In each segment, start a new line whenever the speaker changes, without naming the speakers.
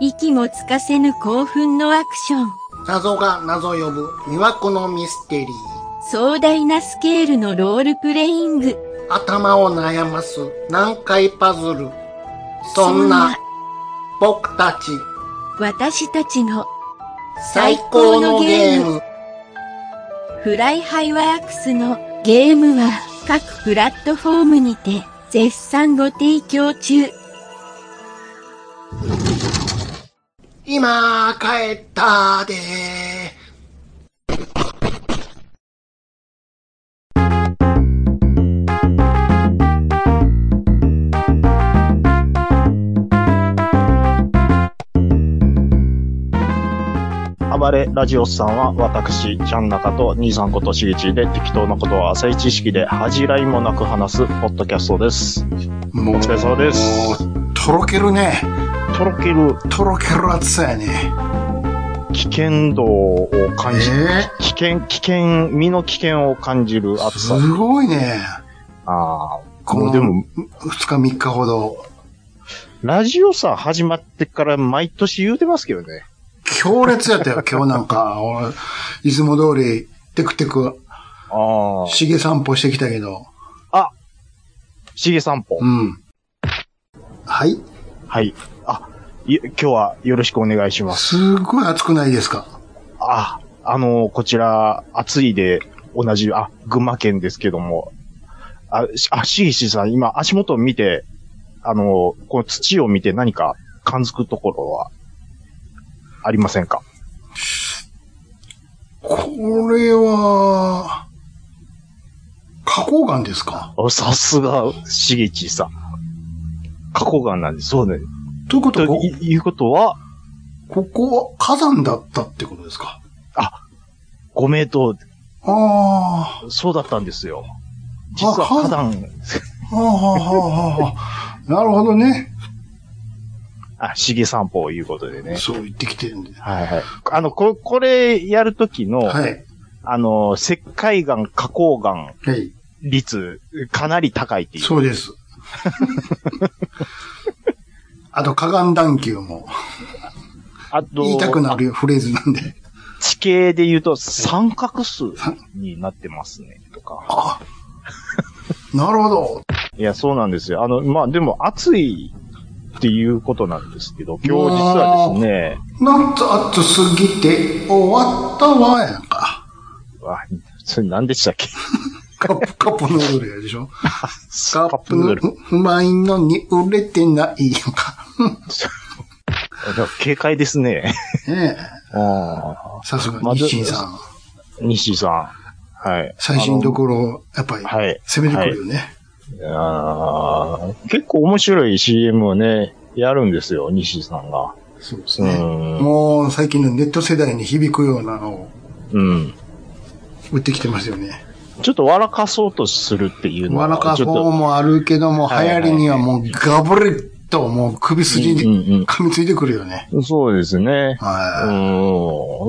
息もつかせぬ興奮のアクション。
謎が謎呼ぶ魅惑のミステリー。
壮大なスケールのロールプレイング。
頭を悩ます難解パズル。そんな僕たち
私たちの
最高のゲーム。
フライハイワークスのゲームは各プラットフォームにて絶賛ご提供中。
今帰ったで
暴れラジオスさんは私、ちゃん中と兄さんことしげちで適当なことは浅い知識で恥じらいもなく話すポッドキャストです。
もう、
お疲れ様です
とろけるね。
とろける
とろける暑さやね。
危険度を
え
感じ、
え
危険、危険、身の危険を感じる暑さ。
すごいね。
ああ、
こ
も
の
うでも、
二日三日ほど、
ラジオさ始まってから毎年言うてますけどね。
強烈やったよ、今日なんか。俺、いつも通り、テクテク、
ああ、
しげ散歩してきたけど。
しげ散歩。
うん。はい。
はい。あ、い今日はよろしくお願いします。
すごい暑くないですか
あ、あのこちら、暑いで、同じ、あ、群馬県ですけども、あ、しあ、しげしさん、今、足元を見て、あのこの土を見て何か感づくところは、ありませんか
これは、花崗岩ですか
あさすが、しげちさん。花崗岩なんです。そうね。
ということ
と
は、こ
いいうことは、
ここは火山だったってことですか
ご名答、
ああ、
そうだったんですよ。実は花壇、
はあはあはあはあ。なるほどね。
あ、しげ散歩いうことでね。
そう言ってきてるんで。
はいはい。あの、ここれやるときの、
はい。
あの、石灰岩、花崗岩
はい。
率、かなり高いっていう。
そうです。 あと、河岸段丘も、
あと、
言いたくなるフレーズなんで。
地形で言うと三角数になってますね、とか。
あなるほど。
いや、そうなんですよ。あの、まあ、でも暑いっていうことなんですけど、今日実はですね、
なんと、あと過ぎて終わったわやん か。
わそれ何でしたっけ
カップ、カップヌードルやでしょ
カ
カップヌードル。うまいのに売れてないやん か。
警戒ですね。
ね
あ
え。さすが、
まず
日清さん。
ー西井さん。はい。
最新どころ、やっぱり、
はい。
攻めてくるよね。
あー結構面白い CM をね、やるんですよ、西井さんが。
そうです
う
ね。
ん。
もう、最近のネット世代に響くようなのを
うん。
売ってきてますよね。
ちょっと笑かそうとするっていうのは。
わらか
ちょっ
法
と
もあるけども、流
はい
行りにはもう、ガブリッと、もう首筋に
うんうん
噛みついてくるよね。
うんそうですね。う
は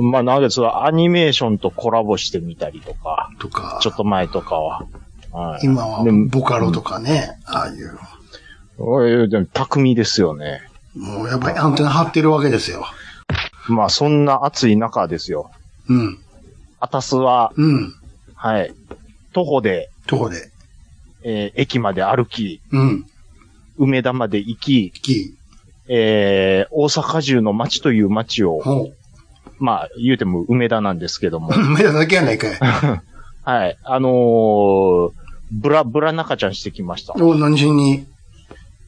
ん。まあ、なんかそのアニメーションとコラボしてみたりとか、
い。とか。
ちょっと前とかは。はい
今は
でも
ボカロとかね、ああいう。
おいでも巧みですよね。
もうやっぱりアンテナ張ってるわけですよ。
まあ、そんな暑い中ですよ。
うん。
あたすは、
うん。
はい。徒歩で、
とこで。
えー駅まで歩き、
うん。
梅田まで行き、
き。
えー大阪中の町という町を、
ほう。
まあ、言うても梅田なんですけども、
目だけやないかい。
はい。あのー、ブラ、ブラ中ちゃんしてきました。
お、何しに。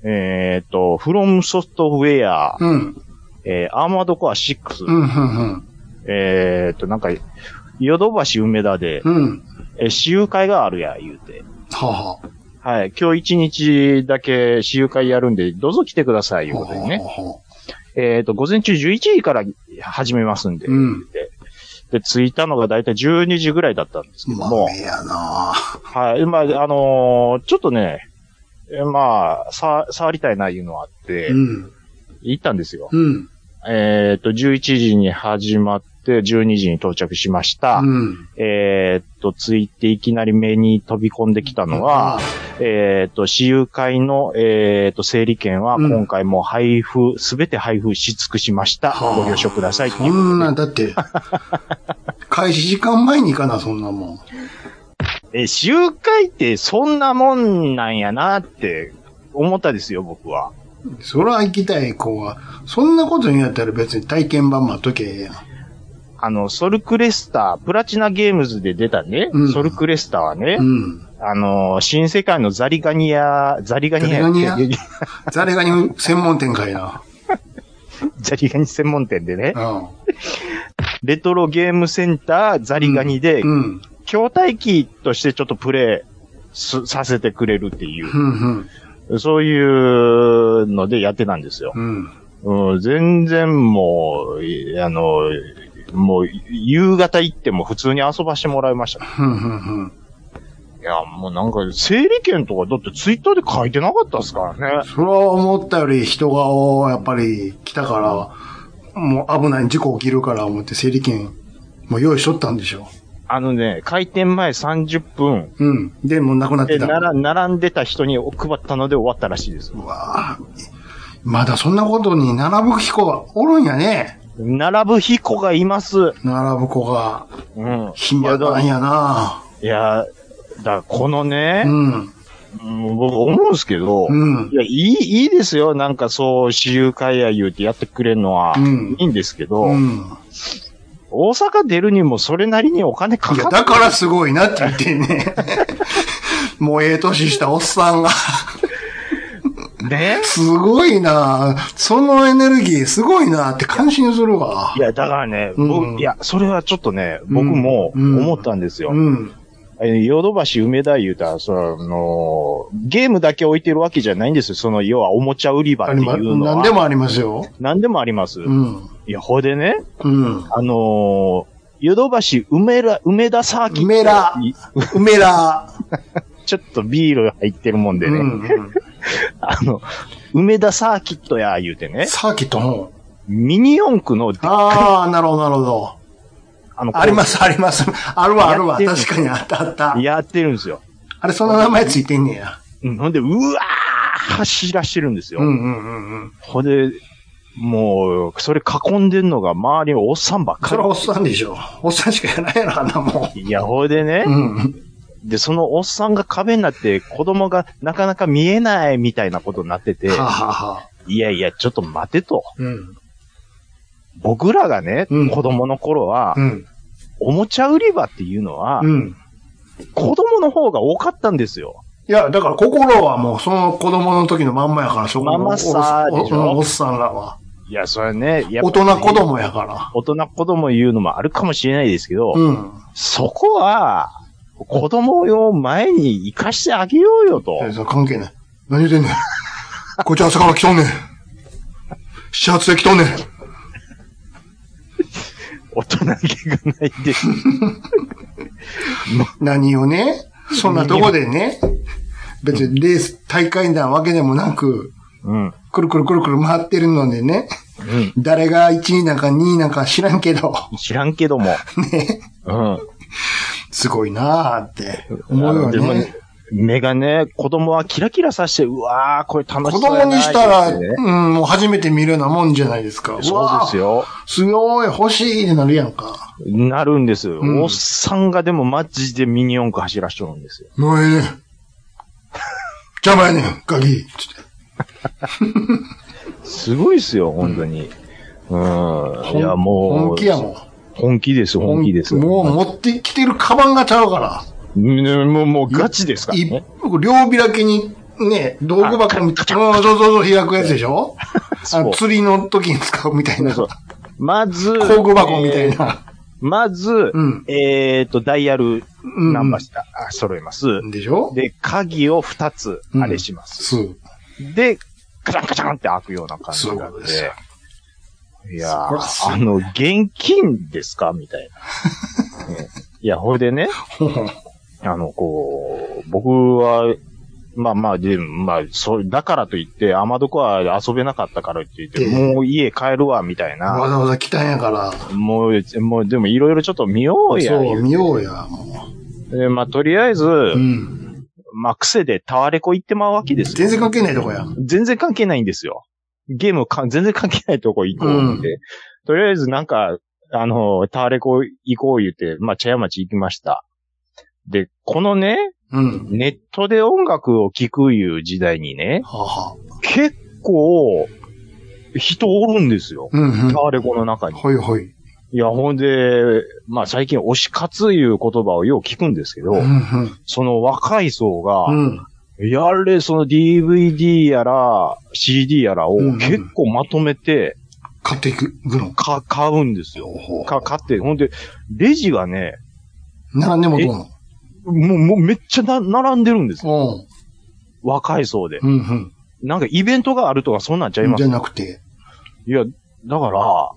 えっ、と、フロムソフトウェア、
うん。
えーアーマードコア6、
うん、うん、
えっ、と、なんか、ヨドバシ梅田で
う、ん。うん。
えー私有会があるや、言うて。
はあはあ。
はい。今日一日だけ私有会やるんで、どうぞ来てください、いうことでね。
ほうほうほ
えっ、と、午前中11時から始めますんで。
う。うん。
で、着いたのがだいたい12時ぐらいだったんですけども。
豆やな
はい。まあ、あのーちょっとね、えまあ、さ、触りたいないうのはあって、
うん。
行ったんですよ。
うん。
えっ、と、11時に始まっで、12時に到着しました。
うん。
えーっと、ついていきなり目に飛び込んできたのは、えーっと、私有会の、えーっと、整理券は
うん
今回も配布、すべ、て配布し尽くしました。
はあ
ご了承くださいってい。
そうんな、だって、開始時間前に行かな、そんなもん。
えー、私有会ってそんなもんなんやなって思ったですよ、僕は。
そら行きたい子は、そんなことになったら別に体験版待っとけゃええやん。
あの、ソルクレスター、プラチナゲームズで出たね、
うん
ソルクレスターはね、
うん。
あの、新世界のザリガニア、ザリガニアやっ
ザ
け
リザリガニ専門店かいな。
ザリガニ専門店でね
う、ん。
レトロゲームセンターザリガニで、
うん。
筐体機としてちょっとプレイすさせてくれるってい
うん。
う、そういうのでやってたんですよ。
うん。
うん、全然もう、いあの、もう、夕方行っても普通に遊ばしてもらいました。
うん。うん。
いや、もうなんか、整理券とかだってツイッターで書いてなかったですからね。
それは思ったより人が、おーやっぱり来たから、もう危ない事故起きるから思って整理券、もう用意しとったんでしょ。
あのね、開店前30分
うん。で、もうなくなっ
で
てた。
なら並んでた人に配ったので終わったらしいです。
うわあまだそんなことに並ぶ子がおるんやね。
並ぶ彦がいます。
並ぶ子が。
うん。
暇なんやない
や、だからこのね
う、ん。
うん僕思うんですけど、
うん
い。や、いい、いいですよ。なんかそう、私有会や言うてやってくれるのは、
うん
いいんですけど、
うん。
大阪出るにもそれなりにお金か
い
か
や、
って
だからすごいなって言ってんね。もうええ年したおっさんが。
ね。
すごいなそのエネルギーすごいなって感心するわ
い。や、だからね、
うん
僕、いや、それはちょっとね、僕も
うん
思ったんですよ。
うん。
えヨドバシ梅田言うたら、その、ゲームだけ置いてるわけじゃないんですよ。その、要はおもちゃ売り場っ
あ
てい
りま、
うのは。
何でもありますよ。
何でもあります。
うん。
いや、ほいでね、
うん。
あのー、ヨドバシ梅田、梅田サーキット。
梅田
い
梅田。
ちょっとビール入ってるもんで
う
ね。
んうん。
あの、梅田サーキットや、言うてね。
サーキットの。
ミニ四駆の、
ああ、なるほど、なるほど。
あの、
あります、 あります。あるわ、あるわ。
やってんの
確かにあった、あった。
やってるんですよ。
あれ、その名前ついてんねや。
うんほんで、うわー走らしてるんですよ。
うんうんうんうん。
ほんで、もう、それ囲んでんのが周りのおっさんばっ
そ
か
れはおっさんでしょ。おっさんしかやらんやろ、あんなもん。
り。いや、ほいでね、
うん。
で、そのおっさんが壁になって、子供がなかなか見えないみたいなことになってて
は、あ、はあはあ、
いやいや、ちょっと待てと。
うん。
僕らがね、
うん
子供の頃は、
うん。
おもちゃ売り場っていうのは、
うん。
子供の方が多かったんですよ。
いや、だから心はもうその子供の時のまんまやから、そこの
まんまさ
おお
でしょ
おおっさんらは。
いや、それはね、やっ
大
ぱり
人子。供やから。
大人子供言うのもあるかもしれないですけど、
うん。
そこは、子供を前に生かしてあげようよと。
えそれ関係ない。何言ってんねん。 こっち朝から来とんねん。始発で来とんねん。
大人気がない んで。
何をね、そんなとこでね、別にレース、大会なわけでもなく、
うん。うん。
くるくるくるくる回ってるのでね、誰が1位なんか2位なんか知らんけど、
知らんけども。
ね、
うん。
すごいなーって思うよ
でも
ね。
目がね、子供はキラキラさして、うわー、これ楽し
子
そう
供
やな
にしたら、
言うてね
うん、もう初めて見るようなもんじゃないですか。
そうです
わ
よ。
あ。すごい、欲しいってなるやんか。
なるんです、
ん
おっさんがでもマジでミニ四駆走らしとるんですよ。
もうええねん。邪魔やねん、ガキ。つって
すごいですよ、本当に。うん。いや、もう。
本気やもん。
本気です、本気です。
もう持ってきてるカバンがちゃうから。
ねもう、もうガチですから
い
ね。
両開けに、ね、道具箱みたいな、そうそうそう開くやつでしょあの
そう
釣りの時に使うみたいな。
そ
工
うまず、
具箱みたい
えー
な。
まず
うん、
えっと、ダイヤル、
ん
ナンバーした、あ揃えます。
でしょ
で、鍵を2つ、
うん
あれします。
すう。
で、カチャンカチャンって開くような感じな
そ
ん
うで
で
すよ。
いや
そらそ
ー、
う
あの、現金ですかみたい な。うんいや、ほいでね、
ほんほん
あの、こう、僕は、まあまあ、で、まあ、そう、だからといって、アマドコは遊べなかったからって言って、
ええ
もう家帰るわ、みたいな。
わざわざ来たんやから。
もう、もう、でもいろいろちょっと見ようや。
そう、見ようや、も
でまあ、とりあえず、
う。うん。
まあ、癖でタワレコ行ってまうわけですよ。
全然関係ないとこや。
全然関係ないんですよ。ゲームか、全然関係ないとこ行こうって。とりあえずなんか、あの、タワレコ行こう言って、まあ、茶屋町行きました。で、このね、
うん。
ネットで音楽を聴くいう時代にね、
はあ、はあ。
結構、人おるんですよ。
うんうん
タ。ワレコの中に。
ほいほい。
いや、ほんで、まあ最近推し活いう言葉をよう聞くんですけど
う、んうん。
その若い層が、
うん。
やれ、その DVD やら、CD やらを
うんうん
結構まとめて、
買っていくの。
か、買うんですよ。
ほ
か、買って、ほんで、レジがね、
う並んでもどうな
もう、もうめっちゃな、並んでるんですよ。
の
若い層で。
うん。うん
なんかイベントがあるとかそんなんちゃい
うん。
ま
じ
す
ゃなくて。
いや、だから、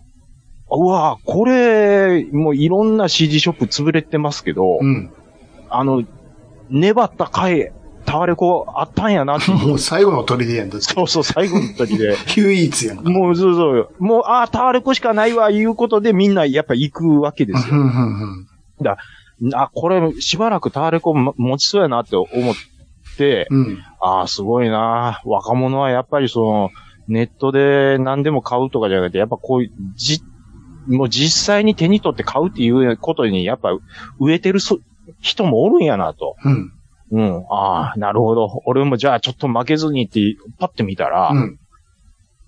うわぁ、これ、もういろんな CD ショップ潰れてますけど、
うん。
あの、粘った回、タワレコあったんやなっ て。
もう最後の砦やんだって。
そうそう、最後の時で。
ヒューイーツやんか。
もう、そうそう。もう、ああ、タワレコしかないわ、いうことでみんなやっぱ行くわけで
う
すよ。
んうんうん。
あ、これ、しばらくタワレコも持ちそうやなって思って、
うん。
ああ、すごいな。若者はやっぱりその、ネットで何でも買うとかじゃなくて、やっぱこういう、じ、もう実際に手に取って買うっていうことに、やっぱ植えてるそ人もおるんやなと。
うん。
うん。ああ、なるほど。俺もじゃあちょっと負けずにって、パッて見たら、
うん。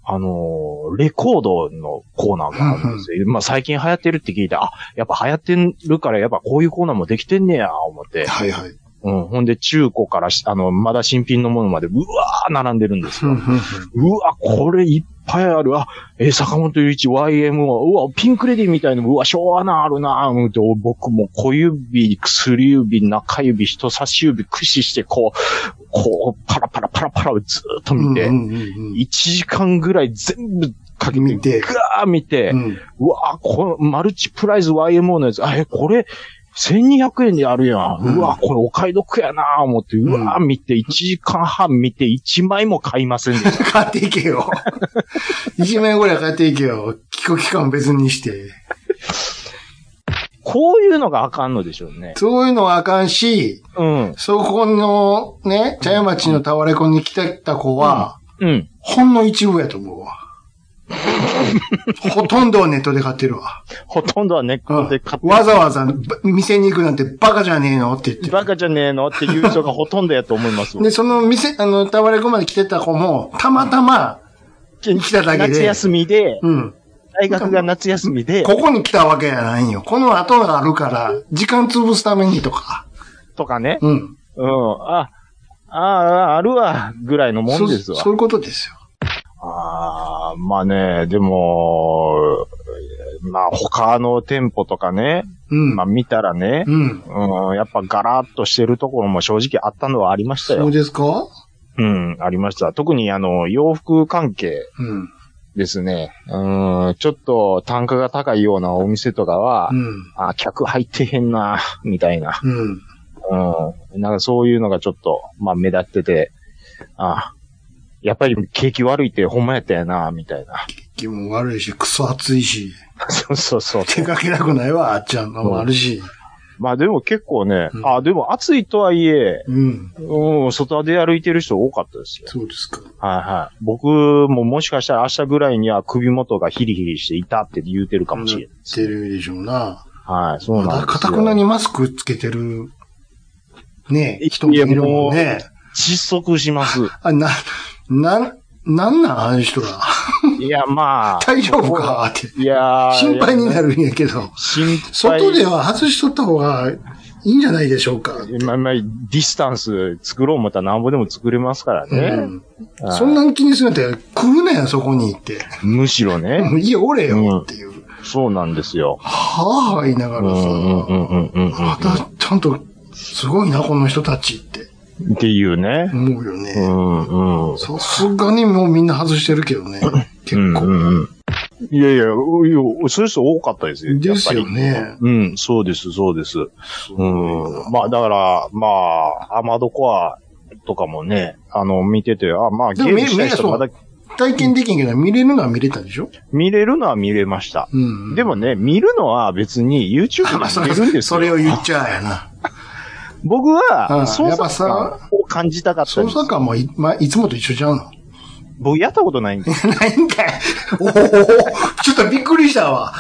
あのーレコードのコーナーがあるんで すよ。まあ最近流行ってるって聞いて、あ、やっぱ流行ってるから、やっぱこういうコーナーもできてんねや、思って。
はいはい。
うん。ほんで中古からし、あの、まだ新品のものまで、うわー並んでるんです
うんうん
よ。
うん。
うわ、これいっぱいある。あ、えー坂本雄一 YMO。うわ、ピンクレディみたいな、うわ、昭和なあるなぁ、思って、僕も小指、薬指、中指、人差し指駆使して、こう、こう、パラパラパラパラをずーっと
うん
見て、
うんうん
1時間ぐらい全部かけ
うん。見て。
て、ガー見て、
うん。
うわ、このマルチプライズ YMO のやつ、あ、え、これ、1200円であるやん。
うん
うわ、これお買い得やなぁ思って、うわ、見て、1時間半見て、1枚も買いませんで した。
買っていけよ。一面ぐらい買っていけよ。帰国期間別にして。
こういうのがあかんのでしょうね。
そういうのはあかんし、
うん。
そこのね、茶屋町のタワレコに来てた子は、
うん。
ほんの一部やと思う わ。ほとんどはネットで買ってるわ。
ほとんどはネッ
う
トで
ん
買っ、て、
わざわざば店に行くなんてバカじゃねえのって言って。
バカじゃねえのっていう人がほとんどやと思いますわ
で、その店、あの、タワレコまで来てた子も、たまたま、来ただけで
夏休みで、
うん、
大学が夏休みで、
ここに来たわけじゃないんよ。この後があるから、時間潰すためにとか。
とかね。
うん。
うん。あ、ああ、あるわ、ぐらいのもんです
そ
わ
そう。いうことですよ。
ああ、まあね、でも、まあ他の店舗とかね、
うん。
まあ見たらね、
うん。
うん、やっぱガラッとしてるところも正直あったのはありまし
そ
た
う
よ。
ですか
うん、ありました。特にあの、洋服関係
うん。
ですね。うん、ちょっと単価が高いようなお店とかは
う、ん。
あ、客入ってへんな、 みたいな。
うん。
うん。なんかそういうのがちょっと、まあ目立ってて、あ、やっぱり景気悪いってほんまやったやな、みたいな。
気も悪いし、クソ暑いし、
そうそうそう。
手かけたくないわ、あっちゃんのもあるし。
まあでも結構ね、
うん
あ、でも暑いとはいえ、
うん。
うん、外で歩いてる人多かったですよ。
そうですか。
はいはい。僕ももしかしたら明日ぐらいには首元がヒリヒリしていたって言うてるかもしれないです。
てるでしょうな。
はい、そうなん
ま
で
だ
すよ。
かたくなにマスクつけてる、ねえ、人もいるもんね。
窒息します。
あ、な、な、なんなんあの人 ら。
いや、まあ。
大丈夫かって。
いやー
心配に
いや
なるんやけど。
心配。
外では外しとった方がいいんじゃないでしょうか。
まあまあ、ディスタンス作ろう思ったらなんぼでも作れますから
う
ね。
ん。
はい
そんなに気にするんだったら来るなよ、そこにって。
むしろね。
いや、おれよっていう。
そうなんですよ。
はぁはぁ言いなが
うんう
らさ、
んうんうんうんうん。
ま
った
ちゃんと、すごいな、この人たちって
ていうね。
思うよ
う
ね。
んうん。
さすがにもうみんな外してるけどね。結
う
構。
んうんうん、いやいや、ういやそういう人多かったですよ。
ですよ
やっぱ
ね。
り。うん、そうです、そうです。うん。まあ、だから、まあ、アマドコアとかもね、あの、見てて、あ、まあ、
で
ゲ
も
ームしたい人
見れ
まだ
体験できんけど、見れるのは見れたでしょ
見れるのは見れました。
うん。
でもね、見るのは別に YouTube
あ、まあ、そ
で見れる
れ、
んです
そ
よ。
れを言っちゃうやな。
僕
うん
は、操
やっぱ
作
さ
感を感じたかったん
捜
です
査官もい、まあ、いつもと一緒ちゃうの
僕やったことないんです。
ないんかい。おおちょっとびっくりしたわ。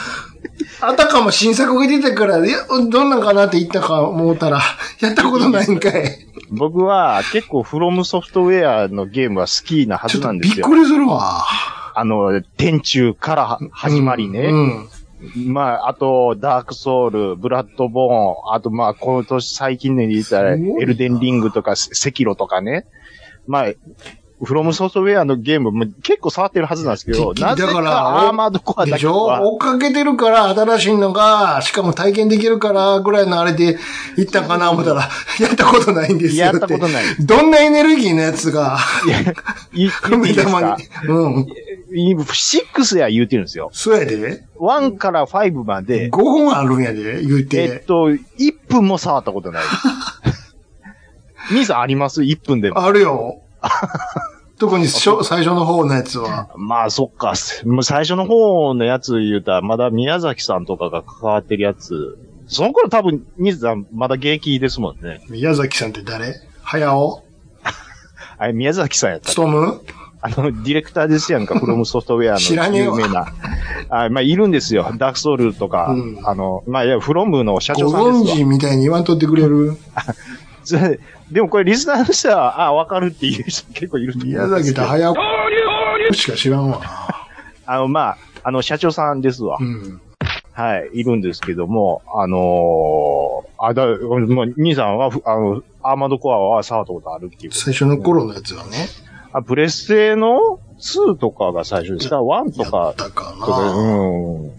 あたかも新作が出てから、いやどんなんかなって言ったか思ったら、やったことないんかい。
僕は結構フロムソフトウェアのゲームは好きなは
ちょ
ず
っ
な
と
んで
びっ
すよ
く。りするわ。
あの、天中からは始まり
う
ね。
ん。
まあ、あと、ダークソウル、ブラッドボーン、あとまあ、この年最近で言ったら、
すごいな
エルデンリングとか、セセキロとかね。まあ、フロムソフトウェアのゲームも結構触ってるはずなんですけど、
敵だ
な
か
ぜ
ら
かアーマードコアだ
でし
け
ょ
は、
追っかけてるから、新しいのが、しかも体験できるから、ぐらいのあれで、行ったかな思ったら、 やったことないんですよ。
やったことない。
い。どんなエネルギーのやつが、
いや、いいいいですか
に。うん。
いい ?6 や言うてるんですよ。
そうやで。
1から5まで
5、本あるんやで、言う。
えってと、1分も触っ たことない。兄さんあります ?1 分でも。
ある よ。特にしょ最初の方のやつは。
まあ、そっか。もう最初の方のやつ言うたら、まだ宮崎さんとかが関わってるやつ。その頃多分、兄さんまだ現役ですもんね。
宮崎さんって誰早尾
あれ、宮崎さんやった。
つとむ
あの、ディレクターですやんか、フロムソフトウェ
知ら
アの
ねえ
有
わ
名な。あまあ、いるんですよ。ダークソウルとか、
うん
あの、まあ、いや、フロムの社
ご
長さん
存
ですわ
知みたいに言わんとってくれる
それでもこれリスナーの人は、あ、わかるっていう人結構いると思
宮
うんです
崎
け
と
ど。
早尾しか知らんわ。
あの、まあ、あの、社長さんですわ
う。ん。
はい、いるんですけども、あのー、あ、だ、もう、兄さんは、ふあの、アーマードコアは触ったことあるっていう。
最初の頃のやつはね。
あ、プレステの2とかが最初ですか ?1 と
やっ
か、
たか
とか、
な。
うん。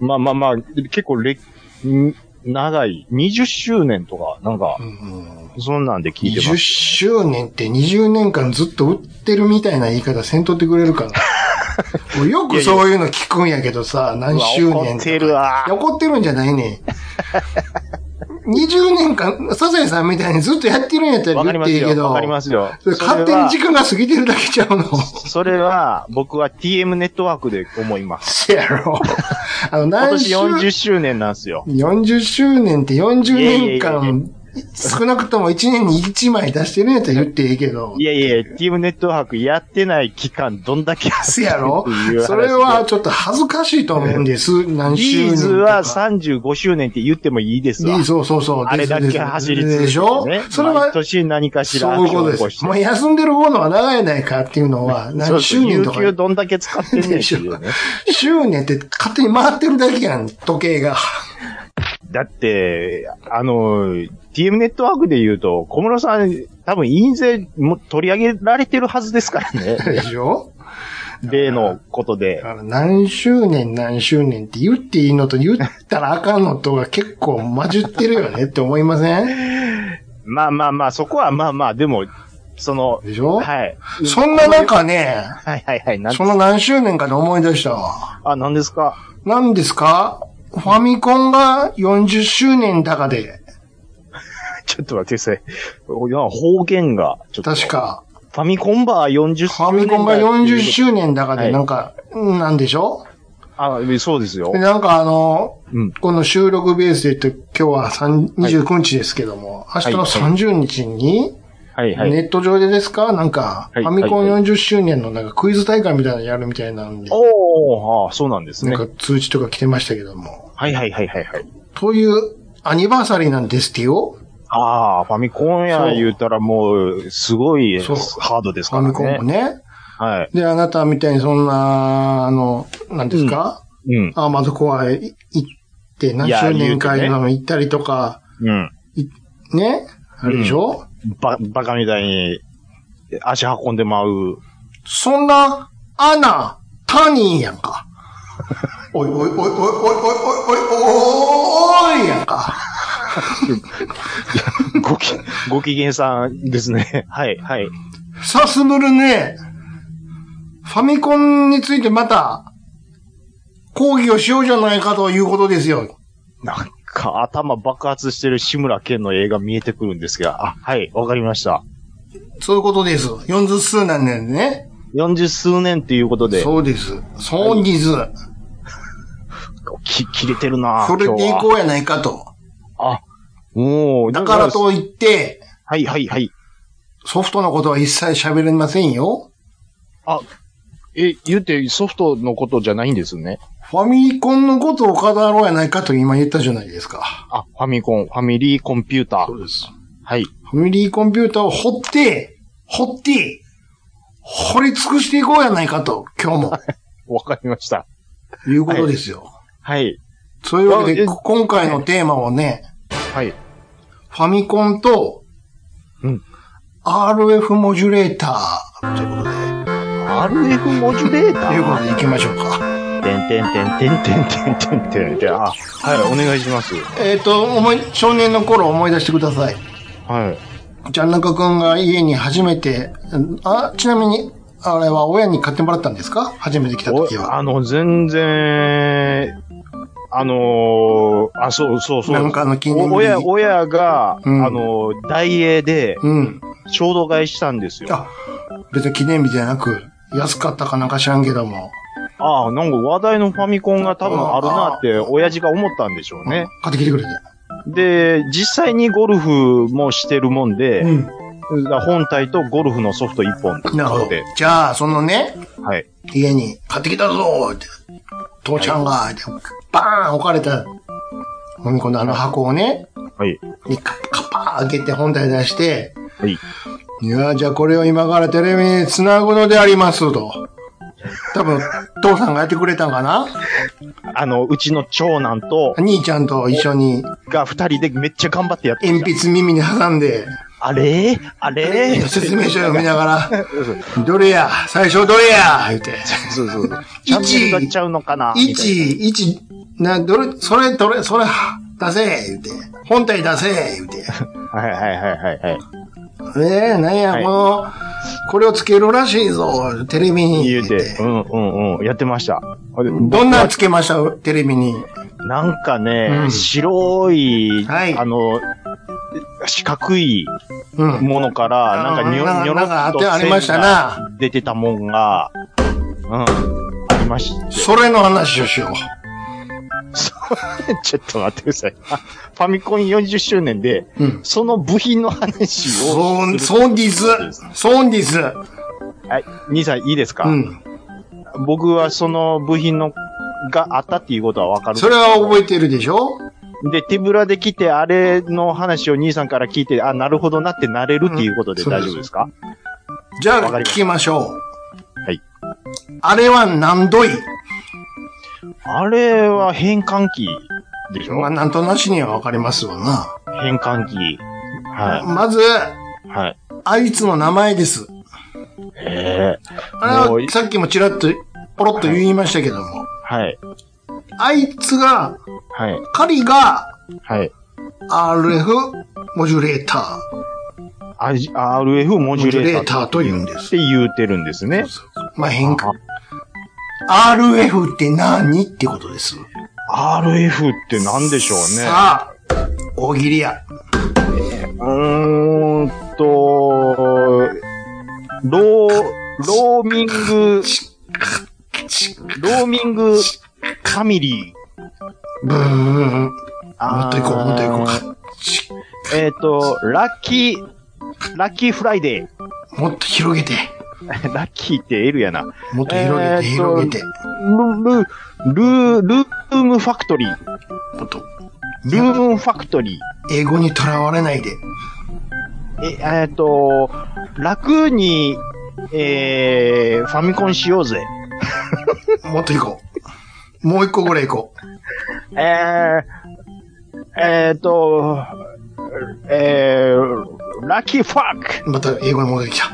まあまあまあ、結構れ、ん長い、20周年とか、なんか
う、ん
そんなんで聞いてま
20
す。
周年って20年間ずっと売ってるみたいな言い方せんとってくれる かな。俺よくそういうの聞くんやけどさ、何周年とか
うわ怒ってるわ
いや怒ってるんじゃない ねん。20年間、サザエさんみたいにずっとやってるんやったら
わかり
言っ
ま
て
す
いいけ
よ。
ど、
わかりますよ。
それ勝手
それ
に
は
時間が過ぎてるだけちゃうの。
それは、僕は TM ネットワークで思います。
せやろ。あの、
今
何
年
周
40周年なんですよ。
40周年って40
いやいや
年
いやい
間、少なくとも1年に1枚出してるんやったら言っていいけど
い。やいや、TM ネットワークやってない期間どんだけあ
せやろ
っていう話で
それは、ちょっと恥ずかしいと思うんです。何周
リ
年
ー
とか。
ズは35周年って言ってもいいですわ
いい。そうそうそう。
あれだ
です
け
です
走り続けて、ね。
でしょそれ
毎
は、
年何かしら
そういうことで
アクシ
す。
ョン
もう
を起こして。
休んでる方のは長いないかっていうのは、
そう
何
そ
周
う
年と
有
か。
給どんだけ使ってんねん
で
って
しょ
い うね。
周年って勝手に回ってるだけやん、時計が。
だって、あの、TM ネットワークで言うと、小室さん、多分、印税も取り上げられてるはずですからね。
でしょ
例のことで
だ。から何周年何周年って言っていいのと言ったらあかんのとが結構混じってるよねって思いません
まあまあまあ、そこはまあまあ、でも、その、
でしょ
はい。
そんな中ね、
はいはいはい。なん
その何周年かで思い出したわ。
あ、なんですか
何ですかファミコンが40周年だかで、
ちょっと待ってください。いや方言が、ちょっと。
確。か、
ファミコンバー40
ファミコンが40周年だか
は
で、
い
なんか、うんなんでしょ
あ、そうですよ
で。なんかあの、
うん。
この収録ベースで言って今日は3 29日ですけども、明日の30日に、
はいはい。
ネット上でですかなんか、
はい
ファミコン
は
40周年のなんかクイズ大会みたいなのやるみたいなんで、
おー、あーそうなんですね。
な
は
んか通知とか来てましたけども。
いはいはいはいはい。
というアニバーサリーなんですってよ。
ああ、ファミコンや
そう
言うたらもう、すごい
そう
ハードです
フ
か
ァ
らね。
ミコンもね。
はい。
で、あなたみたいにそんな、あの、なんですか、
うん。
アーマードコアへ行って何
いや
周年会
言うてね
なの行ったりとか、
うん。
ねあれでしょ、
ば、バカみたいに、足運んでまう。
そんな、アナ、タニーやんか。おいおいおいおいおいおいおいおいおいやんか。
ごき、ご機嫌さんですね。はい、はい。
さすぶるね、ファミコンについてまた、講義をしようじゃないかということですよ。
なんか頭爆発してる志村けんの映画見えてくるんですが、あ、はい、わかりました。
そういうことです。40数なんだよね。
40数年っていうことで、
そうです。そうにず。
き切れてるな
それ
今
で
日
い
は
こうやないかと。
あ、もう、
だからといって、
はいはいはい。
ソフトのことは一切喋れませんよ。
あ、え、言うてソフトのことじゃないんですね。
ファミコンのことを語ろうやないかと今言ったじゃないですか。
あ、ファミコン、ファミリーコンピューター。
うです。
はい。
ファミリーコンピューターを掘って、掘って、掘り尽くしていこうやないかと、今日も、
わかりました。
いうことですよ。
はい。
そういうわけで、
あえ
今回のテーマはね、
はい。
ファミコンと、
うん。
RF モジュレーター、ということで、
RF モジュレータ
ということ
ー
で行きましょうか。
てんてんてんてんてんてんてんてんてん。あ、はい、お願いします。
えっ、と、思い、少年の頃を思い出してください。
はい。
ジャンナカ君が家に初めて、うんあ、ちなみに、あれは親に買ってもらったんですか初めて来た時
お
は。
あの、全然、あのーあ、そうそうそう。
なんかの記念日
お親、親が、
うん
あのー、大英で、
うん。
衝動買いしたんですよ。
あ、別に記念日じゃなく、安かったかなんか知らんけども、
ああ、なんか話題のファミコンが多分あるなって、親父が思ったんでしょうね。
買ってきてくれて。
で、実際にゴルフもしてるもんで、
ん。
本体とゴルフのソフト1本
なるほ
買
ど
って、。
じゃあ、そのね、
はい。
家に買ってきたぞーって、父ちゃんが、ってバーン置かれた、飲み込んだあの箱をね、
はい。
にカッカッパー開けて本体出して、
はい。
いや、じゃあこれを今からテレビに繋ぐのでありますと。多分、父さんがやってくれたんかな
あの、うちの長男と、
兄ちゃんと一緒に
が二人でめっちゃ頑張ってやって
鉛筆耳に挟ん で、
あれあれ
説明書読みながら、どれや最初どれや言うて。
そうそうそう。チャンネルがっちゃうのかなみたいな
一、一、な、どれ、それ、どれ、それ、出せ言うて。本体出せ言う て。
はいはいはいはいはい。
ええなんや、
はい
この、これをつけるらしいぞ、テレビに。
言うて、うんうんうん、やってました。
どんなんつけましたテレビに。
なんかね、
うん
白い、
はい
あの、四角い
うん。
ものから、なんかニ
な
ョニョ
な
ロ
んかあ
ッ
っ
と
てありました
線が
な。
出てたもんが、うん、ありまし
それの話をしよ
た。 ちょっと待ってください。あファミコン40周年で、
う。うん。
その部品の話
そ
を
う、
する。
そうです。そうです。
はい、兄さんいいですか、
うん。
僕はその部品の、があったっていうことはわかる。
それは覚えてるでしょ
で、手ぶらで来て、あれの話を兄さんから聞いて、あ、なるほどなってなれるっていうことで
うん
大丈夫ですか、
じゃ
わ
あ、
か
聞
りました
きましょう。
はい。
あれは何度い
あれは変換器でしょ、
まあ、なんとなしにはわかりますわな。
変換器。は
まず、
い。はい。
あいつの名前です。
ええ
あ
も
れ
うい
は、さっきもちらっと、ポロッと言いましたけども。
はい。
あいつが、
はい。
彼が、
はい。
RF モジュレータ
R- RF
ー。モ
モジュ
ジュ
レ
レ
ー
ー
タ
タ
ーっ
ーと言うんです。
て言うてるんですね。
まあ、変化。RF って何ってことです。
RF って何でしょうね。
さあ、大喜利や。
うーんと、ロー、ローミング、ローミングファミリー。
ブーン。も
あー
っと行こう、もっと行こうか。
えっ、と、ラッキー、ラッキーフライデ
もっと広げて。
ー。 ラッキーって L やな。
もっと広げて、
えーっと
広げて。
ル、ル、ル、ルームファクトリー。
もっと、
ルームファクトリー。
英語にとらわれないで。
え、えっ、と、楽に、えー、ファミコンしようぜ。
もっと行こう。もう一個ぐらい行こ
えー、えっ、と、えー、ラッキーファック。
う。また英語に戻ってきた。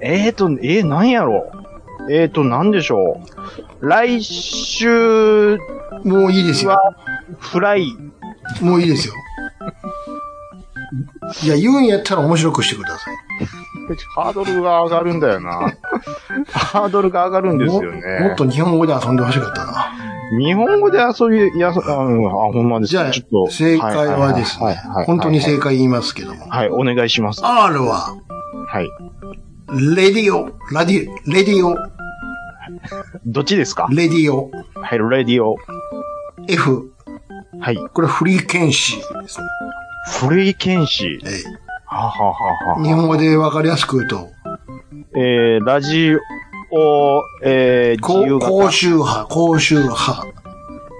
えーと、えー、なんやろえーと、なんでしょう。来週
もういいですよ。
は、フライ、
もういいですよ。いや、言うんやったら面白くしてください。
ハードルが上がるんだよな。ハードルが上がるんですよね。
ももっと日本語で遊んでほしかったな。
日本語で遊び、や、あの、あ、ほんまです。
じゃあ
ちょっと。
正解はです
はいはいはいはいはい
本当に正解言いますけども。
はい、お願いします。は
R は、
い。
レディオ、ラディ、レディオ、
どっちですか
レディオ、
はい、レディオ。
F、
はい。
これフリーケンシーですね。
フリーケンシー。
え
ははは
え
は。
日本語でわかりやすく言うと、
えー、ラジオ、えー、
こ
自由
う高
型。
周波、高周波、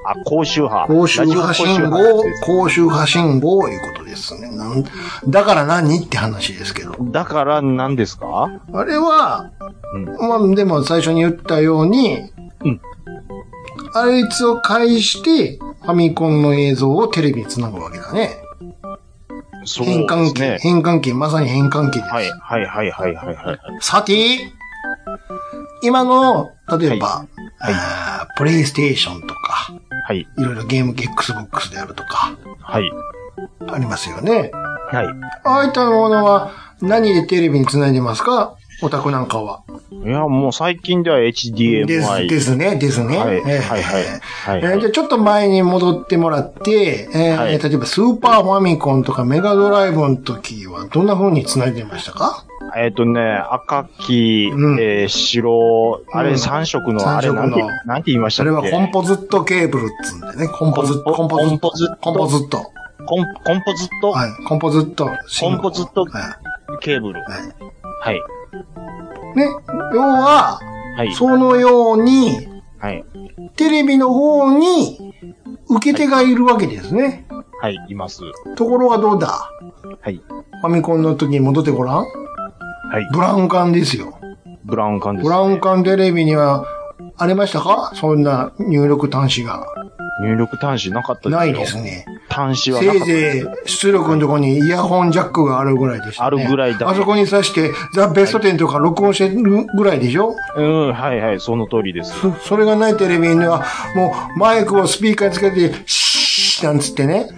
あ、高周波。
高周波
ラジ
信
オ高周波
号
です、
高周波信号いうことですね。なんだから何って話ですけど。
だから何ですか
あれは、
うん
まあでも最初に言ったように、
うん
あいつを介して、ファミコンの映像をテレビに繋ぐわけだね。
そう
変
で
換
す
器、
ね。
変換器、まさに変換器です。
はい、はい、はい、はい、はい。はい
さて、今の、例えば、
はいはい
あープレイステーションとか、
はい、
いろいろゲーム機 Xbox であるとか、
はい。
ありますよね。
はい。
ああいったものは、何でテレビに繋いでますかオタクなんかは。
いや、もう最近では HDMI。
です、ですね、ですね。
はい、は
え
い、
ー
はい。はい
え
は
ーじゃあ
い。
ちょっと前に戻ってもらって、えー
はい
例えばスーパーファミコンとかメガドライブの時はどんな風に繋いでましたか
えっとね、赤き、
うん
えー白、あ
う
れ
ん
三色の、
三
あれ
色の
なんて、なんて言いました
そ
っ
れ
け
はコンポジットケーブルっつうんでね、コンポズット、
コ
コ
ン
ンポ
ポコ
ズ
ン
ッ
ポズッ
ト
ト、
コンポズット。
コンコンポずっと
はい、コンポズット。
コンポずっと
は
ケーブル。
い。はい
はい。
ね、要は、
はい。
そのように、
はい。
テレビの方に受け手がいるわけですね。
はい、います。
ところがどうだ
はい。
ファミコンの時に戻ってごらん
はい。
ブラウン管ですよ。
ブラウン管です、
ブラウン。管テレビには、ありましたかそんな入力端子が。
入力端子なかったですよ。
ないです。ね。
端子はなか
せい
ったです。
ぜい出力のところにイヤホンジャックがあるぐらいでした、ね。
あるぐらいだ
あそこに挿して、ザ・ベスト10とか録音してるぐらいでしょ、
うん、はいはい、その通りです。
そそれがないテレビには、もうマイクをスピーカーにつけて、シーッなんつって ね。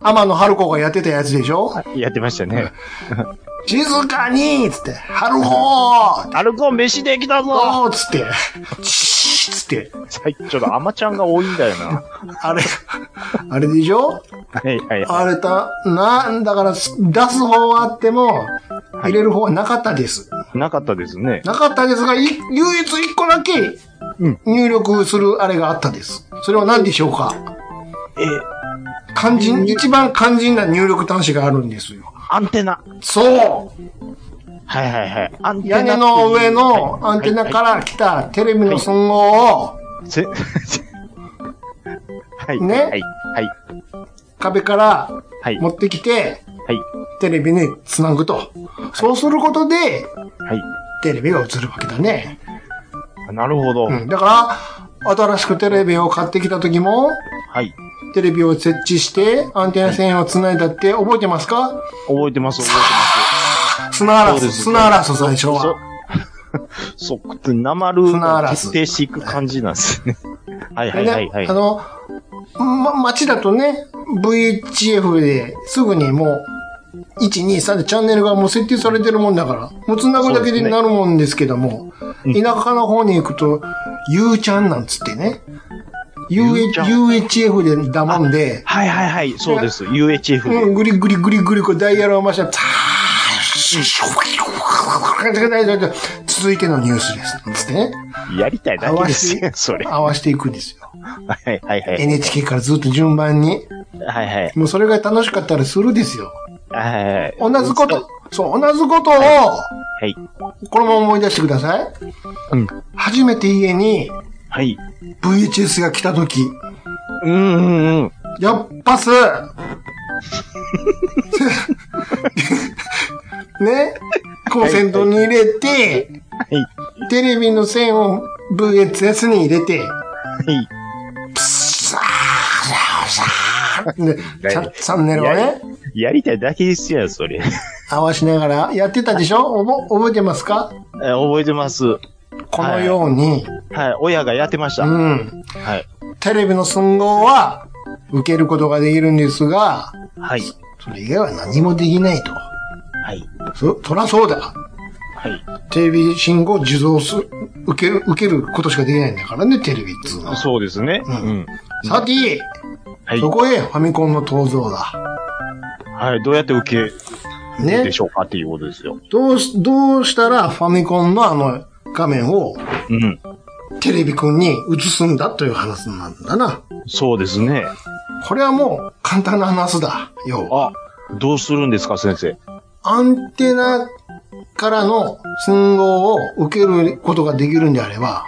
天野春子がやってたやつでしょ
やってましたね。
静かにつって、春子
アルコン飯できたぞ
おーつって、シーッつって、
はい、ちょっとアマちゃんが多いんだよな。
あれ、あれでしょ
はいはい。
あれた、なんだから、す出す方はあっても、入れる方はなかったです。
なかったですね。
なかったですが、い唯一一個だけ
うん、
入力するあれがあったです。それは何でしょうか
え、
肝心、一番肝心な入力端子があるんですよ。
アンテナ。
そう
はいはいはい。アンテナ
屋根の上のアンテナ
ら。
から来たテレビの信号を、
はいせ はい。
ね
はい。はい。
壁から
はい。
持ってきて、
はい。
テレビに繋ぐと。そうすることで、
はい。
テレビが映るわけだね。
あなるほど。
うん、だから、新しくテレビを買ってきた時も、
はい。
テレビを設置して、アンテナ線を繋いだって覚えてますか
覚えてます、覚え
砂
そう
嵐、
です
砂嵐最初
て
は。
ます。そ、そ、くなまるを
砂嵐
決定していく感じなんですね。 はいはいはいは
でね
い
あ。の、ま、街だとね、VHF ですぐにもう、1、2、3でチャンネルがもう設定されてるもんだから、もう繋ぐだけでなるもんですけども、
うです
田舎の方に行くと、U ちゃんなんつってね、
U ちゃん
UHF でだもんで、
はいはいはい、そうです。UHF
う
で。
ん、ぐりぐりぐりぐり、こう、ダイヤルを回して、たー続いてのニュースです。つってね。
やりたいだけです
合
よ、それ。は
合わしていくんですよ。
いはいはい。
NHK からずっと順番に。
はいはい。
もうそれが楽しかったりするですよ。
はいはい。
同じこと。、そう、同じことを、
はい。
このまま思い出してください。
うん。
初めて家に
はい。
VHS が来た時、
うんうんうん。
やっぱすね、コンセントに入れて、
はい。
テレビの線を VHS に入れて、
はい。
でチャチャンネルをね、
やりたいだけですよ、それ。え
合わしながらやってたでしょおぼ覚えてますか
覚えてます。はい。
このように、
親がやってました。は
うん。
い。
テレビの信号は受けることができるんですが、
はい。
それ以外は何もできないと。
はい。
そ、そらそうだ。
はい。
テレビ信号を受動す、受ける、受けることしかできないんだからね、テレビっつうのは。
そうですね。
う
うんん。
さて、
はい
そ。こへファミコンの登場だ。
はい。どうやって受ける
ね
で。しょうかっていうことですよ。
どうし、どうしたらファミコンのあの画面を
うん。
テレビくんに映すんだという話なんだな。
そうですね。
これはもう簡単な話だ。要は。
あ、どうするんですか、先生。
アンテナからの信号を受けることができるんであれば、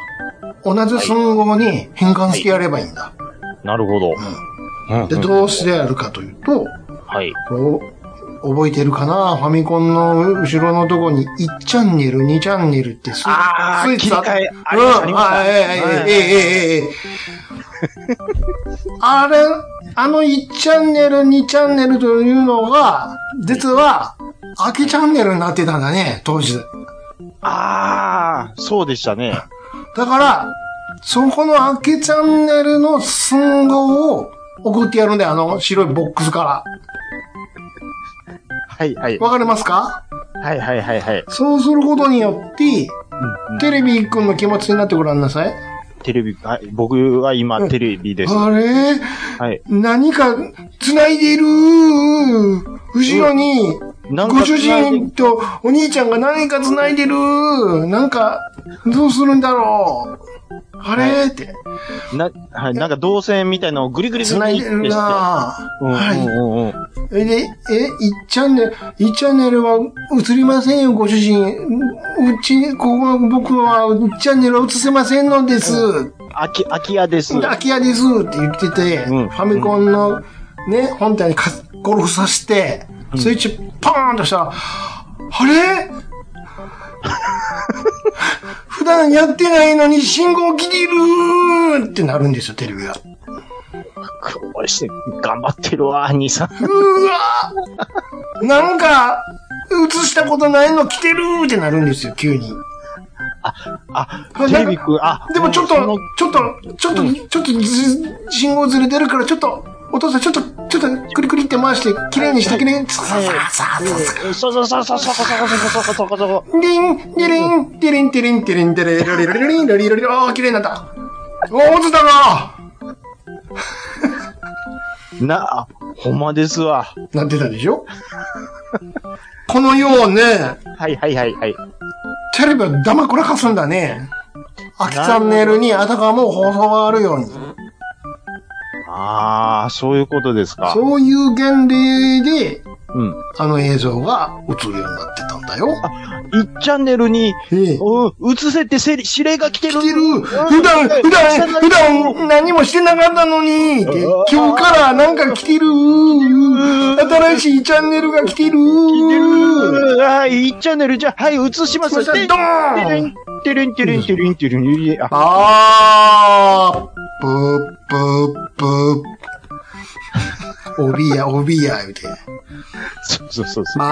同じ信号に変換してやればいいんだ。
なるほど。うん
で、
うん
どうしてやるかというと、
はい。
こう覚えてるかなファミコンの後ろのとこに1チャンネル、2チャンネルってスイ
あー
スイッチあっ
切り替えあ
う
りましたあり
ん、
ました
ああ、ええ、ええ、ええ、ええ、 ええ。あれ、あの1チャンネル、2チャンネルというのが、実は、空きチャンネルになってたんだね、当時。
ああ、そうでしたね。
だから、そこの空きチャンネルの信号を送ってやるんだよ、あの白いボックスか
はいはい。
ら。わかりますか
はいはいはいはい。
そうすることによって、
うんうん
テレビくんの気持ちになってごらんなさい。
テレビ、はい、僕は今テレビです。は
あれ
い。
何か繋いでいる後ろに、
なんか
ご主人とお兄ちゃんが何か繋いでるなんか、どうするんだろうあれって、
な、はい、なんか動線みたいなのをぐりぐりぐり
繋
ぐり
い
って
で
し
る
て。
な
うん
はい。
うんうんうん。
え、で、え、1チャンネル、1チャンネルは映りませんよ、ご主人。うち、ここは僕は1チャンネルは映せませんのです。
空き、空き家です。
空き家ですって言ってて、
うん
ファミコンのね、本体にかゴルフさせて、スイッチパーンとしたら、あれ 普段やってないのに信号来てるってなるんですよ、テレビが。
苦労して、頑張ってるわ、兄さん。
うわーなんか、映したことないの来てるってなるんですよ、急に。
あ
あ、
テレビくん、あ、
でもちょっと
その、
ちょっと、ちょっと、ちょっとず、信号ずれてるから、ちょっと、お父さん、ちょっと、ちょっと、クリクリって回して、綺麗にしてくれ。ささささささ。
そうそうそうそうそうそうそうそうそうそうそう。
リン、リリン、リリン、リリン、リリン、リリン、リリリリン、リリリリン、ああ、綺麗になった。おー、落ちたな
な、あほんまですわ。
なってたでしょこのようね、
はいはいはいはい。
テレビは黙くらかすんだね。空きチャンネルにあたかも放送があるように。
ああ、そういうことですか。
そういう原理で、
うん。
あの映像が映るようになってたんだよ。
1チャンネルに、
ええ
うん、映せってせり指令が来てる。
来てる普段、普段、普段何もしてなかったのにって今日からなんか来てる新しいチャンネルが来てる
はい、1チャンネルじゃ、はい、映します。
そしたらドーン
てるんてるんてるんてるんてるん。あ、
あーぷーぷーぷー。おびや、おびや、言うて。
そうそうそうそ
ま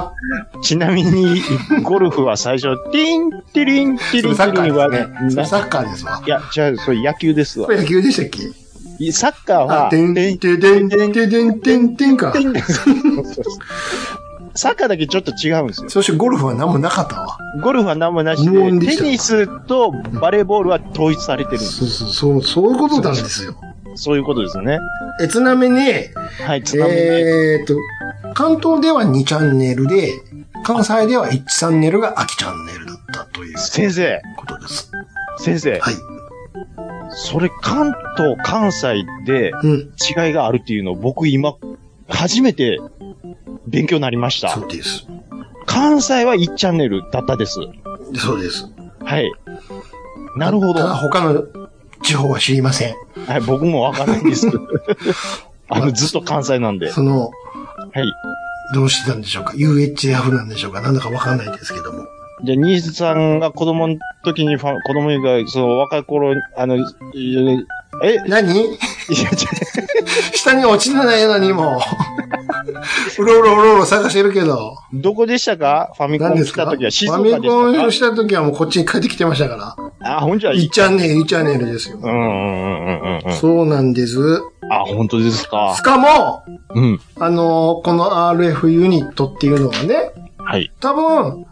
あ
う。ちなみに、ゴルフは最初、ティン、テリン、テ
そ
リ
れ
ン、
サ
テ
ッカ
リンは、
ーですね。それサッカーですわ
い。や、じゃあ、それ野球ですわ
こ。れ野球でしたっけ
サッカー
あ
は、、
てんてんてんてんてんてんてんてんか。
サッカーだけちょっと違うんですよ。
そしてゴルフは何もなかったわ。
ゴルフは何もなし
無音
で、
でし
テ
た
ニスとバレーボールは統一されてるんで
そ
す。
うそう、そう、そういうことなんですよ。
そういうことですよね。
え、ちなみに、
はい、つなみに。
えーっと、関東では2チャンネルで、関西では1チャンネルが空きチャンネルだったという
先生、
ことです。
先生、
はい。
それ関東、関西で
うん。
違いがあるっていうのを僕今、初めて勉強になりました
そ。うです。
関西は1チャンネルだったです。
そうです。
はい。なるほど。
ただ
は
他の地方は知りません。
い、僕もわかんないです。 あの、ずっと関西なんで。は
その、
い。
どうしてたんでしょうか ?UHF なんでしょうかなんだかわかんないですけども。
じゃあ、兄さんが子供の時にファン、子供が、その若い頃、あの、いえ、い や、
何
じゃ
下に落ちてないのにも。う ろうろうろうろ探してるけど。
どこでしたかファミコ
何
ン
で
来
すか
た時は静
フ
岡
ァミコン
で
を
し
した時はもうこっちに帰ってきてましたから。
たかあ、ほんじゃ、
1チャンネル、1チャンネルですよ
う。んうんうんうんうんうん。
そうなんです。
あ、本当ですか
し。かも、
うん。
あのーこの RF ユニットっていうのはね、
はい。
多分、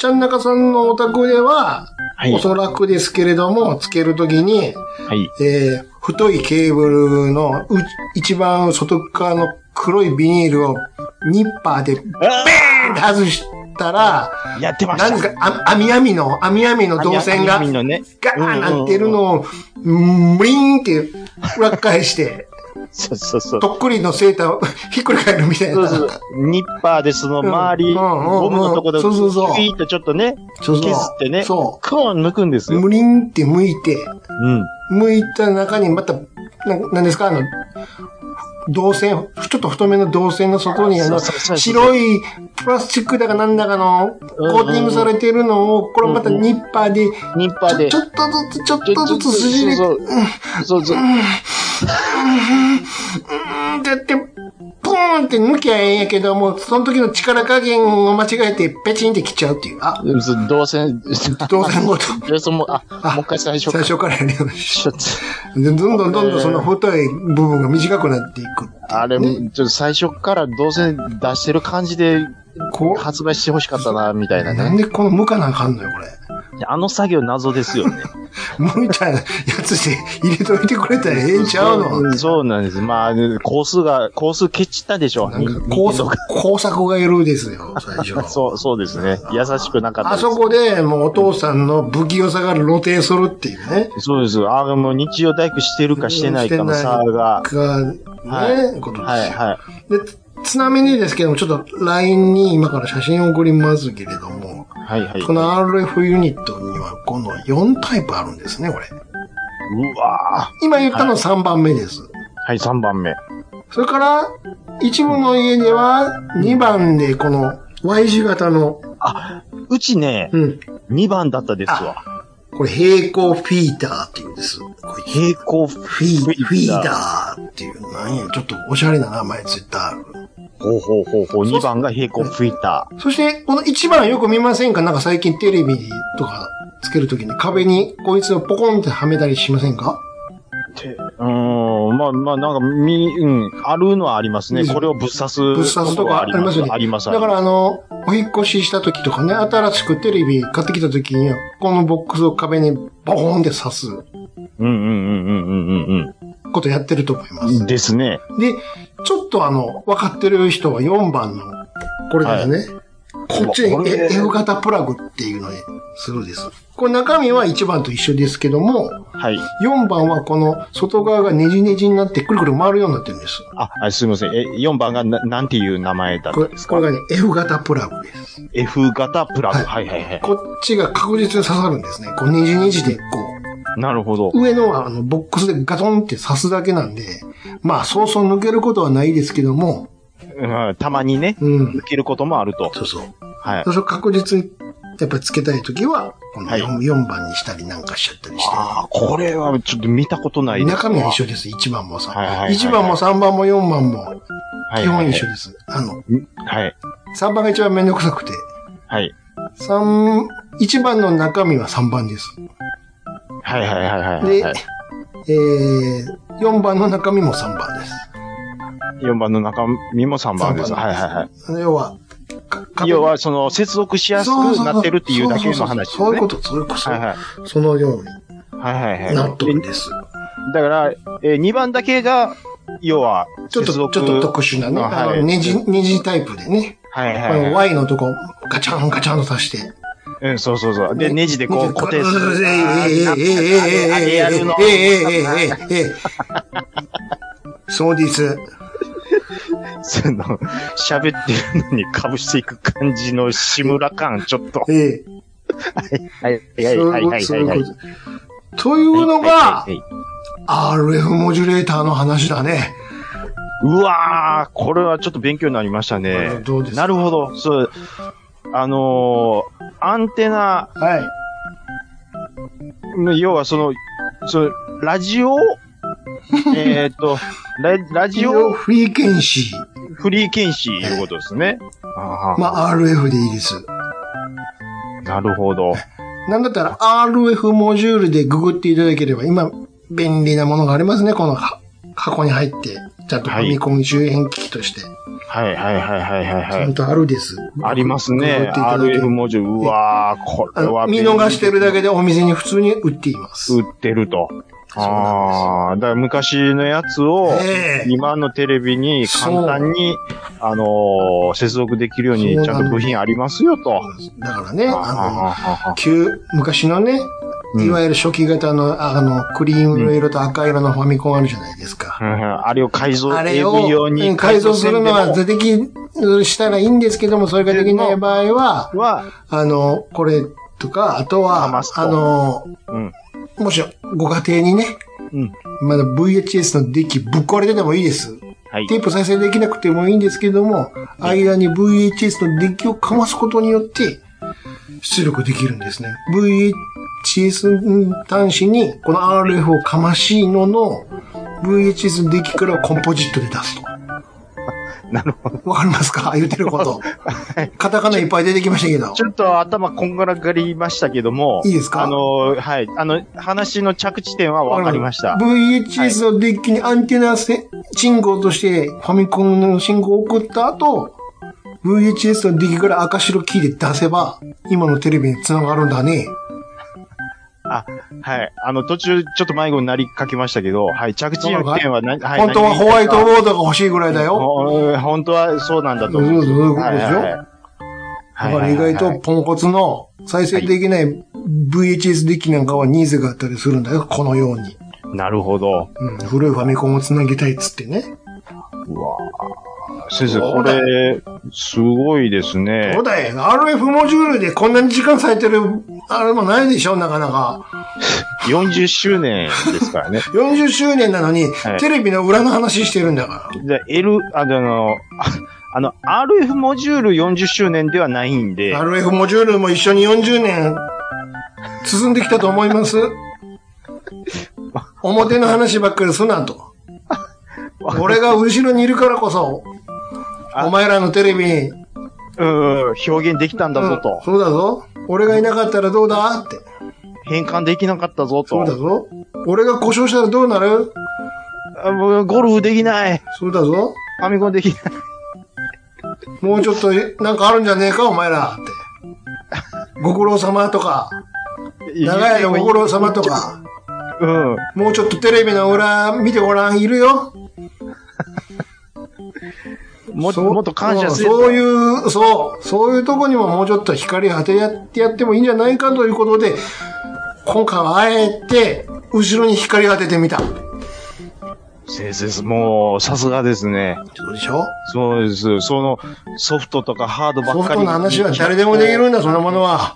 ちゃん中さんのお宅では、
はい。
おそらくですけれども、つけるときに、
はい。
えー太いケーブルのう一番外側の黒いビニールをニッパーで
あ
外したら、
ーやってました。
なんですか、あ網網の、網網の導線が
網網のね。
ガーンなってるのを、ブリーンって裏返して、
そうそうそう。
とっくりのセーターをひっくり返るみたい
そう
な。
そ
そう
ニッパーでその周り、
うんうんうんうん
ゴムのところで、
そうそうそう
ピーッとちょっとね、
う
削ってね、
そ
クーン抜くんです
う。
よ。
ブリーンって剥いて、
うん。
剥いた中にまた、ななんですか、あの、銅線、ちょっと太めの銅線の外にあの、
そうそうそうそう
白いプラスチックだかなんだかのコーティングされてるのを、これまたニッパーで、
ニッパーで。
ちょちょっとずつ、ちょっとずつ筋に、
そううそう。そうそう。
ーんってやって、ポーンって抜きゃええんやけども、その時の力加減を間違えて、ペチンって切っちゃうっていう。あ、
そう動線、
銅線ごと。
動線も、あ、もう一回最初か
最
ら。
初からやりまし
ちょっと
た。でどんどんどんどんその太い部分が短くなっていく。
あれ、ちょっと最初から動線出してる感じで
こう、
発売してほしかったな、みたいな
なん
ね。
でこの無かなあかんのよ、これ。
あの作業謎ですよね。
無みたいなやつで入れといてくれたらええんちゃうの
んそうなんです。まあ、工数が、工数ケチったでしょ。
なんか工作、工作がいるですよ、最初。
そう、そうですね。優しくなかった
あ
です。
そこでもうお父さんの不器用さが露呈するっていうね。
そうです。ああ、もう日曜大工してるかしてないかの差が。
が、ね、
はい
ことですよ。
はい、はい。
で、つちなみにですけども、ちょっと LINE に今から写真を送りますけれども、
はい、はい。
この RF ユニットにはこの4タイプあるんですね、これ。
うわ
今言ったの3番目です。
ーはい、3番目。
それから、一部の家では2番でこの Y 字型の、
あ、うちね、
うん、
2番だったですわ。
これ平行フィーターっていうんです。これ
平行
フ
フ
ィー、フィー
ー。
ターっていう、なんや、ちょっとおしゃれな名前ついたある。
ほうほうほうほう、2番が平行フィーター。
そして、この1番よく見ませんかなんか最近テレビとかつけるときに壁にこいつをポコンってはめたりしませんか
てうーん、まあまあ、なんか、み、うん、あるのはありますね。
うん
これをぶっ刺す。
ぶっ刺すとかありますよね。
あります。
だからあの、お引っ越ししたときとかね、新しくテレビ買ってきたときには、このボックスを壁にボコンって刺す
うんうんうんうんうんうん
ことやってると思いま
う
す
ん。。ですね。
で、ちょっとあの、分かってる人は4番の、これですね。こっちに
これ
F 型プラグっていうのにするです。これ中身は1番と一緒ですけども、
はい。
4番はこの外側がネジネジになってくるくる回るようになってるんです。
あ、あすみません。え、4番がな、なんていう名前だった
これ
んですか
これがね、F 型プラグです。
F 型プラグ。はいはいはい。
こっちが確実に刺さるんですね。こうネジネジでこ
なるほど。
う、上のはあのボックスでガトンって刺すだけなんで、まあそうそう抜けることはないですけども、
うん、たまにね、
うん。
抜けることもあると。
そうそう。
はい。
最初確実に、やっぱりつけたいときは、この
はい
4,、四番にしたりなんかしちゃったりして。
ああ、これはちょっと見たことないです。
中身は一緒です。1番も3
はいはいはい
番。
はい
1番も3番も4番も、
はい
基
はい
本
はい
一緒です。あの、
はい。
3番が一番めんどくさくて、
はい。
三1番の中身は3番です。
はいはいはいはいはい
で
はい。、
えー、4番の中身も3番です。
4番の中身も3番です。
三
はい
番
は
で
い
す
は
あの要は、か
い。
壁
要は、その、接続しやすくなってるっていうだけの話です
そうそうそうそういう
ね
こ。と、そういうこと、
はいはい。
そのように
はいはいは。
ないってるんです。
だから、え2番だけが、要は、
ちょっ
接
と、ちょ
続
っと特殊なね、
あ
あ
はい
の、ネジ、ネジタイプでね。
はい
こ
はい
の
はい。
Y のとこ、ガチャンガチャンと足して。
うん、そうそうそう。で、ネジでこう固定する。
え
あれやるの。
ええええええええええええ えそうです。
その、喋ってるのに被していく感じの志村感、ちょっと。
ええ。
はい、はい、はい、はい、はい。はい
というのが
は、い
RF モジュレーターの話だね。
うわー、これはちょっと勉強になりましたね。
どうですか
なるほど。そう。あのー、アンテナ、
はい。
要はその、そのラジオ、えーっと、ララジオ
フリーケンシ
フリーケンシーいうことですね。あ
ー。まあ、RF でいいです。
あ、なるほど。
なんだったら RF モジュールでググっていただければ、今、便利なものがありますね。このは箱に入って、ちゃんとファミコン周辺機器として。
はいはいはいはいはい
ち
は
ゃ
い
ん。とあるです。
あります
送
ね。
っていただけ
RF 文字。うわー、こ
あ
れは
の見
便利。
逃してるだけでお店に普通に売っています。
売ってると。
うなんです
ああ、だから昔のやつを、
ええ
今のテレビに簡単に、あのー接続できるよう
そ
に
うなん
ちゃんと部品ありますよと。
だからね、あ
あ
の、旧、昔のね、
うん
いわゆる初期型の、あの、クリームの色と赤色のファミコンあるじゃないですか。
のあれを改造、
あれ
AV 用
を
に
うん改造するのは、出てきしたらいいんですけども、それができない場合は、
は、
あの、これとか、あと
あ
は
マス、ト
あの、
うん。
もしご家庭にね、
うん。
まだ VHS のデッキぶっ壊れててもいいです。
はい。
テープ再生できなくてもいいんですけども、間に VHS のデッキをかますことによって、出力できるんですね。VHS 端子に、この RF をかましいのの、VHS のデッキからコンポジットで出す
なるほど。
と。わかりますか言ってる こと。カタカナいっぱい出てきましたけど。
ちょっと頭こんがらがりましたけども。
いいですか
あのー、はい。あの、話の着地点はわかりました。
VHS のデッキにアンテナせ信号としてファミコンの信号を送った後、VHS のデッキから赤白キーで出せば、今のテレビに繋がるんだね。
あ、はい。あの、途中、ちょっと迷子になりかけましたけど、はい。着地点は何、はい、
本当はホワイトボードが欲しいぐらいだよ。
ほ本当はそうなんだと
そう
思
そう
う。
そういうことでしょ、
はい
だ
は
から
い
意
はい
外とポンコツの再生できない VHS デッキなんかはニーズがあったりするんだよ。このように。
なるほど。
うん、古いファミコンを繋ぎたいっつってね。
うわぁ先
そ
生、こ
うだ
れ、すごいですね
そう。だよ。RF モジュールでこんなに時間割いてる、あれもないでしょなかなか。
40周年ですからね。
40周年なのに、
はい
テレビの裏の話してるんだか
で、L、ああの、あ あの、RF モジュール40周年ではないんで、
ら。RF モジュールも一緒に40年進んできたと思い ます。表の話ばっかりすな と。俺が後ろにいるからこそ、
あ
お前らのテレビに、
うん、表現できたんだぞ
うん
と、
そうだぞ。俺がいなかったらどうだって。
変換できなかったぞ
そうだ
と、
ぞ。俺が故障したらどうなる
あもうゴルフできない、
そうだぞ。
ファミコンできない。
もうちょっとなんかあるんじゃねえか、お前らって。ご苦労様とか、長い間ご苦労様とか。
うん。
もうちょっとテレビの裏見てごらん、いるよ。
もっと、
そう
もっと感謝する。
うんそういう、そう、そういうとこにももうちょっと光当てやってやってもいいんじゃないかということで、今回はあえて、後ろに光当ててみた。そ
先生、もう、さすがですね。
うでしょ
そうです。その、ソフトとかハードばっか
ソ
り。
フトの話は誰でもできるんだ、そんなものは。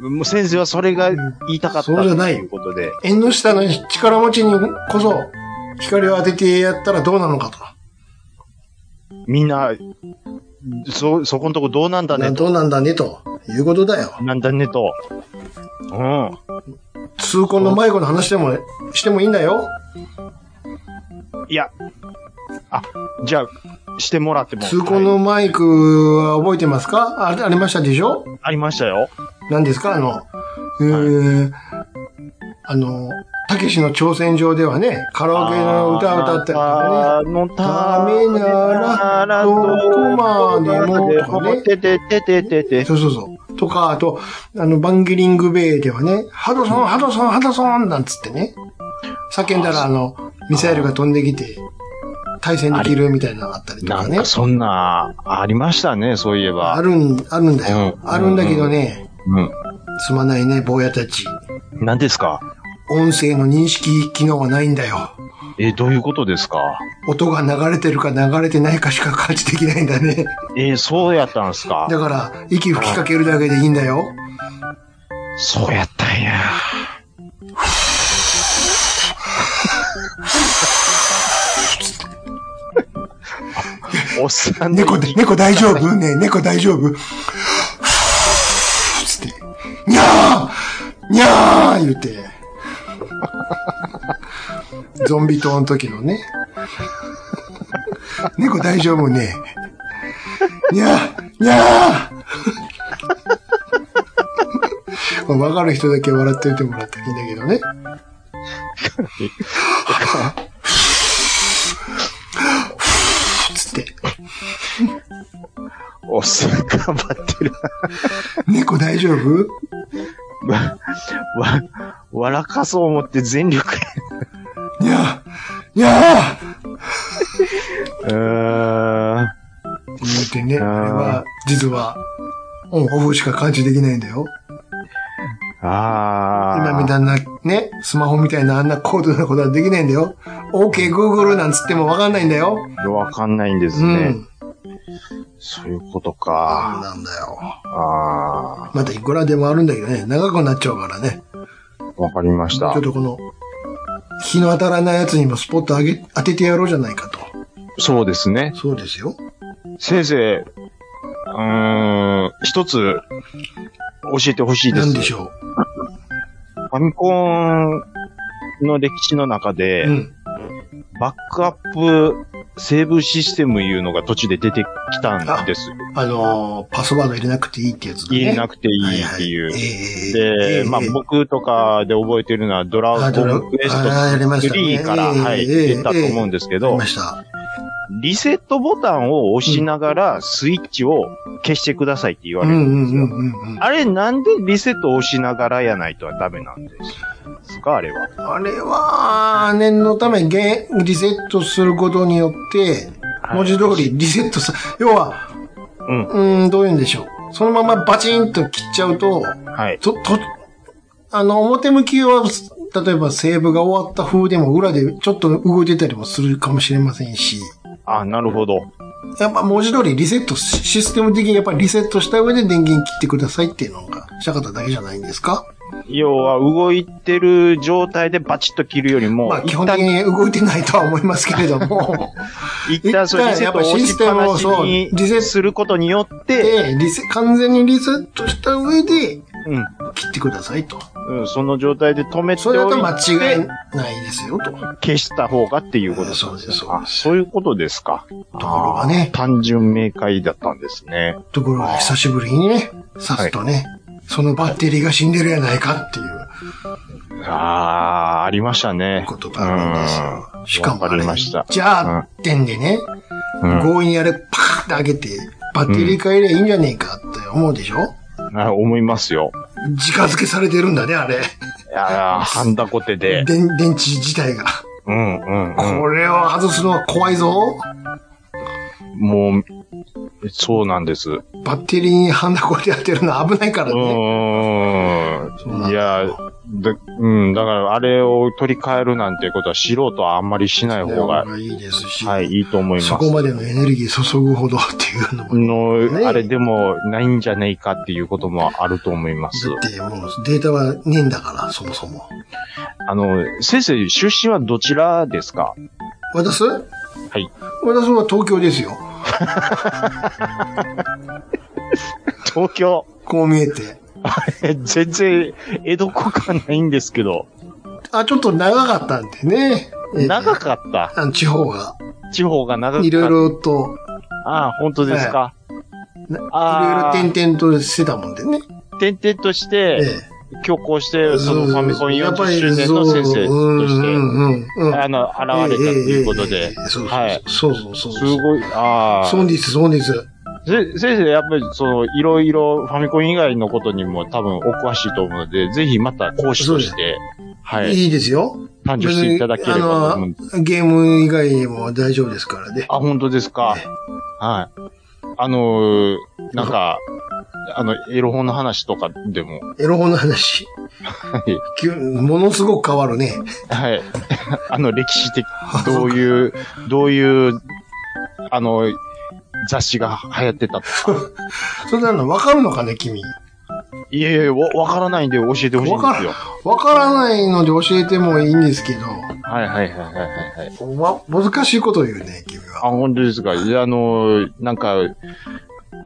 もう先生はそれが言いたかった。
そうじゃない
ということで。
縁の下の力持ちにこそ、光を当ててやったらどうなのかと。
みんな、そ、そこのとこどうなんだねと。
どうなんだね、ということだよ。
なんだねと。うん。
痛恨の迷子の話でも、してもいいんだよ。
いや。あ、じゃあ、してもらっても。
痛恨のマイクは覚えてますかあありましたでしょ
はいありましたよ。
何ですかあの、えーあの、たけしの挑戦状ではね、カラオケの歌を歌ったりとかね。
ね。の
ためならどこまでもとかね
てててててて。
そうそうそう。とか、あと、あの、バンギリングベイではね、ハドソン、ハドソン、ハドソンなんつってね、叫んだらあの、ミサイルが飛んできて、対戦できるみたいなのがあったりと
な
か
ん
ね
か。そんな、ありましたね、そういえ
あ
ば。
るん、あるんだよ。
うん
あるんだけどね、
うん。
すまないね、坊やたち。
何ですか
音声の認識機能はないんだよ。
え、どういうことですか
音が流れてるか流れてないかしか感じできないんだね。
えーそうやったんすか
だから、息吹きかけるだけでいいんだよ。
そうやったんや。おっさんの
猫で、
息
猫大丈夫ねえ猫大丈夫つって、にゃーにゃー言うて。ゾンビ島の時のね。猫大丈夫ねにゃーにゃーわかる人だけ笑っておいてもらっていいんだけどね。
そうっす。頑張ってる。
猫大丈夫
わ、わ、笑かそう思って全力。
にゃーにゃー
うーん。
思ってね、
あ
あれ
ー
は、実は、オンオフしか感知できないんだよ。
あ
今みた
あ。
いな、ね、スマホみたいなあんな高度なことはできないんだよ。OK, Google なんつってもわかんないんだよ。
わかんないんです
う
ね。
ん。
そういうこと
そう
か。
なんだよ。
あ
またいくらでもあるんだけどね、長くなっちゃうからね。
あ。わかりまし
ちょ
た
っ。とこの、日の当たらないやつにもスポットあげ、当ててやろうじゃないかと。
そうですね。
そうですよ。
先生、うーん、一つ、教えてほしいです。
なんでしょ
ファミコンの歴史の中で、
う。うん。
バックアップセーブシステムいうのが途中で出てきたんですよ。
あのーパスワード入れなくていいってやつだね。
入れなくていいっていう。で、まあ
僕
僕とかで覚えてるのはドラゴンクエスト
あやりましたね
3から、
ええ
はい、
ええ
出たと思うんですけ
あり
ど
ま、した。
リセットボタンを押しながらスイッチを消してくださいって言わ
う
れる
ん
ん
うん
です
う
よ。
んうんうん。
あれなんでリセットを押しながらやないとはダメなんですかあれは。
あれは、念のためゲーリセットすることによって、文字通りリセットさ、要は、
うん
うーん、どういうんでしょう。そのままバチンと切っちゃうと、
はい。
と、と、あの、表向きは、例えばセーブが終わった風でも裏でちょっと動いてたりもするかもしれませんし、
あ、なるほど。
やっぱ文字通りリセット、シシステム的にやっぱりリセットした上で電源切ってくださいっていうのがしたかっただけじゃないんですか
要は動いてる状態でバチッと切るよりも、
まあ基本
一
的
旦
に動いてないとは思いますけれども。
一旦そうリセットを押しっぱなしに
リセット
することによって、
で、リセ、完全にリセットした上で
うん
切ってくださいと。
うん、その状態で止めて
それだ
お
と
い
間違い
て、
ないですよと。と
消した方がっていうこと
そうですそう
あ
で
そういうことですか。
ころが
あー
ね、
単純明快だったんですね。
ところが久しぶりにね、刺すとね、そのバッテリーが死んでるやないかっていう
ああー、ありましたね。
ことがあるんですよ。しかもあ
わか
れ
りました、
じゃあってんでね、
うん
強引にあれパーって開けて、バッテリー変えりゃいいんじゃねえかって思うでしょ
あ思いますよ。
直付けされてるんだね、あれ。
いやー、ハンダコテで。
電、電池自体が。
うんうんうん。
これを外すのは怖いぞ。
もう、そうなんです。う
バッテリーにハンダコで当てるのは危ないからね。そうなん
ー
だ
ん。いや、だ、うん、だから、あれを取り替えるなんてことは素人はあんまりしない方が、
いいですし、
はい、いいと思います。
そこまでのエネルギー注ぐほどっていうのも。ね
の、あれでも、ないんじゃないかっていうこともあると思います。
だってもうデータはねえんだから、そもそも。
あの、先生、出身はどちらですか
私私
はい。
は東京ですよ。
東京。
こう見えて。
え全然、江戸っ子感ないんですけど、
あ、ちょっと長かったんでね。えー
長かった。
あの地方が。
地方が長かった。
いろいろと、
ああ、本当ですか。
ないろ
ああ
いろ点々としてたもんでね。
点々とし
え
て、
え
強行して、そのファミコン
やっぱり
40周年の先生
そう
と
うん
し
うんうんうん
て、あの、現れたということ
えええええ
で
え、そう
はい
そうそうそう
す
そうそう。
ごい、ああ。
そうです、そうです。
ぜ先生、やっぱり、その、いろいろ、ファミコン以外のことにも多分お詳しいと思うので、ぜひまた講師として、はい、
いいですよ。
誕生していただければと思うんです。
あの、ゲーム以外にも大丈夫ですからね。
あ、本当ですか
え。
はい。あのーなんか、あの、エロ本の話とかでも、
エロ本の話。
い
急ものすごく変わるね。
はい。 あの、歴史的、どういう、どういう、あの、雑誌が流行ってたとか。
そんなのわかるのかね、君。
いえいえ、わ、わからないんで教えてほしいん
わ
ですよ。
かわからないので教えてもいいんですけど、
はいはいはいはいはいはい。
わ、難しいこと言うね、君
あ、
は。
本当ですか。いやあのー、なんか、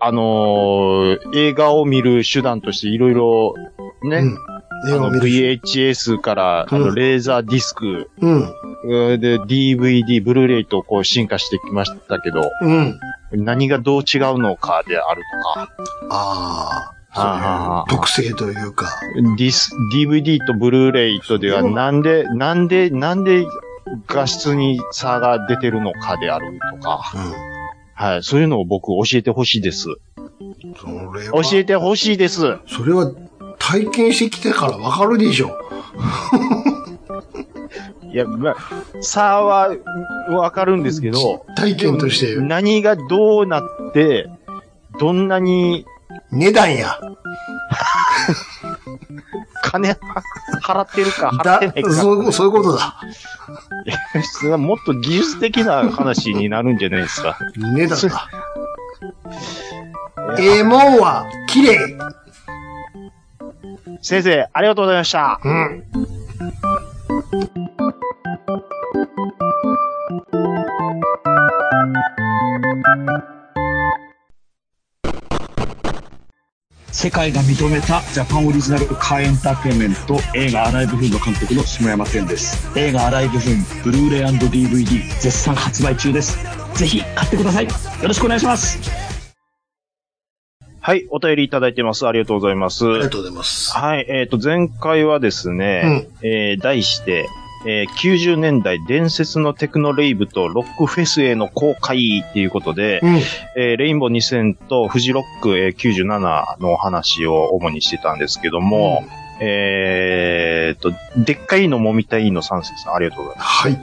あのー、映画を見る手段としていろいろ、ね、
うん。
あ
絵を
の
見る。
VHS から、あ
う
の、
ん
レーザーディスク、
うん。
うんで、DVD、ブルーレイとこう進化してきましたけど、
うん。
何がどう違うのかであるとか、
あ
あ
あ。そういう特性というか。
ディス、DVD とブルーレイとでは
そう
なんで、なんで、なんで画質に差が出てるのかであるとか、
うん。
はい、そういうのを僕教えてほしいです。
それ
教
は、
えてほしいです。
それは体験してきてからわかるでしょ。
いや、まあ、差はうんわかるんですけど、
体験として。
何がどうなって、どんなに
値段や。
金 払ってるか払っ
だ
てない、か。
そう、そういうことだ。
もっと技術的な話になるんじゃないですか。
値段だ。ええもんは、綺麗。
先生、ありがとうございました。
うん。
世界が認めたジャパンオリジナルカーエンターテインメント映画アライブフーンの監督の下山天です。映画アライブフーン、ブルーレイ &DVD 絶賛発売中です。ぜひ買ってください。よろしくお願いします。
はい、お便りいただいてます。ありがとうございます。
ありがとうございます。
はい、えっ、と、前回はですね、えー題して、えー90年代伝説のテクノレイブとロックフェスへの公開っていうことで、
うん。
えーレインボー2000とフジロック、えー97のお話を主にしてたんですけども、えーっと、でっかいのもみたいの三世さん、ありがとうございます。
はい。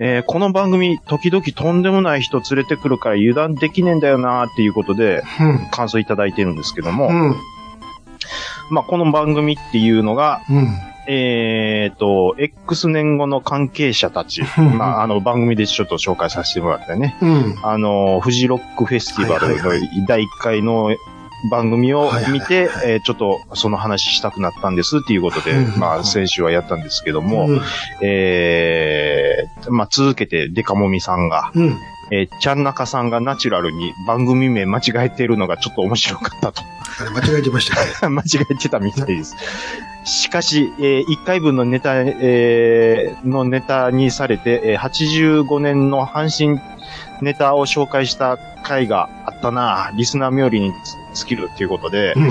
えーこの番組、時々とんでもない人連れてくるから油断できねえんだよなーっていうことで、
うん。
感想いただいてるんですけども、
うん。
まあ、この番組っていうのが、
うん。
えー、と、X 年後の関係者たち、
うん
まあ、あの、番組でちょっと紹介させてもらったね。
うん。
あの、フジロックフェスティバル
はいはい
の第1回の番組を見
はい
て
はいは、
えーちょっとその話したくなったんですっていうことで、
うん
まあ、先週はやったんですけども、
うん、
えーまあ、続けてデカモミさんが、
うん。
えーちゃんなかさんがナチュラルに番組名間違えてるのがちょっと面白かったと。
あれ、間違えてましたね。
間違えてたみたいです。しかし、え1回分のネタ、えーのネタにされて、えー85年の阪神ネタを紹介した回があったなぁリスナー冥利に尽きるということで、
うん。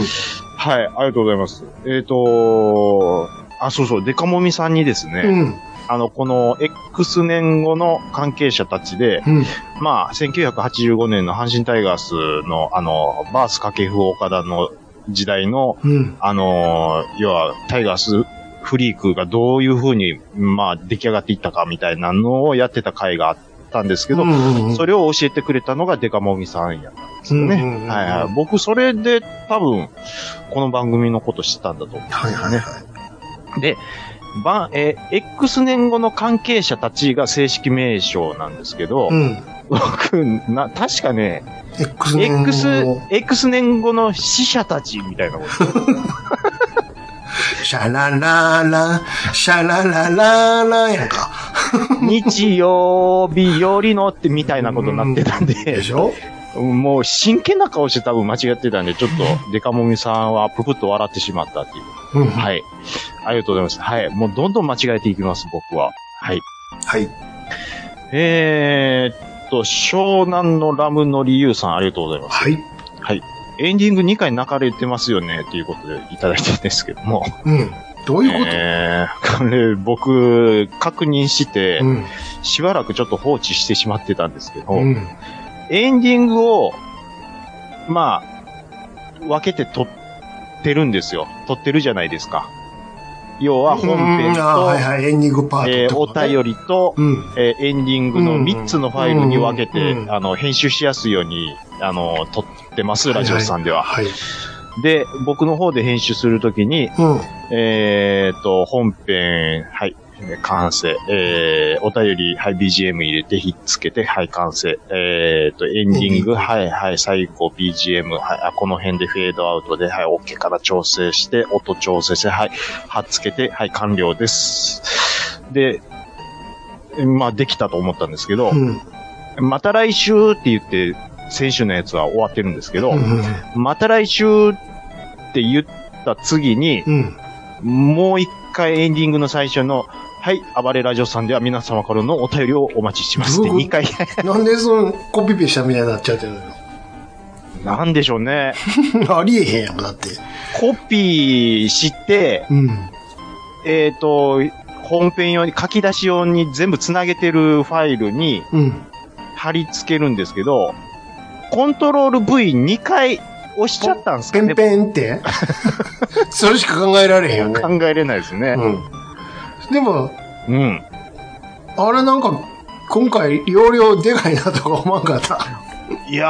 はい、ありがとうございます。えっ、とあ、そうそう、デカモミさんにですね、
うん。
あの、この X 年後の関係者たちで、
うん。
まあ、1985年の阪神タイガースの、あの、バース掛布岡田の時代の、
うん。
あのー要は、タイガースフリークがどういう風に、まあ、出来上がっていったかみたいなのをやってた回があったんですけど、
うん。
そ
れ、
れを教えてくれたのがデカモミさんやったんですよ
うんうんうんう
ね。
ん
はいはい。僕、それで多分、この番組のこと知ったんだと思
はいはいはい。
う。で、ば、えー X 年後の関係者たちが正式名称なんですけど、
うん。
僕、な、確かね、
X 年
X
後、
X 年後の死者たちみたいなこと。
シャラララ、シャララララやんか。
日曜日よりのってみたいなことになってたんで
で、しょ
もう真剣な顔して多分間違ってたんで、ちょっとデカモミさんはぷぷっと笑ってしまったってい
う
う。
ん。い。
はい。ありがとうございます。はい。もうどんどん間違えていきます、僕は。はい。
はい。
えーっと、湘南のラムの理由さん、ありがとうございます。
はい。
エンディング2回泣かれてますよね、ということでいただいてるんですけども。
うん。どういうこ
えー、これ僕、確認して
と、うん。
しばらくちょっと放置してしまってたんですけど、
うん。
エンディングを、まあ、分けて撮ってるんですよ。撮ってるじゃないですか。要は本編
うんあーはい
と、
はい。エンディングパート
え
って
ー
こ
お
とね。
便りと、
うん。
えーエンディングの
うん
3つのファイルに分けて、
うん
あの、編集しやすいように、あの、撮ってます、ラジオさんでは。
はい。
で、僕の方で編集するときに、
うん。
えー、と、本編、はい、完成。えー、お便り、はい、BGM 入れて、ひっつけて、はい、完成。えー、と、エンディン
う
グ、
ん
はい、はい、最後、BGM、はい、あこの辺でフェードアウトで、はい、OK から調整して、音調整して、はい、はっつけて、はい、完了です。で、まあ、できたと思ったんですけど、
うん。
また来週って言って、先週のやつは終わってるんですけど、
うん。
また来週って言った次に、
うん。
もう一回エンディングの最初の、はい、暴れラジオさんでは皆様からのお便りをお待ちしてますって、
どうい
二
う
回、
なんでそのコピペしたみたいになっちゃってるの
なんでしょうね。
ありえへんやん、だって。
コピーして、
うん。
えっ、と、本編用に、書き出し用に全部つなげてるファイルに
うん。
貼り付けるんですけど、コントロール V2 回押しちゃったんです
ペ
か
ン
ね。
ペンって。 それしか考えられへんよね。
考えれないですね。
うん。でも、
うん。
あれなんか、今回、容量でかいなとか思わんか った。
いや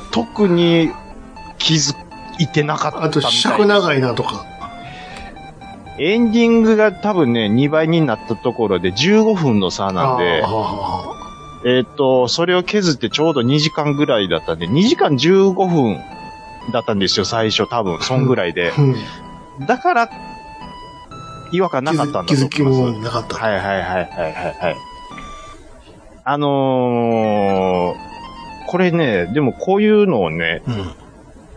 ー、特に気づいてなかったみたい
あと、尺長いなとか。
エンディングが多分ね、2倍になったところで15分の差なんで
あ、ーはあはあ
えーっと、それを削ってちょうど2時間ぐらいだったんで、2時間15分だったんですよ、最初多分、そんぐらいで。
うん
だから、違和感なかったん
気
だ
づ
と思
き気づき
います。
もなかった。
はいはいはいはいはいはい。あのー、これね、でもこういうのをね、
うん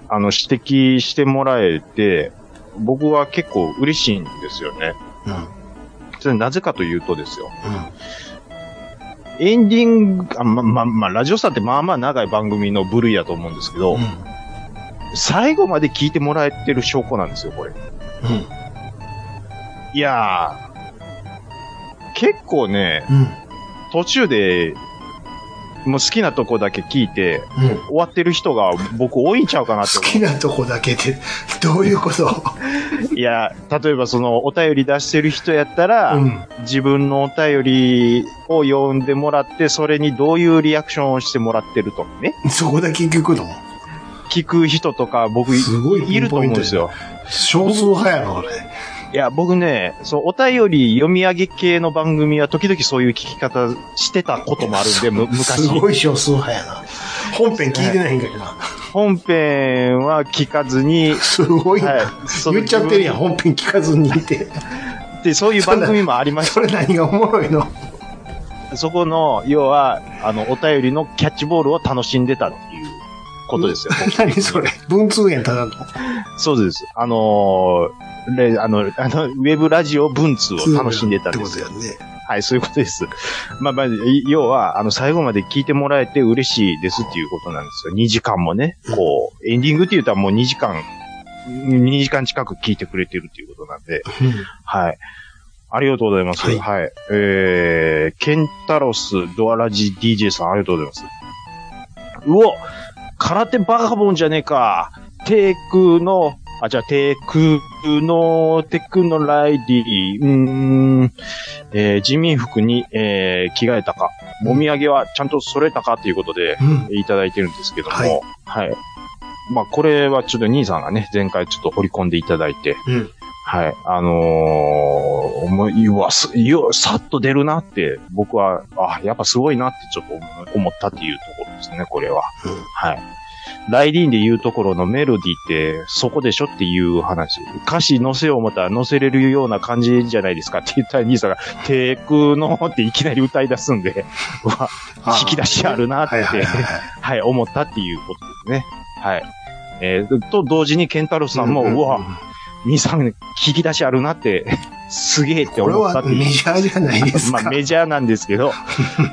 あの、指摘してもらえて、僕は結構嬉しいんですよね。
うんうん
それなぜかというとですよ。エンディング、あま、ま、ま、ラジオさんってまあまあ長い番組の部類やと思うんですけど、
うん
最後まで聞いてもらえてる証拠なんですよ、これ。
うん
いやー、結構ね、
うん
途中で、もう好きなとこだけ聞いて、
うん
終わってる人が僕多いんちゃうかなって
好きなとこだけで どういうこと
思う。いや、例えばそのお便り出してる人やったら、
うん
自分のお便りを読んでもらって、それにどういうリアクションをしてもらってるとかね。
そこだけ聞くの
聞く人とか僕
すごい
いると思うんですよ。
少数派やろ、俺。
いや、僕ね、そう、お便り読み上げ系の番組は時々そういう聞き方してたこともあるんで、む
す
昔。
ごい少数派やな。本編聞いてないんかいな。
本編は聞かずに、
すごいな。
はいその
言っちゃってるやん、本編聞かずにいて。
で、そういう番組もあり まし
それ何がおもろい の
た。そこの、要は、あの、お便りのキャッチボールを楽しんでたっていうことですよ。
何それ文通園ただの。
そうです。あのーレあの、あの、ウェブラジオ文通を楽しんでたんで
っ
す
て
よ
こ。とやね。
はい、そういうことです。まあまあ、い要は、あの、最後まで聞いてもらえて嬉しいですっていうことなんですよ。2時間もね、こう、エンディングって言ったらもう2時間、2時間近く聞いてくれてるっていうことなんで、はい。ありがとうございます。は。
はいい
えー、ケンタロスドアラジ DJ さん、ありがとうございます。うお空手バカボンじゃねえかテクの、あ、じゃあ、テクの、テクのライディうーん、えー、人民服に、えー、着替えたか、もみあげはちゃんと揃えたかということで、
うん。うん。
いただいてるんですけども、は
はいい。
まあ、これはちょっと兄さんがね、前回ちょっと掘り込んでいただいて、
うん
はい。あのー、もう、うわ、す、よ、さっと出るなって、僕は、あ、やっぱすごいなってちょっと思思ったっていうところですね、これは。
うん
はい。ライディーンで言うところのメロディーって、そこでしょっていう話。歌詞載せよう思ったら載せれるような感じじゃないですかって言ったら兄さんが、テクノっていきなり歌い出すんで、うわ、引き出しあるなって、
はいはいはいはい。
はい、思ったっていうことですね。はい。えーと、同時に、ケンタロウさんも、うわ、兄さん、引き出しあるなって、すげえって
これ
思った
は
っていう
メジャーじゃないです
まあ、
か。
メジャーなんですけど、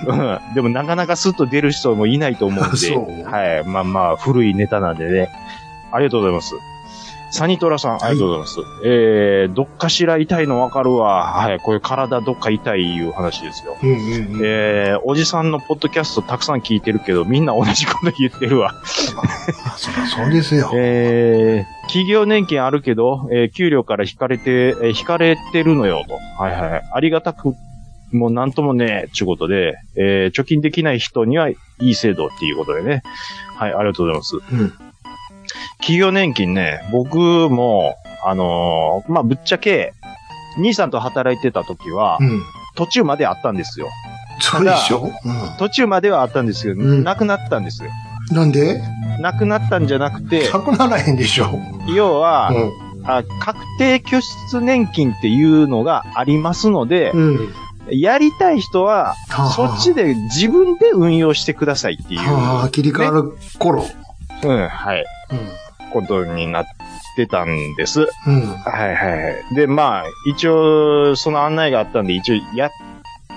うん、でもなかなかスッと出る人もいないと思うんで、
そう
はい、まあまあ、古いネタなんでね、ありがとうございます。サニトラさん、ありがとうございます。えー、どっかしら痛いのわかるわ。はい、これ体どっか痛いいう話ですよ。
うんうんうん。
えー、おじさんのポッドキャストたくさん聞いてるけど、みんな同じこと言ってるわ。
あそりゃそうですよ。
えー、企業年金あるけど、えー給料から引かれて、えー引かれてるのよ、と。はいはい。ありがたく、もうなんともね、ちゅうことで、えー貯金できない人にはいい制度っていうことでね。はい、ありがとうございます。
うん
企業年金ね、僕も、あのーまあ、ぶっちゃけ、兄さんと働いてた時は、
うん。
途中まであったんですよ。
そうでしょ
途中まではあったんですけど、
うん
なくなったんですよ。
うん。なんで
なくなったんじゃなくて、
なくならへんでしょ。
要は、
うん。
あ確定拠出年金っていうのがありますので、
うん。
やりたい人は、
はあ
そっちで自分で運用してくださいっていう、
はあ、切り替わる頃。
うん、はい、
う
ことになってたんです。
ん。うん。
はいはいはい。で、まあ、一応、その案内があったんで、一応やっ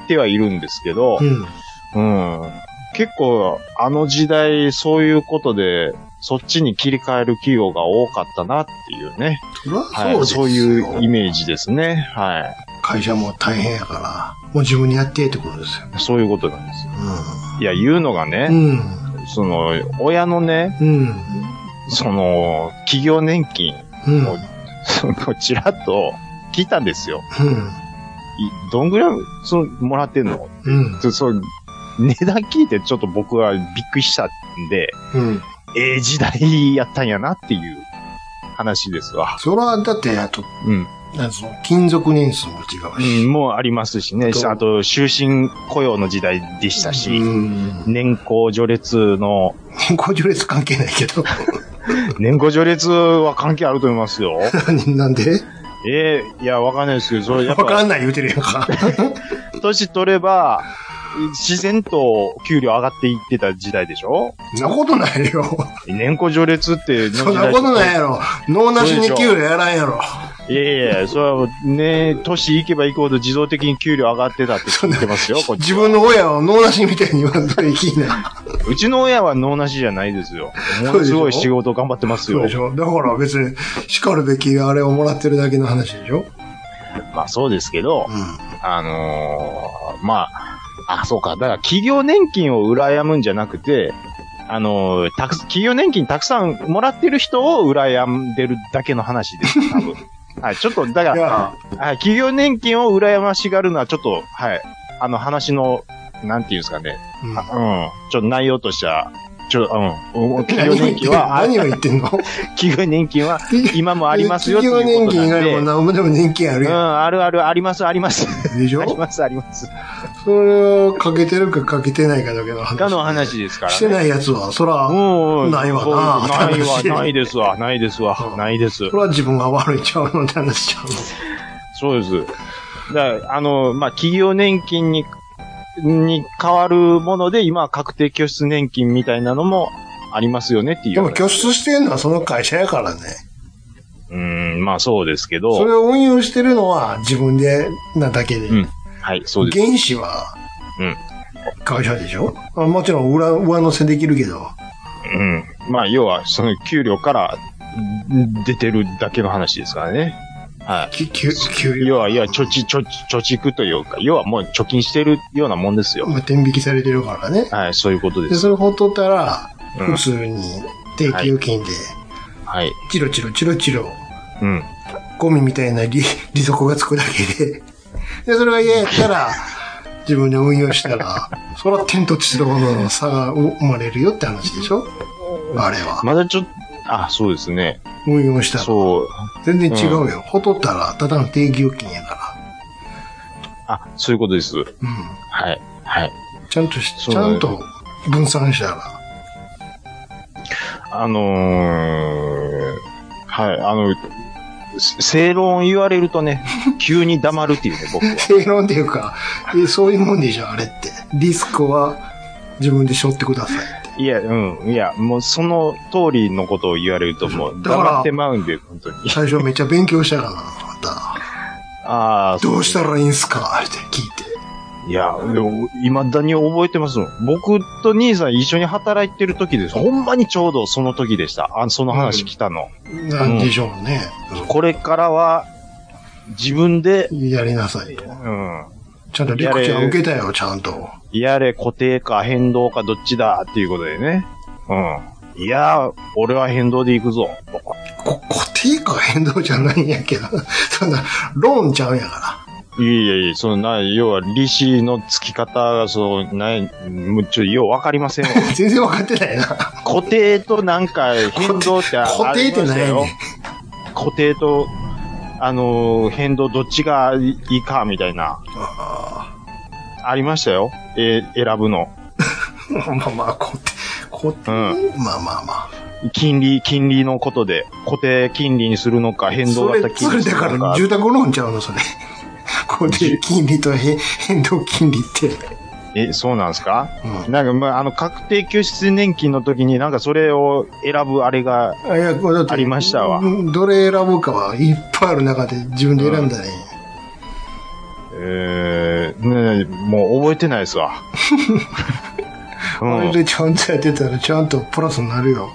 てはいるんですけど、
うん。
うん、結構、あの時代、そういうことで、そっちに切り替える企業が多かったなっていうね。
そりゃ
はい。
そうです
そういうイメージですね。はい。
会社も大変やから、もう自分にやってってことですよ。
そういうことなんですよ。いや、言うのが
う
ね、
ん。
その、親のね、
うん。うん。
その、企業年金
うん。
を、その、ちらっと聞いたんですよ。
うん。
いどんぐらい、その、もらってんの
うん。
そそう、値段聞いてちょっと僕はびっくりしたんで、
うん。
ええ時代やったんやなっていう話ですわ。
それは、だって、あと、
うん。
なんその、勤続年数も違う
うん、
し。
もうありますしね。
どう
あと、終身雇用の時代でしたし、
うん。
年功序列の、
年功序列関係ないけど。
年功序列は関係あると思いますよ。
なんで
ええいや、わかんないですけど、それや
わ
っぱ
かんない言うてるやんか。
年取れば、自然と給料上がっていってた時代でしょ
そんなことないよ。
年功序列って、
そんなことない
い。
やろ。脳なしに給料やらんやろ。
いやいや、それはね、年いけばいくほど自動的に給料上がってたって聞いてますよ、こっち
自分の親を脳なしみたいに言わんといきな。
うちの親は脳なしじゃないですよ。も
そうで
の
しょ
すごい仕事頑張ってま
そ
す
う
よ
で。しょ。だから別に叱るべきあれをもらってるだけの話でしょ。
まあそうですけど、
う
あのーまあ、あ、そうか。だから企業年金を羨むんじゃなくて、あのーたく、企業年金たくさんもらってる人を羨んでるだけの話です。多分。はい、ちょっと、だか
ん。い
ら、
や、
はい、企業年金を羨ましがるのはちょっと、はい、あの話の、なんていうんですかね。
うん
うん。ちょっと内容としては、ちょっと、うん。うん企
何を
業
言っ
年
て
金
んの
は、あ
何を言ってんの
企業 年金は今もありますよっていう
企業
こ
年
と
金以
なん
外
で。
も何もでも年金ある
うん、
や
あるある、あります、あります。
ん。でし
あり
ょ
ます、あります。
それをかけてるかかけてないかだけの話。
かの話ですから、ね。
してないやつは、そら、
うんうん。
ないわな
そうない わ、
楽しい
ないですわ、ないですわ
う、ん
ないです
そ。ら自分が悪いちゃうのって話しちゃうの。
そうです。だからあの、まあ、企業年金に、に変わるもので、今は確定拠出年金みたいなのもありますよねっていう。
でも拠出してんのはその会社やからね。
うん、まあそうですけ
それ
ど。
を運用してるのは自分でなだけで。
うんはい、そうです。
原資は
うん、
会社でしょ、あもちろん裏、上乗せできるけど。
うん。まあ、要は、その給料からん出てるだけの話ですからね。はい。
き給給料
要は、要は、貯蓄、貯蓄、貯蓄というか、要はもう貯金してるようなもんですよ。
まあ、天引きされてるからね。
はい、そういうことで
で、
す。
それほっとったら、
うん
普通に定期預金で、
はい。
チロチロチロチロ、
うん。
ゴミみたいな 利、利息がつくだけで。で、それが嫌やったら、自分で運用したら、そら天と地との差が生まれるよって話でしょあれは。
まだちょっと、あ、そうですね。
運用したら。
そう。
全然違うよ。ほとったら、ただの定義預金やか
あ、そういうことです。
ら。うん。
はい。はい。
ちゃんとし、
そ
ち
うだ
ゃ
ね
んと分散したら。
あのー、はい、あの、せ正論言われるとね、 急に黙るっていうね、僕は。
正論っていうか、えそういうもんでしょ、あれって。リスクは自分で背負ってくださいって。
いや、うん。いや、もうその通りのことを言われるともう
だから
黙ってまうんで、本当に。
最初めっちゃ勉強したからな、また。
ああ、
どうした
ら
らいいんすかって聞いて。
いや、でも、未だに覚えてますもん。僕と兄さん一緒に働いてる時です。ほんまにちょうどその時でした。あその話来たの。
なんでしょうね。
これからは、自分で、
やりなさいと。
うん。
ちゃんとレクチャー受けたよ、ちゃんと。
やれ、固定か変動かどっちだっていうことでね。うん。いやー、俺は変動で行くぞ。とか。
こ、固定か変動じゃないんやけど。 そんな、ローンちゃうんやか
いやいやいや、そのな、要は、利子の付き方が、その、ない、もうちょ、ようわかりま せんわ。
ら。全然分かってない な。
固定となんか変動ってあ
固定
りまし
固定って何
たよ
やね
固定と、あのー変動どっちがいいかみたいな、
あ
ありましたよ。えー、選ぶの。
ーまあまあ、固定、固定、
う
まあまあまあ。
金利、金利のことで、固定金利にするのか、変
そ
動型
れ、
金
それ
利にす
だ
る
か
の
ら
か。
住宅ローンちゃうの、それ。 固定金利と変変動金利って。
え、そうなんですか
うん
なんか、まあ、あの、確定拠出年金の時になんかそれを選ぶあれが、
あいや、これだって
ありましたわ
うんどれ選ぶかはいっぱいある中で自分で選んだらいい。
えー、ねもう覚えてないですわ。う
これ
ん
でちゃんとやってたらちゃんとプラスになるよ。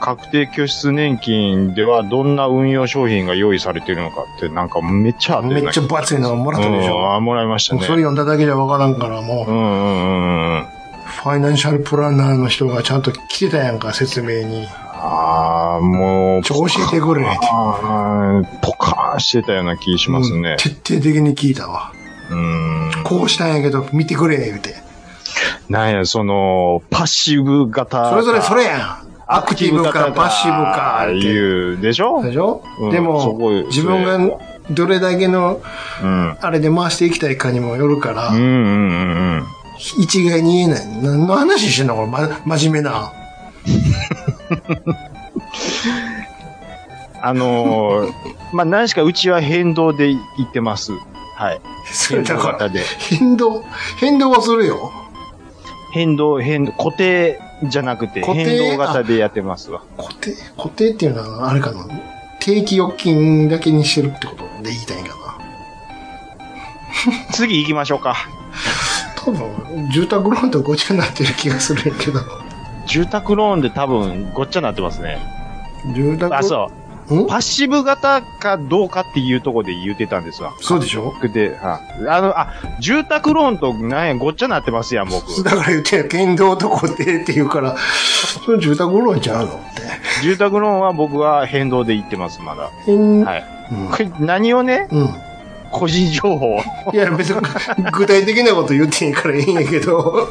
確定拠出年金ではどんな運用商品が用意されてるのかってなんかめっちゃあって
めっちゃ
バ
バツいのがもらったでし
うん、
ょ。
あもらいました
もう
ね。
それ読んだだけじゃわからんから、もう
う、んうんうんうん。
ファイナンシャルプランナーの人がちゃんと来てたやんか、説明に。
あが、もう、
ちょ、教えてくれ。って
あーポカーンしてたような気します
うん
ね。
徹底的に聞いたわ。
うん。
こうしたんやけど、見てくれ、言うて。
なんや、その、パッシブ型。
それぞれそれやん。アクティブかパッシブかって
いう、でしょ
でしょ、
うん
です
ごい
も、自分がどれだけの
うん。
あれで回していきたいかにもよるから、
うんうんうんうん。
一概に言えない。何の話してんのこれ、ま、真面目な。
あのー、 まあ、何しかうちは変動で行ってます。はい。
それ
変
だ
動
から、
型で。
変動、変動はするよ。
変動、変動、固定じゃなくて、
固定
変動型でやってますわ。
固定、固定っていうのは、あれかな。定期預金だけにしてるってことで言いたいんかな。
次行きましょうか。
多分、住宅ローンとごちゃになってる気がするんやけど。
住宅ローンで多分、ごっちゃになってますね。
住宅
あ、そう。
うん
パッシブ型かどうかっていうところで言うてたんですわ。
そうでしょ
で、ああの、あ、住宅ローンとなんや、ごっちゃなってますやん、 僕。
だから言ってや、剣道と固定って言うから、それ住宅ローンちゃうのって。
住宅ローンは僕は変動で行ってます、まだ。
変
はい。
うん
これ何をね、
うん。
個人情報を。
いや、別に具体的なこと言っていいからいいんやけど、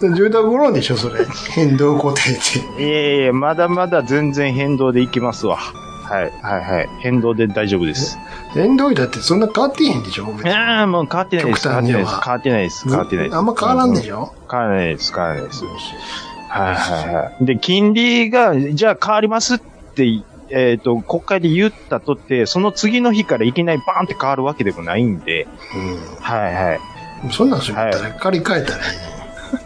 住宅ローンでしょ、それ。変動固定って。
いえいえ、まだまだ全然変動で行きますわ。はい、はい、はい。変動で大丈夫です。
変動費だってそんな変わってへんでしょ、別に
ああ、もう変わってないです。変
極
わ
端
っ
に
てな
はい
です。変わってないです。変わってないです。
あんま変わらんで
ょ。
しょ、
変わらないです。変わらないです。はい、はい、はい。で、金利が、じゃあ変わりますって、えっ、と、国会で言ったとって、その次の日からいきなりバーンって変わるわけでもないんで、はい、はい。
うん。そんなんするんだったら、借り換えたらいいのに。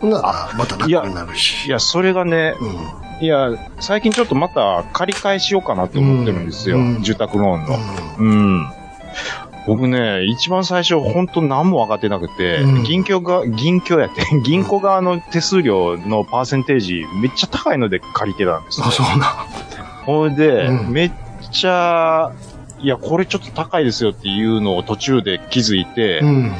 ほんなら、また楽になるし。
いや、それがね、
うん。
いや、最近ちょっとまた借り返しようかなって思ってるんですよ。
うん
住宅ローンの。うん。僕ね、一番最初、本当何も分かってなくて、
うん
銀行が、銀行やって、 銀行側の手数料のパーセンテージ、めっちゃ高いので借りてたんですよ
あ、。そうな。
ほいで、
うん
めっちゃ、いや、これちょっと高いですよっていうのを途中で気づいて、
うん。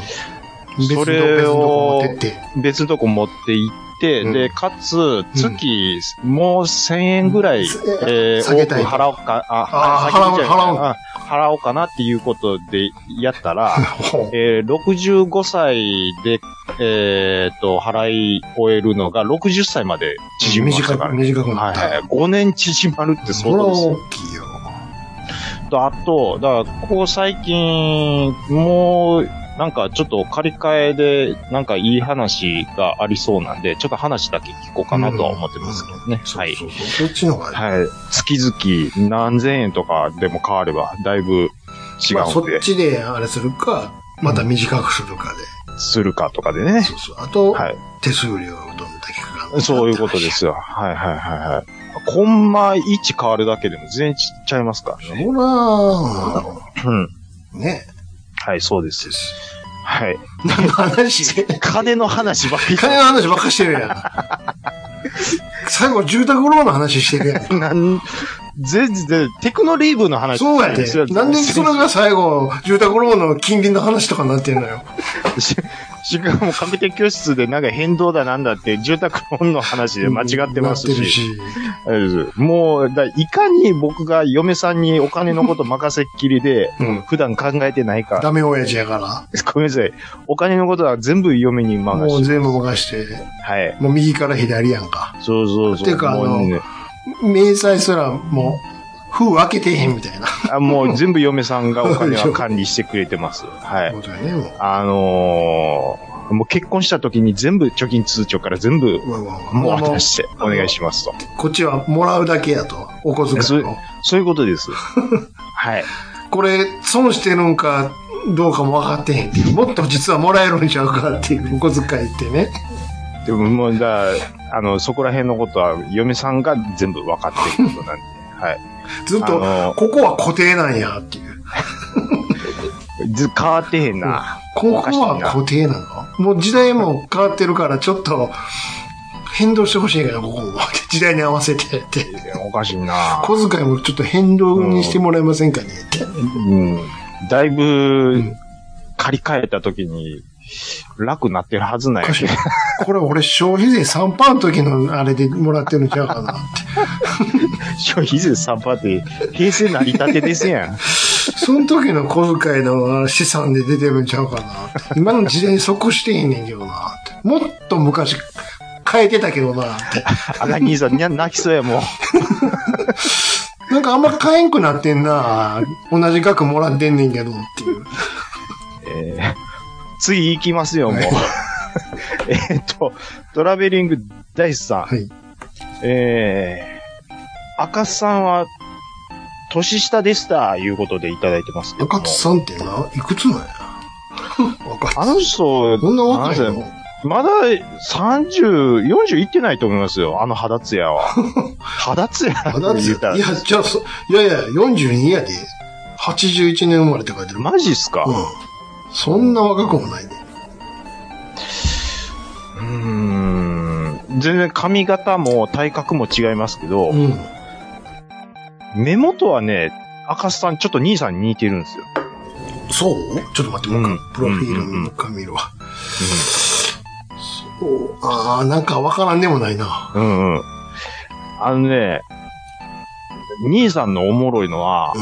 別の
そ
別
れ
のとこ
を
持ってって。
別のとこ持って行って、
うん
で、かつ、月、もう1000円ぐらい、えー、
下げ
多く
たい
払おうか、あ、
あー
先にじゃ
払おう払おう
あ払おうかなっていうことでやったら、
ほう
えー、65歳で、えーっと、払い終えるのが60歳まで縮みました
短
から
く、
ね。
短くな
は
っ
い
た。
はい。5年縮まるって
それ
相
は
当ですよ
大きいよ。
と、あと、だから、ここ最近、もう、なんかちょっと借り換えで、なんかいい話がありそうなんで、ちょっと話だけ聞こうかなとは思ってますけどね。
そ
は
う
い。
そうそう。そっちの方が、
はい。月々何千円とかでも変われば、だいぶ違
まあ、
う
そ
んで
っ、ちであれするか、また短くするかで。
するかとかでね。
そうそう。あと、
はい。
手数料をどんだけかかる
そういうことで。すよ。はいはいはいはい。コンマ1変わるだけでも全然ちっちゃいますから
そら、
ね。うん。
ね。
はい、そうです
で。す。
はい。
何の話
金の話ばっかり。
金の話ばっかしてるやん。最後、住宅ローンの話してるやん。
なん、全然、テクノリーブの話。
そうやで。なんでそれが最後、住宅ローンの金利の話とかになってんのよ。
ししかも、確定教室でなんか変動だなんだって、住宅ローンの話で間違ってます
なってるし。
し。あれですもう、だいかに僕が嫁さんにお金のこと任せっきりで、
うん。
普段考えてないか。
ダメ親父やか
ごめんなさい。お金のことは全部嫁に
ら。
任
もう
せて。
全部任して、
はい。
もう右から左やんか。
そうそうそう。
てかあの
もうね
明細すらもう、封開けてへんみたいな
あもう全部嫁さんがお金は管理してくれてます。はい。
ことやね、も
あのー、もう結婚した時に全部貯金通帳から全部
う。わわわ
もう
もう
渡してお願いしますと。
こっちはもらうだけやと、お小
そ
遣いうを。
そういうこ とです。はい。
これ、損してるんか、どうかも分かってへんっていう。もっと実はもらえるんちゃうかっていう、お小遣いってね。
でももう、だあの、そこら辺のことは嫁さんが全部分かってることなんで。はい。
ずっ
あ
と、
の
ここは固定なんやっていう。
ず変わってへんな。
ここ
おかしい
は
な
固定なのもう時代も変わってるから、ちょっと、変動してほしいけど、ここも。 時代に合わせてって。
おかしいな。
小遣いもちょっと変動にしてもらえませんかねって。
うん。だいうぶ
ん、
借り換えた時に楽になってるはずなんや
かし
けど
ら。これ俺消費税3パーの時のあれでもらってるんちゃうかな って。
消 費税3パーって、平成成り立てですやん。
その時の小遣いの資産で出てるんちゃうかなって。今の時代に即していいねんけどなって。もっと昔変えてたけどなって。
あが兄さん、にゃ泣きそうやもん。
なんかあんま変えんくなってんな同じ額もらってんねんけどっていう。
えー次行きますよ、もう。 えーっと、トラベリングダイスさん。
はい。
えー、赤津さんは、年下でした、いうことでいただいてますけども。
赤津さんってないくつなんや赤津
あの人、
そんな若い
あの
の
人まだ30、40いってないと思いますよ、あの肌ツヤは。 肌ツヤって
肌
言った
つい
ら。
や、じゃあそ、いやいや、42やで。81年生まれって書いてる。
マジっすか、
うん。そんな若くもないね。
うーん全然髪型も体格も違いますけど、
うん。
目元はね、赤須さんちょっと兄さんに似てるんですよ。
そうちょっと待って、もう一
うん
回プロフィールの紙見るわ。そう。ああ、なんかわからんでもないな。
うんうん。あのね、兄さんのおもろいのは
う、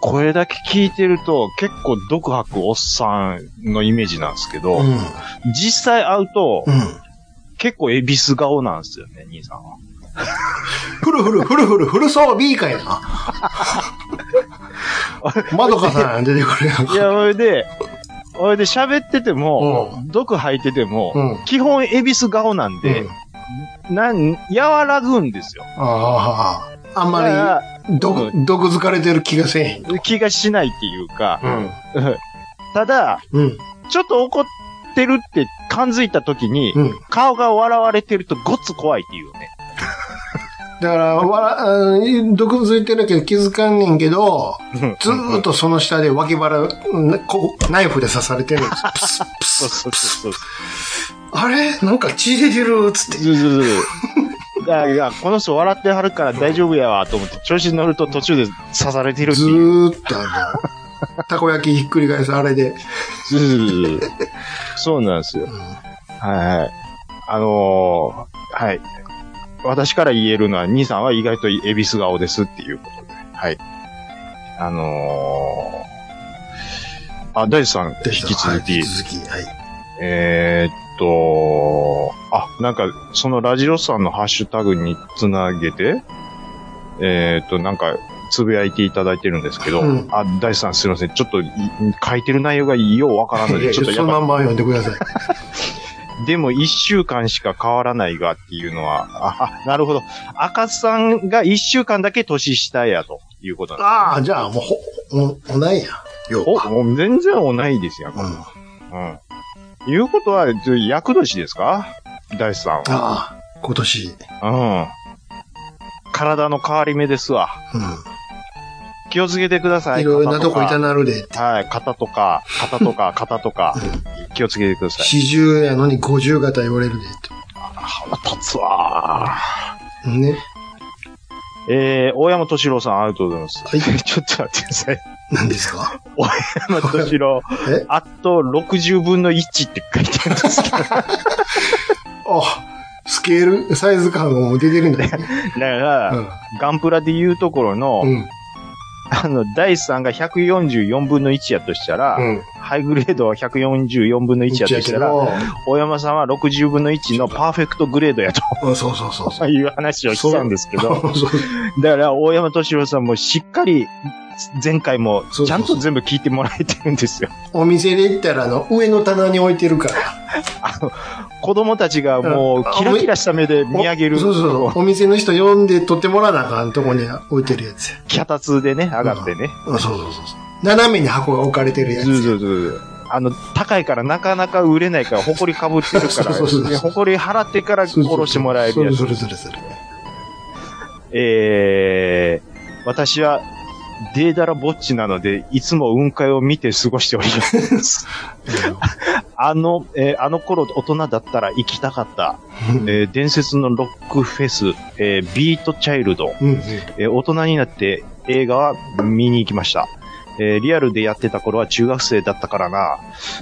これだけ聞いてると結構独白おっさんのイメージなんですけど、
ん。うん。
実際会うと
うん。
結構エビス顔なんですよね、兄さんは。
フルフル、フルフル、フル装備かいな。まどかさん出てくるやん
い
か。
や、それで、それで喋ってて
う
も、毒吐いてても、
うん
基本エビス顔なんで、
うん、
なん、和らぐんですよ。
ああ、あん
だ
ま
か
り、毒、毒づかれてる気がせえへん。
ら気がしないっていうか、
ん。
ただ、
うん。
ちょっと怒ってるって感づいた時に、
うん。
顔が笑われてるとごっつ怖いっていうね。
だから、わら、うん毒づいてるけど気づかんねんけど、ずーっとその下で脇腹、うんこうナイフで刺されてるん です。プスプ
そう
ス
そう
プス。
そうそう。
あれなんか血出てるっつって。
そうそうそう。だから、この人笑ってはるから大丈夫やわと思って、調子に乗ると途中で刺されてるって
ず
いう。
ーっとあの、たこ焼きひっくり返すあれで。
そうそうそうそうそうなんですよ。はいはい。あのー、はい。私から言えるのは、兄さんは意外とエビス顔ですっていうことで。はい。あのー、あ、大地さん、引
で
き続き、
はい、引き続き。はい。
えーっと、あ、なんか、そのラジオさんのハッシュタグにつなげて、えーっと、なんか、つぶやいていただいてるんですけど、
うん
あ、大地さんすいません。ちょっとい、書いてる内容がようわからんの
いや
で、
い
ちょっと
やそ
やっ
のま
ぱ
んま読んでください。
でも一週間しか変わらないがっていうのは、あ、あなるほど。赤津さんが一週間だけ年下やということなんで
ああ、じゃあもう、ほ、お、おないや。よ
す。お、もう全然同いですやん。
う。うん。あ
うん。いうことは、役年ですか大地さん
あ、今年。
は。うん。体の変わり目ですわ。気をつけてくだ
う
さ
ん。
い。
いろいろなとこいた
肩と
なるで。
かはい、肩とか、肩とか、 肩とか、気をつけてください。
四十やのに五十型言われるで。
腹立つわー。
ね。
えー、大山敏郎さん、ありがとうございます。
はい
ちょっと待ってください。
何ですか
山敏郎
え、
あと60分の1って書いてあるんですけど、だ
あ、
か
スケール、サイズ感がもう出てるんだ ね。
ら、ガンプラで言うところの、
うん。うん。
あの、第3が144分の1やとしたら、
うん。
ハイグレードは144分の1やとしたら、大山さんは60分の1のパーフェクトグレードやと
うん、そうそうそうそう。
いう話をしたんですけど、
そうそう
だから大山敏郎さんもしっかり、前回も
そうそうそう
ちゃんと全部聞いてもらえてるんですよ。
お店で行ったら、あの、上の棚に置いてるから。
子供たちがもうキラキラした目で見上げる、
そうそうそう。お店の人呼んで取ってもらわなあかんとこに置いてるやつや。
脚立でね、上がってね。
うん、そうそうそうそう。斜めに箱が置かれてるやつ
そう
や。
そうそう。あの、高いからなかなか売れないから、埃かぶってるか
そうそ
ら、
うそうそう
ね埃払ってから殺してもらえるやつ
そ。れそれそれそれ。
えー、私は、デーダラぼっちなので、いつも雲海を見て過ごしており ます。あの、えーあの頃大人だったら行きたかった、
うん
えー伝説のロックフェス、えービートチャイルド、
うんうん。
えー大人になって映画は見に行きました。えーリアルでやってた頃は中学生だったからな。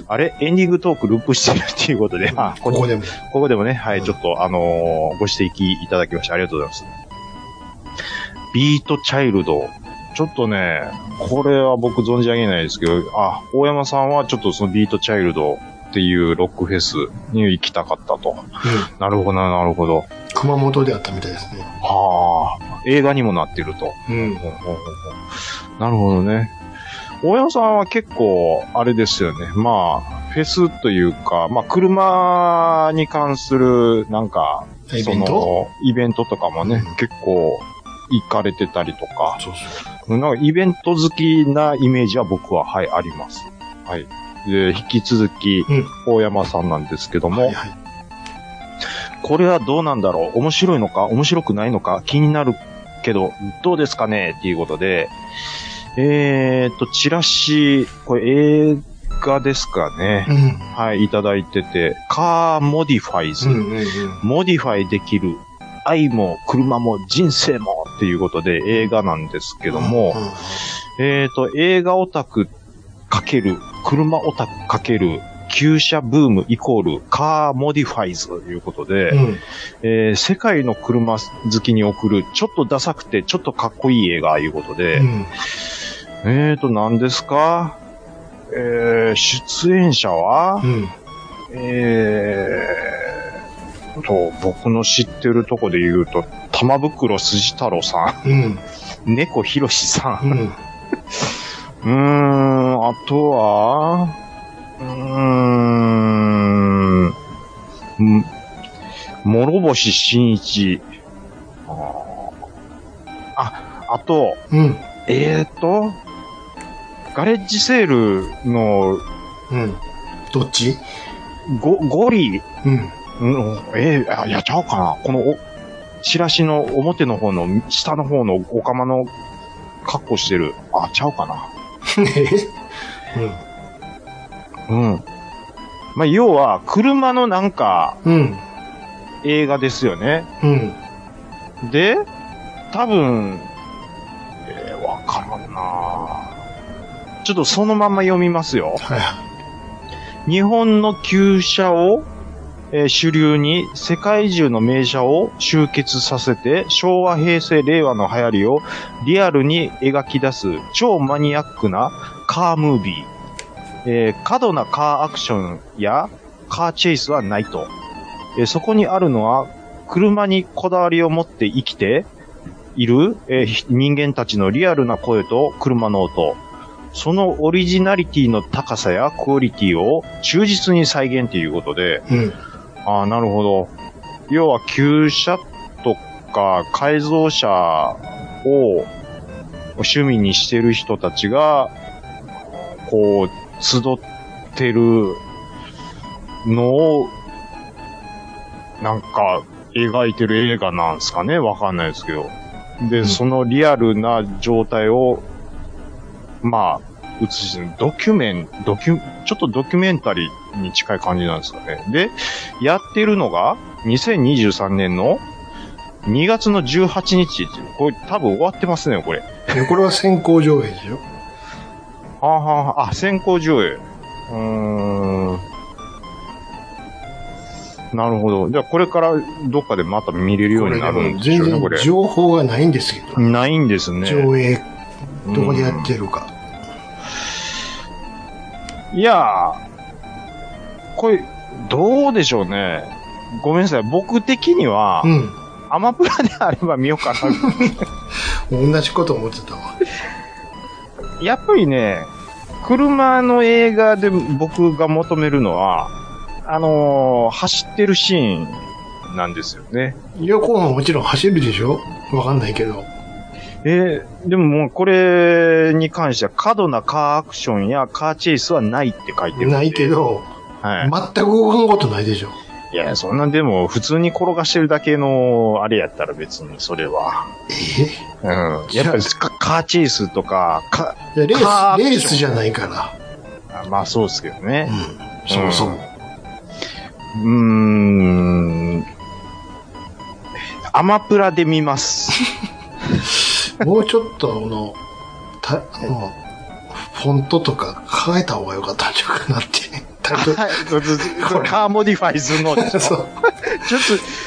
あれエンディングトークループしてるっていうことで、あ、
ここでも。
ここでもね、はい、
うん
ちょっと、あのーご指摘いただきまして、ありがとうございます。ビートチャイルド。ちょっとね、これは僕存じ上げないですけど、あ、大山さんはちょっとそのビートチャイルドっていうロックフェスに行きたかったと。
うん
なるほどな、なるほど。
熊本であったみたいですね。
はあ、映画にもなってると。
うん。
なるほどね。大山さんは結構、あれですよね。まあ、フェスというか、まあ、車に関する、なんか、
イ
そ
ベント
の、イベントとかもね、結構、行かれてたりとか、
そうそう。
なんかイベント好きなイメージは僕は、はい、あります。はい。で、引き続き
うん、
大山さんなんですけども、
はいはい。
これはどうなんだろう面白いのか面白くないのか気になるけど、どうですかねっていうことで、えーっと、チラシ、これ映画ですかね。
う
はい、いただいてて、カーモディファイズ。
ん。うんうんうん。
モディファイできる愛も車も人生もっていうことで映画なんですけども、
うん
えー、と、映画オタクかける、車オタクかける、旧車ブームイコールカーモディファイズということで、
うん。
えー世界の車好きに送る、ちょっとダサくて、ちょっとかっこいい映画、いうことで、
うん。
えーと、何ですかえー、出演者は、
うん。
えーと、僕の知ってるとこで言うと、玉袋筋太郎さ
うん。
ん、 猫ひろしさ
うん。
ん、うーん、あとは、うーん、ん諸星新一、あーあ、あと、
うん。
えーと、ガレッジセールの
うん。どっち
ゴゴリ、
うん。
うん、えー、あ、いやっちゃおうかな。このお、チラシの表の方の、下の方のお釜の格好してる。あ、ちゃうかな。うん。まあ、要は、車のなんか、
うん。うん。
映画ですよね。
うん。
で、多分、えー、わからんなちょっとそのまま読みますよ。
はいは
日本の旧車を、えー主流に世界中の名車を集結させて昭和、平成、令和の流行りをリアルに描き出す超マニアックなカームービー。えー過度なカーアクションやカーチェイスはないと。えーそこにあるのは車にこだわりを持って生きている、えーひ人間たちのリアルな声と車の音。そのオリジナリティの高さやクオリティを忠実に再現ということで、
い。うん。
ああ、なるほど。要は、旧車とか改造車を趣味にしてる人たちが、こう、集ってるのを、なんか、描いてる映画なんですかねわかんないですけど。で、
うん
そのリアルな状態を、まあ、映しドキュメン、ドキュ、ちょっとドキュメンタリーに近い感じなんですかね。で、やってるのが、2023年の2月の18日っていう、これ多分終わってますね、これ。
でこれは先行上映でしょ
はあ、はあ、あ、先行上映。うーん。なるほど。じゃあこれからどっかでまた見れるようになるんでしょうね、こ
これでも全
れ
然。情報がないんですけど。
ないんですね。
上映、どこでやってるか。
いやー、これ、どうでしょうね。ごめんなさい。僕的には
う、ん。
アマプラであれば見ようかな。
同じこと思ってたわ。
やっぱりね、車の映画で僕が求めるのは、あのー走ってるシーンなんですよね。
旅行ももちろん走るでしょわかんないけど。
えーでももうこれに関しては過度なカーアクションやカーチェイスはないって書いてるんで。
ないけ。ど、
はい。
全く動かんことないでしょ。
いや、そんなでも普通に転がしてるだけの、あれやったら別にそれは。
え
うん。やっぱりカカーチェイスとか、か、
いやレ
カーア
ース、
クション
レースじゃないから。
あまあそうですけどね。
うん。そもそも。
うーん。アマプラで見ます。
もうちょっと、あの、た、あの、フォントとか変えた方が良かったんちゃうかなって。タイトル
はい。ずずずカーモディファイする のでしょ
そう。
ちょっ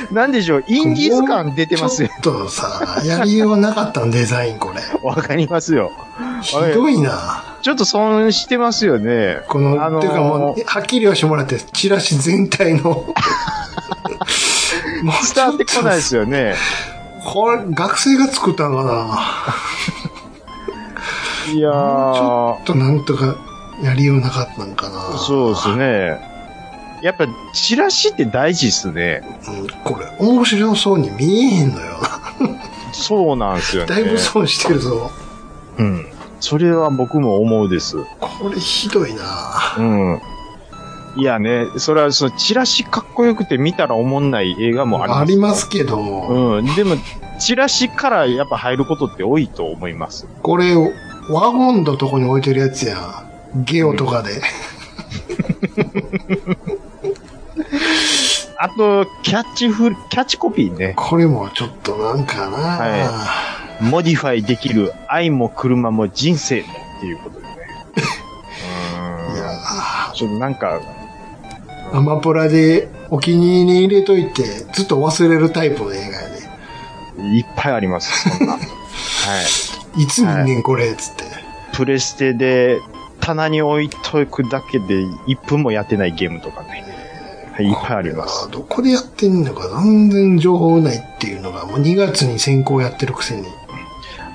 と、なんでしょう、インディーズ感出てますよ。
ちょっとさ、やりようなかったんデザインこれ。
わかりますよ。
ひどいな。
ちょっと損してますよね。
この、
あのー
ていうかもう、はっきり言わしてもらって、チラシ全体の。 もう
伝わってこないですよね。
これ、学生が作ったのかない
や
ちょ
ー
っ、となんとかやりようなかったのかな
そうですね。やっぱ、チラシって大事ですね。
うんこれ、面白そうに見えへんのよ。
そうなんです よね。
だいぶ損してるぞ。
うん。それは僕も思うです。
これひどいな
うん。いやね、それはそのチラシかっこよくて見たらおもんない映画もあります。
ありますけど、
うん。でも、チラシからやっぱ入ることって多いと思います。
これ、ワゴンのとこに置いてるやつやん。ゲオとかで。
あと、キャッチフ、キャッチコピーね。
これもちょっとなんかな、
モディファイできる愛も車も人生もっていうことでね。
い、や
うん。ちょっとなんか、
アマプラでお気に入りに入れといて、ずっと忘れるタイプの映画やね。
いっぱいあります、そ んな。はい。
いつ見んねんこれ、つって。
プレステで棚に置いとくだけで1分もやってないゲームとかね。はい、いっぱいあります。
これはどこでやってんのか全然情報ないっていうのが、もう2月に先行やってるくせに。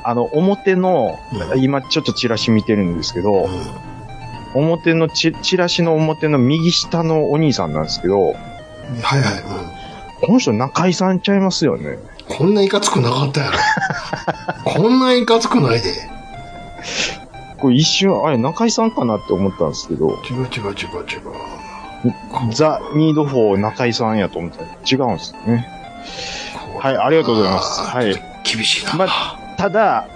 あの、表の、
うん
今ちょっとチラシ見てるんですけ
う
ど、
ん
表のチ、チラシの表の右下のお兄さんなんですけど、
はいはい、
この人中井さんちゃいますよね。
うん。こんないかつくなかったやろ。 こんないかつくないで。
これ一瞬、あれ中井さんかなって思ったんですけど、
違う違う違う違う。
ザ・ニード・フォー中井さんやと思ったら違うんですよね。はい、ありがとうございます。
あー
はい。
厳しいな。
まただ、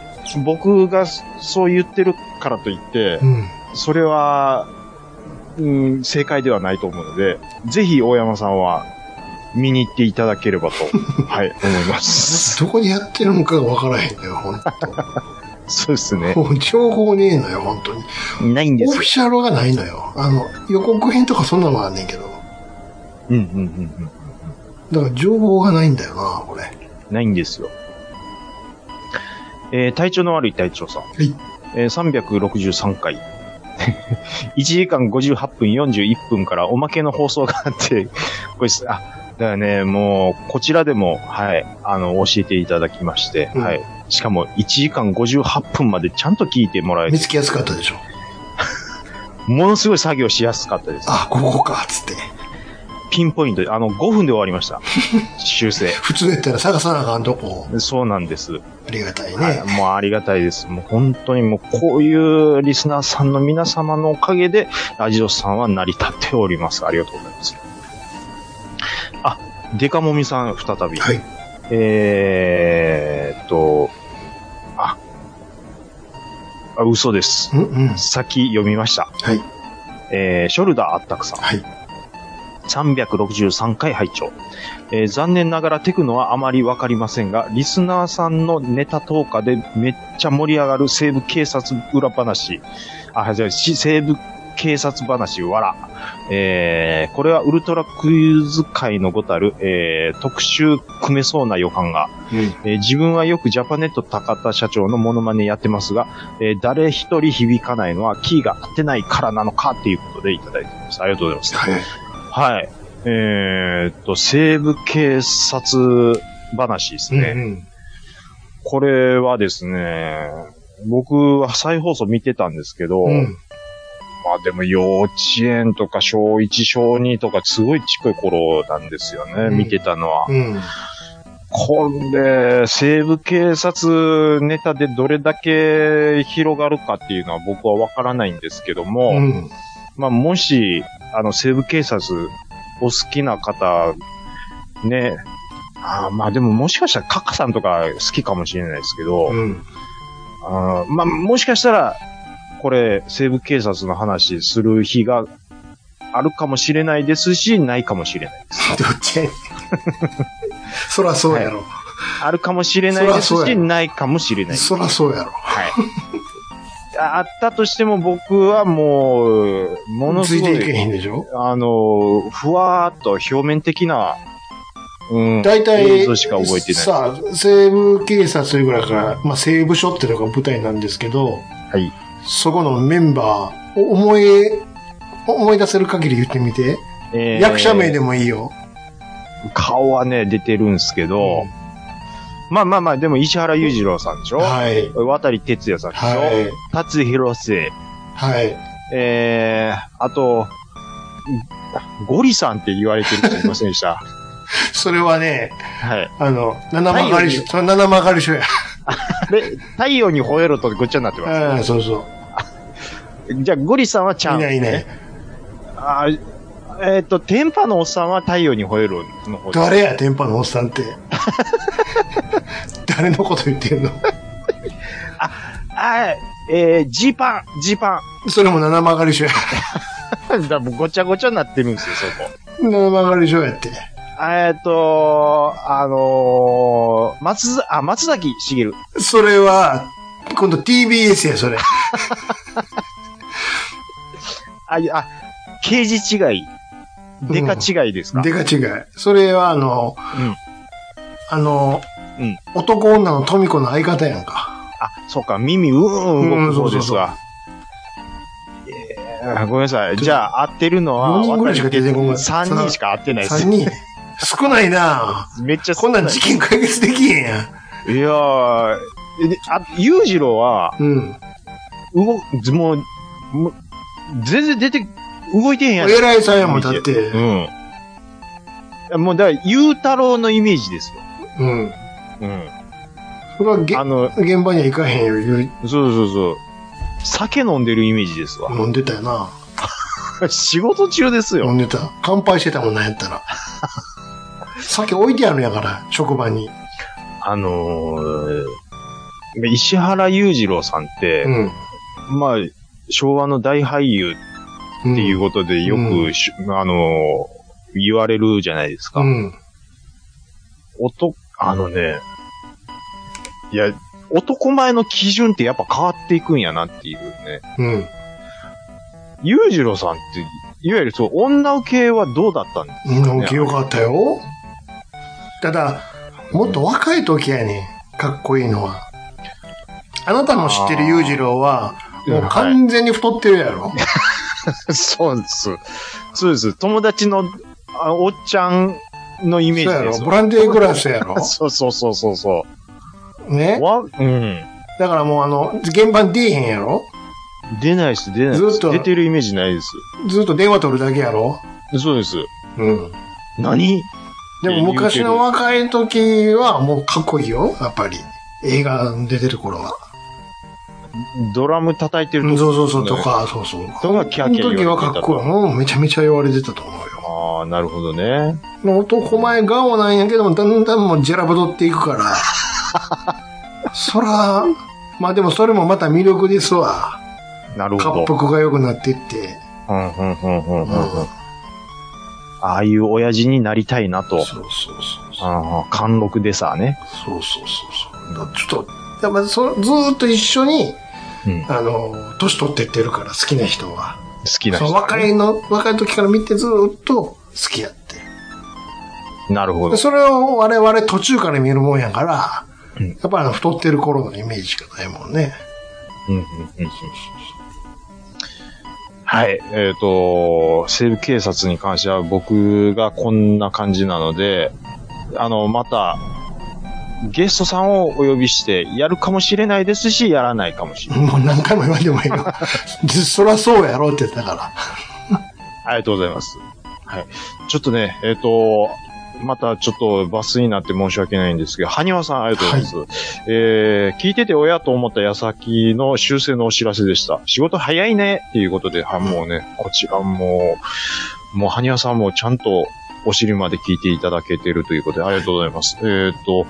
僕がそう言ってるからといって
う、ん。
それは、うん、正解ではないと思うので、ぜひ大山さんは見に行っていただければと、はい、思います。
どこでやってるのかがわからへんのよ、ほん
そうですね。
と。もう情報ねえのよ、本当に。
ないんで
オフ
すよ
ィ。シャルがないのよ。あの、予告編とかそんなのはあんねんけど。
うんうんうん
だから情報がないんだよな、これ。
うん。ないんですよ。えー体調の悪い隊長さん。
い
えー363回。1時間58分41分からおまけの放送があって、 これす、あ、だよね、もう、こちらでも、はい、あの、教えていただきまして、
うん
はい。しかも、1時間58分までちゃんと聞いてもらえ
見
て、
つけやすかったでしょ。
ものすごい作業しやすかったです。
あ、ここか、つって。
ピンポイントで、あの、5分で終わりました。修正。
普通やったら探さなあかんとこ。
そうなんです。
ありがたい
はい
ね。。
もうありがたいです。もう本当にもうこういうリスナーさんの皆様のおかげで、ラジオさんは成り立っております。ありがとうございます。あ、デカモミさん、再び。
はい。
えーっと、あ、あ嘘です。
うんうん。は
先読みました。
い。
えーショルダーあったくさん。
はい。
363回拝聴、えー残念ながらテクノはあまりわかりませんが、リスナーさんのネタ投下でめっちゃ盛り上がる西部警察裏話、あ、じゃあ、し西部警察話、わら。えーこれはウルトラクイズ界のごたる、えー特集組めそうな予感が、
うん。
えー自分はよくジャパネット高田社長のモノマネやってますが、えー誰一人響かないのはキーが合ってないからなのかっていうことでいただいております。ありがとうございます。
はい。
はい。えーっと、西部警察話です
うん
ね。
うん。
これはですね、僕は再放送見てたんですけど、
うん。
まあでも幼稚園とか小1、小2とかすごいちっこい頃なんですよね、
うん
見てたのは。
うん。
これ、西部警察ネタでどれだけ広がるかっていうのは僕はわからないんですけども、
うん。
まあ、もし、あの、西部警察、お好きな方、ね、あーまあでももしかしたらカッカさんとか好きかもしれないですけど、
うん。
あーまあもしかしたら、これ、西部警察の話する日があるかもしれないですし、ないかもしれない。
どっちやねん そらそうやろ。
あるかもしれないです
そりゃそう
し、
や
ないかもしれない。
そらそうやろ。
はい。あったとしても僕はもう、もの
つ
す
い
ご
ていけへ
い、
んでしょ
あの、ふわーっと表面的な、うん。
大体
映像しか覚えてない
さあ、西部警察ぐらいから、まあ、西部署っていうのが舞台なんですけど、
はい。
そこのメンバーを思い、思い出せる限り言ってみて。
えー
役者名でもいいよ。
顔はね、出てるんですけど、まあまあまあ、でも石原裕次郎さんでしょ
はい。
渡哲也さんでしょ、
はい。
達広瀬、
はい。
えー、あと、ゴリさんって言われてる人いませんで した。
それはね、
はい。
あの、七曲がり
太陽
所、それ七曲がり所や。
で、太陽に吠えろとごっちゃになってま
うん、そうそう。
す。じゃあ、ゴリさんはちゃん、
いないいない。。
あーえっ、と、天パのおっさんは太陽に吠えろの方
誰や、電波のおっさんって。 誰のこと言ってんの
あーえー、ジーパン、ジーパ
それも七曲がり所や。
ン。だからもうごちゃごちゃになってるんですよ、そこ。
七曲がり所やって。
えっと、あのー、松ざ、あ、松崎しげる。
それは、今度 TBS や、それ。
あ、いやあ、刑事違い。デカ違いですか、
でか違い。それは、あの、
うん
あの、
うん
男女の富子の相方やんか。
あ、そうか、耳、うーん、動く方ですわ。えーごめんなさい。じゃあ、合ってるのは、
四人ぐらいしか出てこない
3人しか合ってないです
3。人。少ないな
めっちゃ
こんなん
い
事件解決できへんやん。
いやー、であ、裕次郎は、
うん。
動く、もう、もう全然出て、動いてへんやん。
偉いさんやもん、だって。
うんいや。もう、だから、ゆうたろうのイメージですよ。
うん。
うん。
それはげ
あの、
現場には行かへんよ言う、
そうそうそう。酒飲んでるイメージですわ。
飲んでたよな。
仕事中です
飲
よ。
んでた。乾杯してたもんなんやったら。 酒置いてあるんやから、職場に。
あのー、石原裕次郎さんって
う、ん。
まあ、昭和の大俳優っていうことでよ
う
くし、あのー言われるじゃないですか。
うん。
男、あのね、いや、男前の基準ってやっぱ変わっていくんやなっていうね。
うん。
裕次郎さんって、いわゆるそう、女受けはどうだったんです
うん。飲んきよかったよ。ただ、もっと若い時やねん。かっこいいのは。あなたの知ってる裕次郎は、もう完全に太ってるやろ。
か そうです。そうです。友達のあおっちゃんのイ
そう
メー
や
ジで
ろ。
す。
ブランデーグラスやろ
そうそうそうそうそ
ね
う。。わ、うん。
だからもうあの、現場に出えへんやろ。
出ないです、出ないで
ず
す。
っと
出てるイメージないです。
ずっと電話取るだけやろ。
そうです。
うん。
何
でも昔の若い時はもうかっこいいよ、やっぱり。映画に出てる頃は。
ドラム叩いてる
そう
と
そうそうとか、そうそう。
とかキャ
そ
ー
の
キャー
時
言
は
われ
か
てた
っこいい。うん、めちゃめちゃ言われてたと思うよ。
ああ、なるほどね。
男前顔なんやけども、だんだんもうジェラブドっていく から。そら、まあでもそれもまた魅力ですわ。
なるほ
滑
ど。
腹が良くなってって。
うん、うん、うん、うん、う
う
ん。
ん
ああいう親父になりたいな
そ
と。
うそうそうそう。
ああ、貫禄でさね。
そうそうそうそう。だちょっと、やっぱそずーっと一緒に、
うん
あの、年取ってってるから、好きな人は。
好きな
その
人。
若いの、若い時から見てずーっと好きやって。
なるほ
で
ど。
それを我々途中から見るもんやから、
うん
やっぱりあの太ってる頃のイメージしかないもんね。
うん、うん、うん。はい。えっ、と、西部警察に関しては僕がこんな感じなので、あの、また、ゲストさんをお呼びして、やるかもしれないですし、やらないかもしれない。
もう何回も言わんでもいいよ。 そりゃそうやろって言ってたから。
ありがとうございます。はい。ちょっとね、えっ、と、またちょっとバスになって申し訳ないんですけど、はにわさんありがとうございます。えー、聞いてて親と思った矢先の修正のお知らせでした。仕事早いねっていうことで、はもうね、こちらも、もうはにわさんもちゃんとお尻まで聞いていただけてるということで、ありがとうございます。えっ、と、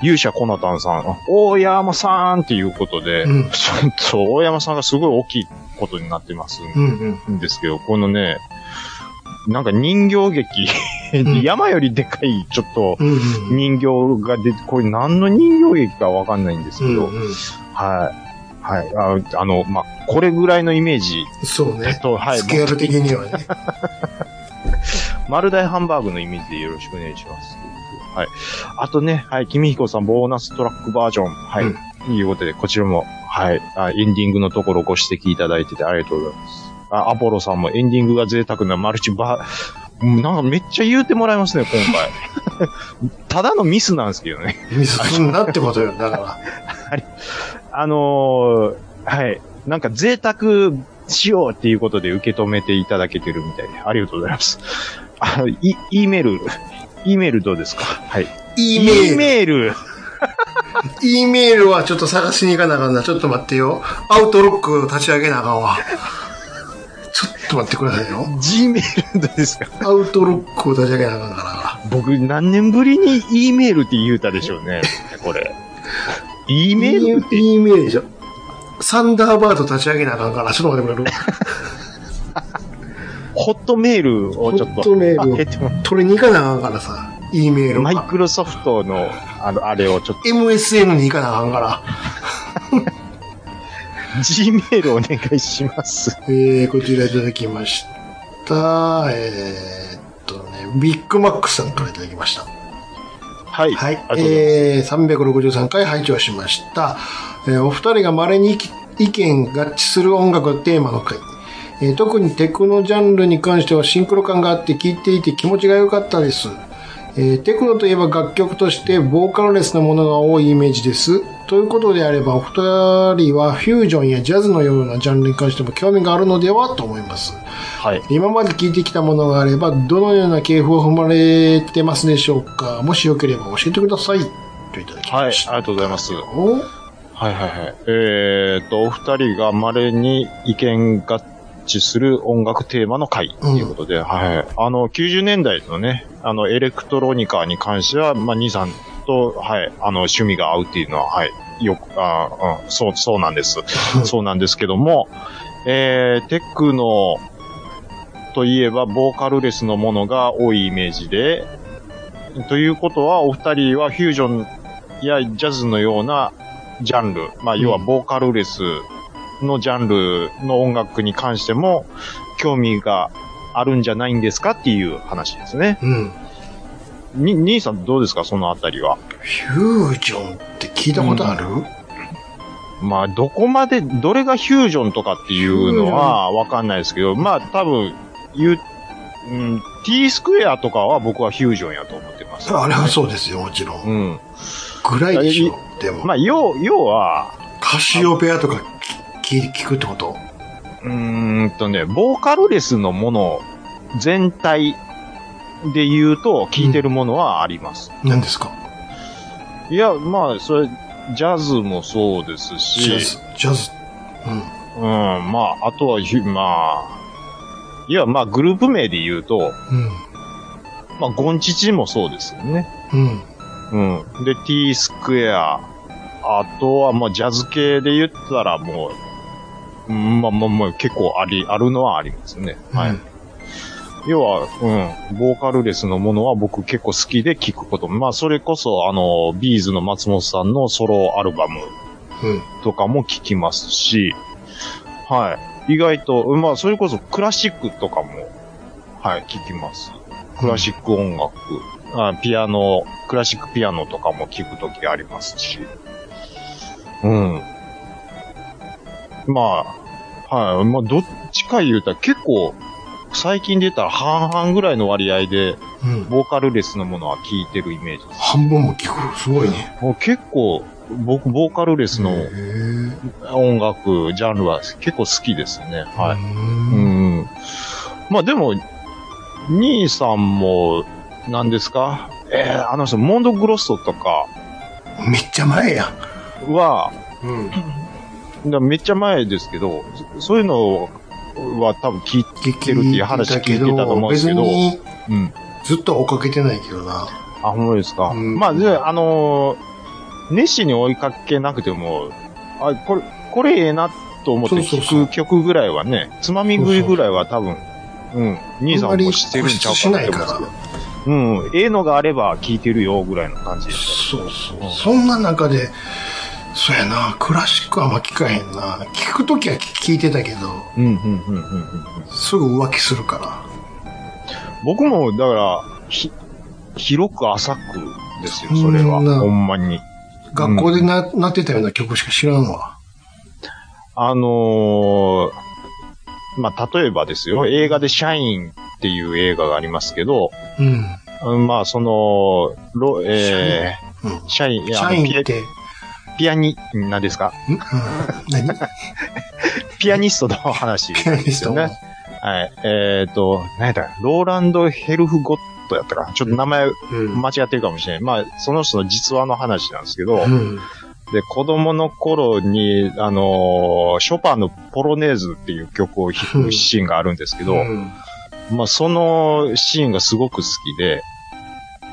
勇者コナタンさん、大山さんっていうことで、
うん
ちょっと大山さんがすごい大きいことになってますんで
うんうん。
んですけど、このね、なんか人形劇、
ん
山よりでかい、ちょっと、
うんうん。
人形が出て、これ何の人形劇かわかんないんです
う
け
ん
ど、
うん。
はい。はい。ああの、まあ、これぐらいのイメージ
そうね。
と、はい
ス。ケール的には ね。
丸大ハンバーグのイメージでよろしくお願いします。はい。あとね、はい、君彦さん、ボーナストラックバージョン。はい。
うん
いうことで、こちらも、はいあ。エンディングのところご指摘いただいててありがとうございます。あアポロさんもエンディングが贅沢なマルチバー、うんなんかめっちゃ言うてもらいますね、今回。 ただのミスなんですけどね。
ミスすんなってことよ。だから。
あのーはい。なんか贅沢しようっていうことで受け止めていただけてるみたいで、ありがとうございます。あ、い、E メール、E メールどうですかはい。
E メール。
メール
E メールはちょっと探しに行かなあかんな。ちょっと待ってよ。アウトロック立ち上げなあかんわ。ちょっと待ってくださいよ。
!G メールどうですか
アウトロックを立ち上げなあかんか
僕何年ぶりに E メールって言うたでしょうね。これ。E
ら。
メールって
E メールでしょ。サンダーバード立ち上げなあかんから。ちょっと待ってくれる。
ホットメールをちょっと。
ホットメールを
あえっと
取りに行かなあかんからさ。E メール
マイ
は。
クロソフトの、あの、あれをちょっ
MSN に行かなあかんから。
と、G メールお願いします。
えー、こちらいただきました。えー、っとね、ビッグマックさんからいただきました。
はい。
はい
ありがとうございます。
えー、363回拝聴しました。えーお二人が稀に意見合致する音楽がテーマの回。えー特にテクノジャンルに関してはシンクロ感があって聴いていて気持ちが良かったです。えーテクノといえば楽曲としてボーカルレスなものが多いイメージです。ということであれば、お二人はフュージョンやジャズのようなジャンルに関しても興味があるのではと思います。
はい。
今まで聞いてきたものがあれば、どのような系譜を踏まれてますでしょうかもしよければ教えてください。といただき
はい、あ
ま
り
した。
がとうございます。
お
はいはいはい。えー、っと、お二人が稀に意見合致する音楽テーマの回ということで、はい。あの、90年代のね、あの、エレクトロニカに関しては、まあ、兄さんと、はい、あの、趣味が合うっていうのは、はい、よく、あうん、そう、そうなんです。そうなんですけども、えー、テクノといえば、ボーカルレスのものが多いイメージで、ということは、お二人はフュージョンやジャズのようなジャンル、まあ、要はボーカルレスのジャンルの音楽に関しても、興味があるんじゃないんですかっていう話ですね。
うん。
に、兄さんどうですかそのあたりは。
フュージョンって聞いたことある、
まあ、どこまで、どれがフュージョンとかっていうのはわかんないですけど、まあ、多分、言う、うん、t スクエアとかは僕はフュージョンやと思ってます。
あれはそうですよ、もちろ。
うんん。
ぐらいでしょ。でも、
まあ、要、要は、
カシオペアとか聞聞聞くってこと
うーんとね、ボーカルレスのもの全体で言うと、聴いてるものはあります。
何ですか
いや、まあ、それ、ジャズもそうですし、
ジャズ。ジャズ。
うん、まあ、あとはひ、まあ、いや、まあ、グループ名で言うと、
うん。
まあ、ゴンチチもそうですよね。
うん。うん。
うん。で、t スクエア。あとは、まあ、ジャズ系で言ったら、もう、うんまあまあまあ、結構あり、あるのはありますね。はい。
うん
要は、うん、ボーカルレスのものは僕結構好きで聞くこと。まあ、それこそ、あの、ビーズの松本さんのソロアルバ
う
ム
ん。
とかも聞きますし、はい。意外と、まあ、それこそクラシックとかも、はい、聞きます。クラシック音楽、あピアノ、クラシックピアノとかも聞くときありますし、うん。まあ、はい、まあ、どっちか言うたら結構、最近で言ったら半々ぐらいの割合で、
うん。
ボーカルレスのものは聞いてるイメージです。
半分も聞く。すごいね。
もう結構、僕、ボーカルレスの、
へー
音楽、ジャンルは結構好きですね。は
う
い。う
ーん
ん。まあでも、兄さんも、何ですかえーあの人、モンドグロッソとか
めっちゃ前やん。
は、
うん。
だめっちゃ前ですけど、そそういうのは多分聞い
聞い
てるっていう話聞いてたと思うんですけど
別に
うん。
ずっとは追っかけてないけどな。
あ、ほんまですか。
うん
まあ、で、あのー熱心に追いかけなくても、あ、これ、これええなと思って
そうそうそう
聴く曲ぐらいはね、つまみ食いぐらいは多分、うん、兄さんも知ってるんちゃうかなって思うんです
あん
け
まり
ど。うん、ええのがあれば聴いてるよぐらいの感じです。
そうそうう。
ん
そんな中で、そうやな、クラシックはあんま聞かへんな。聞くときは聞いてたけど、
うん、うん、うん、うんうん。
すぐ浮気するか
僕も、だから、ひ、広く浅くですよ、それは。
うんな
ほんまに。
ら。学校でな、なってたような曲しか知らんわ。
あのーまあ、例えばですよ、映画でシャインっていう映画がありますけど、
うん。
うんまあ、その、ロ、え
うん
ー、。シャイン、い
シ
やあ
ャ
の
インっ
ピ
て、ん
アピアニ、なんですか
うん。何
ピアニストの 話
ピアニ
で
ス
す
ト
よ
も
ね。はい。えっ、と、何やったかなローランド・ヘルフゴットやったかなちょっと名前
うん。
間違ってるかもしれない。まあ、その人の実話の話なんですけど、
うん。
で、子供の頃に、あのーショパンのポロネーズっていう曲を弾くシーンがあるんですけど、
うん
まあ、そのシーンがすごく好きで、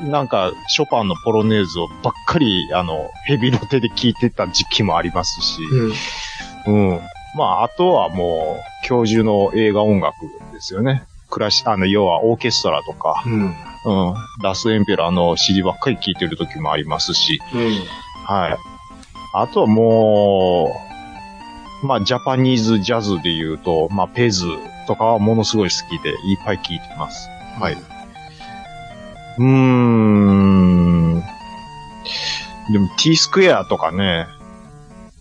なんか、ショパンのポロネーズをばっかり、あの、ヘビの手で聴いてた時期もありますし、
うん。
うん。まあ、あとはもう、教授の映画音楽ですよね。クラシ、あの、要はオーケストラとか、
うん。
うん。ラスエンペラーの CD ばっかり聴いてる時もありますし、はい。あとはもう、まあ、ジャパニーズジャズで言うと、まあ、ペズとかはものすごい好きで、いっぱい聴いてます。はい。うーん。でも T スクエアとかね、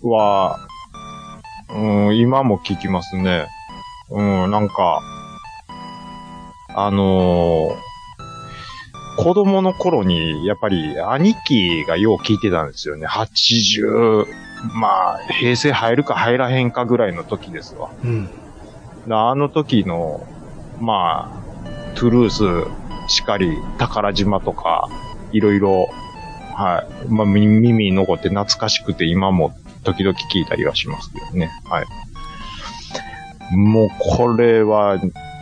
は、うん、今も聞きますね。うん、なんか、あのー子供の頃に、やっぱり、兄貴がよう聞いてたんですよね。80、まあ、平成入るか入らへんかぐらいの時ですわ。
うん。
あの時の、まあ、トゥルースしかり、宝島とか、いろいろ、はい。まあ、み耳に残って懐かしくて、今も時々聞いたりはしますけどね。はい。もう、これは、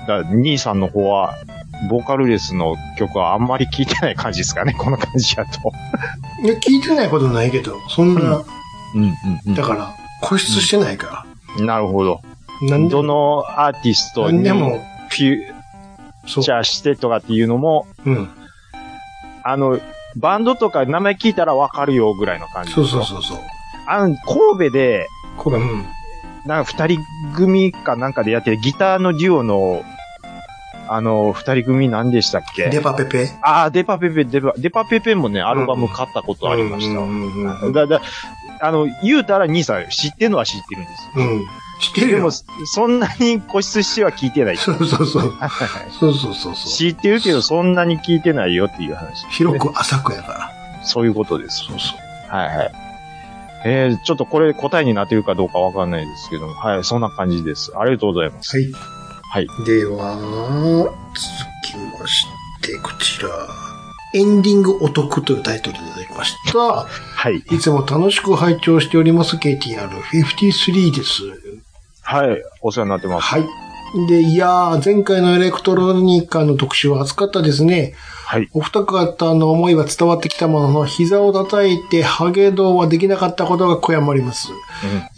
だ兄さんの方は、ボーカルレスの曲はあんまり聞いてない感じですかね、 この感じだと。
いや、聞いてないことないけど、そんな、
うんうん
だから、固執してないか
うん。なるほど。
ら。なんで
ど
も、
のアーティスト
なん
に
で
フ
も、
ュ
そ
ーチ
う。
ャーしてとかっていうのも、
うん。
あの、バンドとか名前聞いたらわかるよぐらいの感じ。
そうそうそうそう。
あの、神戸で、
これ、うん。
なんか二人組かなんかでやってるギターのデュオの、あの、二人組何でしたっ
デ
け
パペペ
ああ、デパペペ、デパ、デパペペもね、アルバム買ったことありました。
うんうんうんうん
だ、だ、あの、言うたら兄さん知ってるのは知ってるんですよ。
うん。知ってる
でも、
よ。
そんなに固執しては聞いてない。
そうそうそう。そうそうそうそう。
知ってるけど、そんなに聞いてないよっていう話。
広く浅くやから。
そういうことです。
そうそう。
はいはい。えー、ちょっとこれ答えになってるかどうかわかんないですけども、はい、そんな感じです。ありがとうございます。
はい。
はい。
では、続きまして、こちら。エンディングお得というタイトルでいただきました。
はい。
いつも楽しく拝聴しております KTR53 です。
はい、お世話になってます。
はい。で、いやー、前回のエレクトロニカの特集は熱かったですね。
はい。
お二方の思いは伝わってきたものの、膝を叩いてハゲ道はできなかったことが悔やまれます。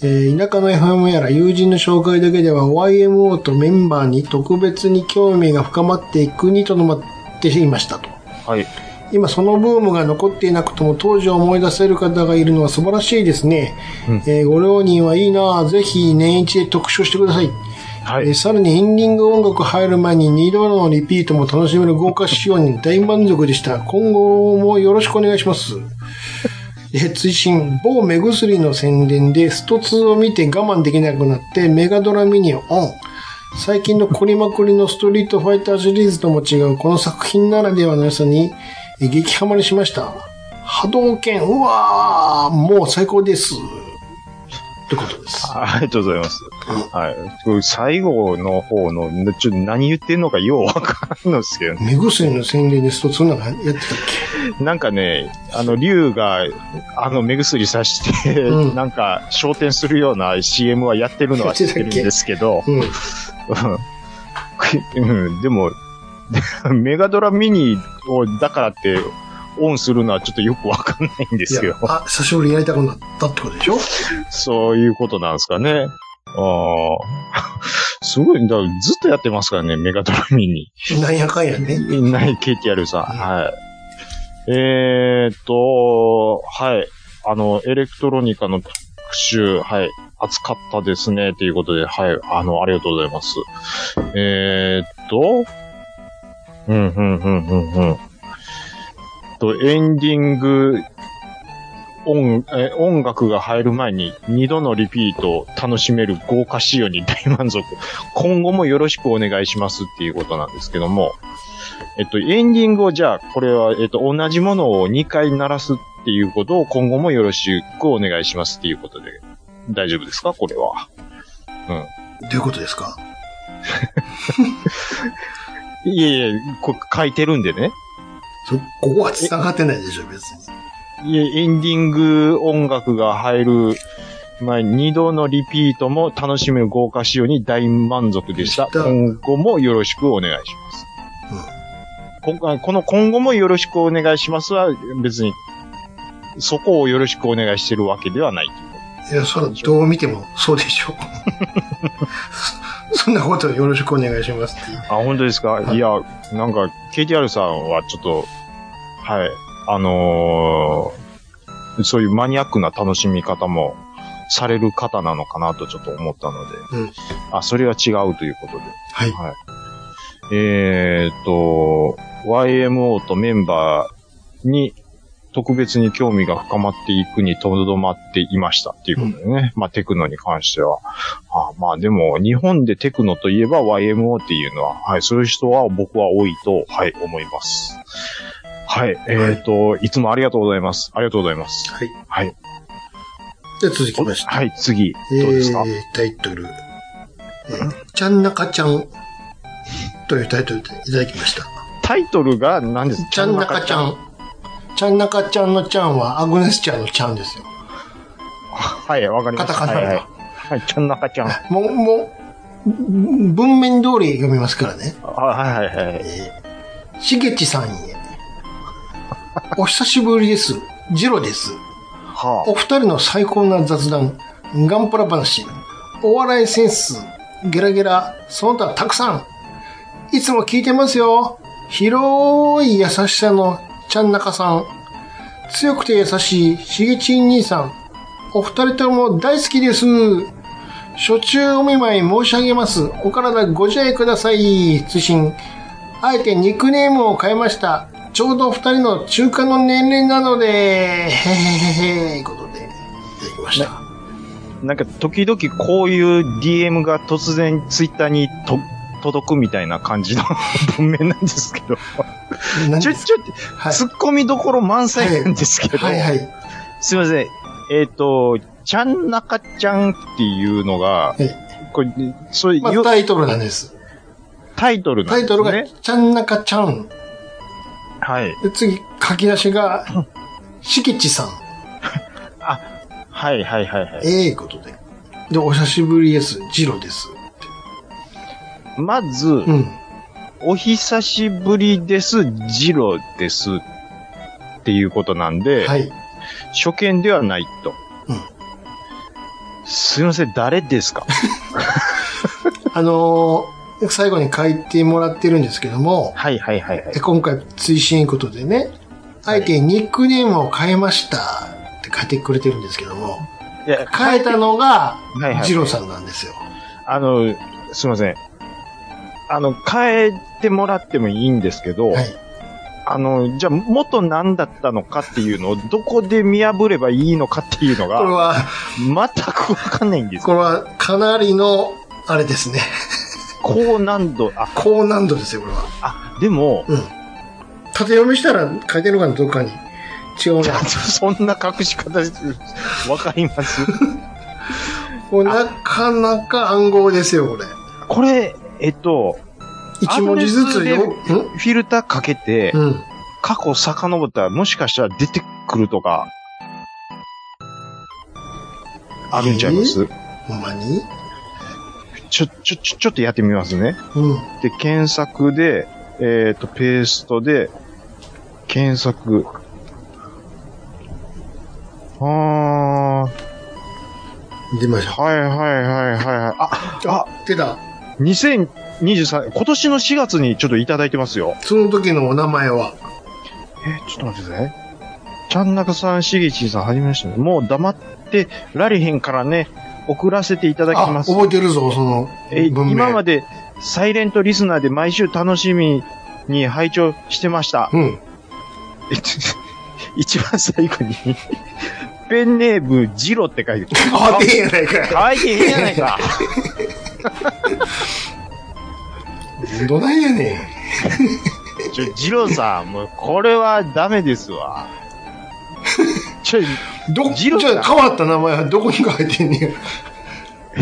えー田舎の FM やら友人の紹介だけでは YMO とメンバーに特別に興味が深まっていくにとどまっていましたと。
はい。
今そのブームが残っていなくとも当時を思い出せる方がいるのは素晴らしいですね。
うん
えーご両人はいいなぁぜひ年一で特集してください。
は
えー
い。
さらにエンディング音楽入る前に2度のリピートも楽しめる豪華仕様に大満足でした。今後もよろしくお願いします。 えー追伸、某目薬の宣伝でスト2を見て我慢できなくなってメガドラミニをオン。最近の凝りまくりのストリートファイターシリーズとも違うこの作品ならではの良さにえー激ハマりしました。波動拳、うわー、もう最高です。ってことです。
ありがとうございます。はい。これ最後の方の、ちょっと何言ってんのかようわかんないですけどね。
目薬の宣伝でスト2なんかやってたっ
なんかね、あの、竜が、あの、目薬さして、
うん
なんか、焦点するような CM はやってるのは知ってるんですけど、
けうん。
うんうん、でも、 メガドラミニをだからってオンするのはちょっとよくわかんないんですよ
い。やあ、久しぶりにやりたくなったってことでしょ
そういうことなんですかね。ああ。 すごい、だからずっとやってますからね、メガドラミニ。
なんやかんやね。
ない、KTR さん。はい。えーっと、はい。あの、エレクトロニカの特集、はい、熱かったですね、ということで、はい、あの、ありがとうございます。えー、っと、うん、うん、うん、うん、うん。と、エンディング、音、え、音楽が入る前に二度のリピートを楽しめる豪華仕様に大満足。今後もよろしくお願いしますっていうことなんですけども。えっと、エンディングをじゃあ、これは、えっと、同じものを2回鳴らすっていうことを今後もよろしくお願いしますっていうことで、大丈夫ですかこれは。
どういうことですか
いえいえ、こ書いてるんでね。
そ、ここは繋がってないでしょ、別に。
いえ、エンディング音楽が入る前に二度のリピートも楽しめる豪華仕様に大満足でした。
でした
今後もよろしくお願いします。今回この今後もよろしくお願いしますは別にそこをよろしくお願いしてるわけではないというこ
いや、そら、どう見てもそうでしょ う。そんなことよろしくお願いしますっていう。
と。あ、本当ですか、
はい
い、や、なんか KTR さんはちょっと、はい、あのーそういうマニアックな楽しみ方もされる方なのかなとちょっと思ったので、
うん
あ、それは違うということで。
はい。
えーっと、YMO とメンバーに特別に興味が深まっていくにとどまっていましたっていうことでね。まあテクノに関しては。あまあでも日本でテクノといえば YMO っていうのは、はい、そういう人は僕は多いと、はい、思います。はい、えーっと、いつもありがとうございます。ありがとうございます。
はい。
はい。
じゃあ続きまして。
はい、次、
え
どうですか、
ー、タイトル。えー、ちゃんなかちゃんというタイトルでいただきました。
タイトルが何ですか
ちゃんなかちゃ。ん。ちゃんなかちゃんのちゃんはアグネスちゃんのちゃんですよ。
はい、わかりました。
カタカナ
はい、はい。はい、ちゃんなかちゃん。あ
もう、もう、文面通り読みますからね。
はい、はい、はい。
しげちさんへ。お久しぶりです。ジロです。
は
お二人の最高な雑談、ガンプラ話、お笑いセンス、ゲラゲラ、その他たくさん。いつも聞いてますよ。広い優しさのちゃんなかさん。強くて優しいしげちん兄さん。お二人とも大好きです。初中お見舞い申し上げます。お体ご自愛ください。通信。あえてニックネームを変えました。ちょうど二人の中間の年齢なので、へへへへ、いうことで、いただきました。
あ。なんか、時々こういう DM が突然ツイッターにと届くみたいな感じの 文面なんですけど。
何
ちょ、ちょ、
はい。
突っ込みどころ満載なんですけど。
はいはい。
すいません。えっ、と、ちゃんなかちゃんっていうの
は
が、
い
これ、そういう、
まあ、タイトルなんです。
タイトルなん
タ
です
イトル
ね。
が、ちゃんなかちゃん。
はい。
で、次、書き出しが、しきちさん。
はいはいはいはい。
ええいうことで。で、お久しぶりです。ジロです。
まず、
うん。
お久しぶりです、ジロです。っていうことなんで、
はい。
初見ではないと。
うん
すいません、誰です か
あのー最後に書いてもらってるんですけども、
はいはいはいはい
え。今回、追伸いうことでね、あえてニックネームを変えましたって書いてくれてるんですけども、
いや、
変えたのが
はいは、い
ジローさんなんですよ。
あの、すいません。あの、変えてもらってもいいんですけど、
はい。
あの、じゃあ元何だったのかっていうのをどこで見破ればいいのかっていうの
これ
が、
は、
全くわかんないんです
これはかなりの、あれですね、
高難度、あ、
高難度ですよ、これは。
あ、でも、
うん。縦読みしたら書いてるかのどっかに違う な。
そんな隠し方、わかります
これなかなか暗号ですよ、これ。
これ、えっと、
一文字ずつよ、
アドレスでフィルターかけて、
うん。うん。
過去遡ったらもしかしたら出てくるとか、あるんちゃいます、
ほんまに
ちょ、ちょ、ちょ、ちょっとやってみますね。
うん。
で、検索で、えっ、と、ペーストで、検索。あー、
出ましょ
はいはいはいはいはい。あ、
う。あ、出た。
2023、今年の4月にちょっといただいてますよ。
その時のお名前は、
え、ちょっと待ってください。ちゃんなかさん、しげちーさん、はじめましてね。もう黙ってられへんからね、送らせていただき
あ、
ます。
覚えてるぞ、その
え
文明。
今まで、サイレントリスナーで毎週楽しみに拝聴して ました。
うん。
えち一番最後に、 ペンネーム、ジロって書いてる。
あ、でええやないかい。
可愛いいじゃないか。
どないやねん。
ちょ、ジロさん、もう、これはダメです わ。ちょ、
ど、
ジ
じ
ロ
ゃ
ーさん
あ変わった名前はどこに書いてんねん。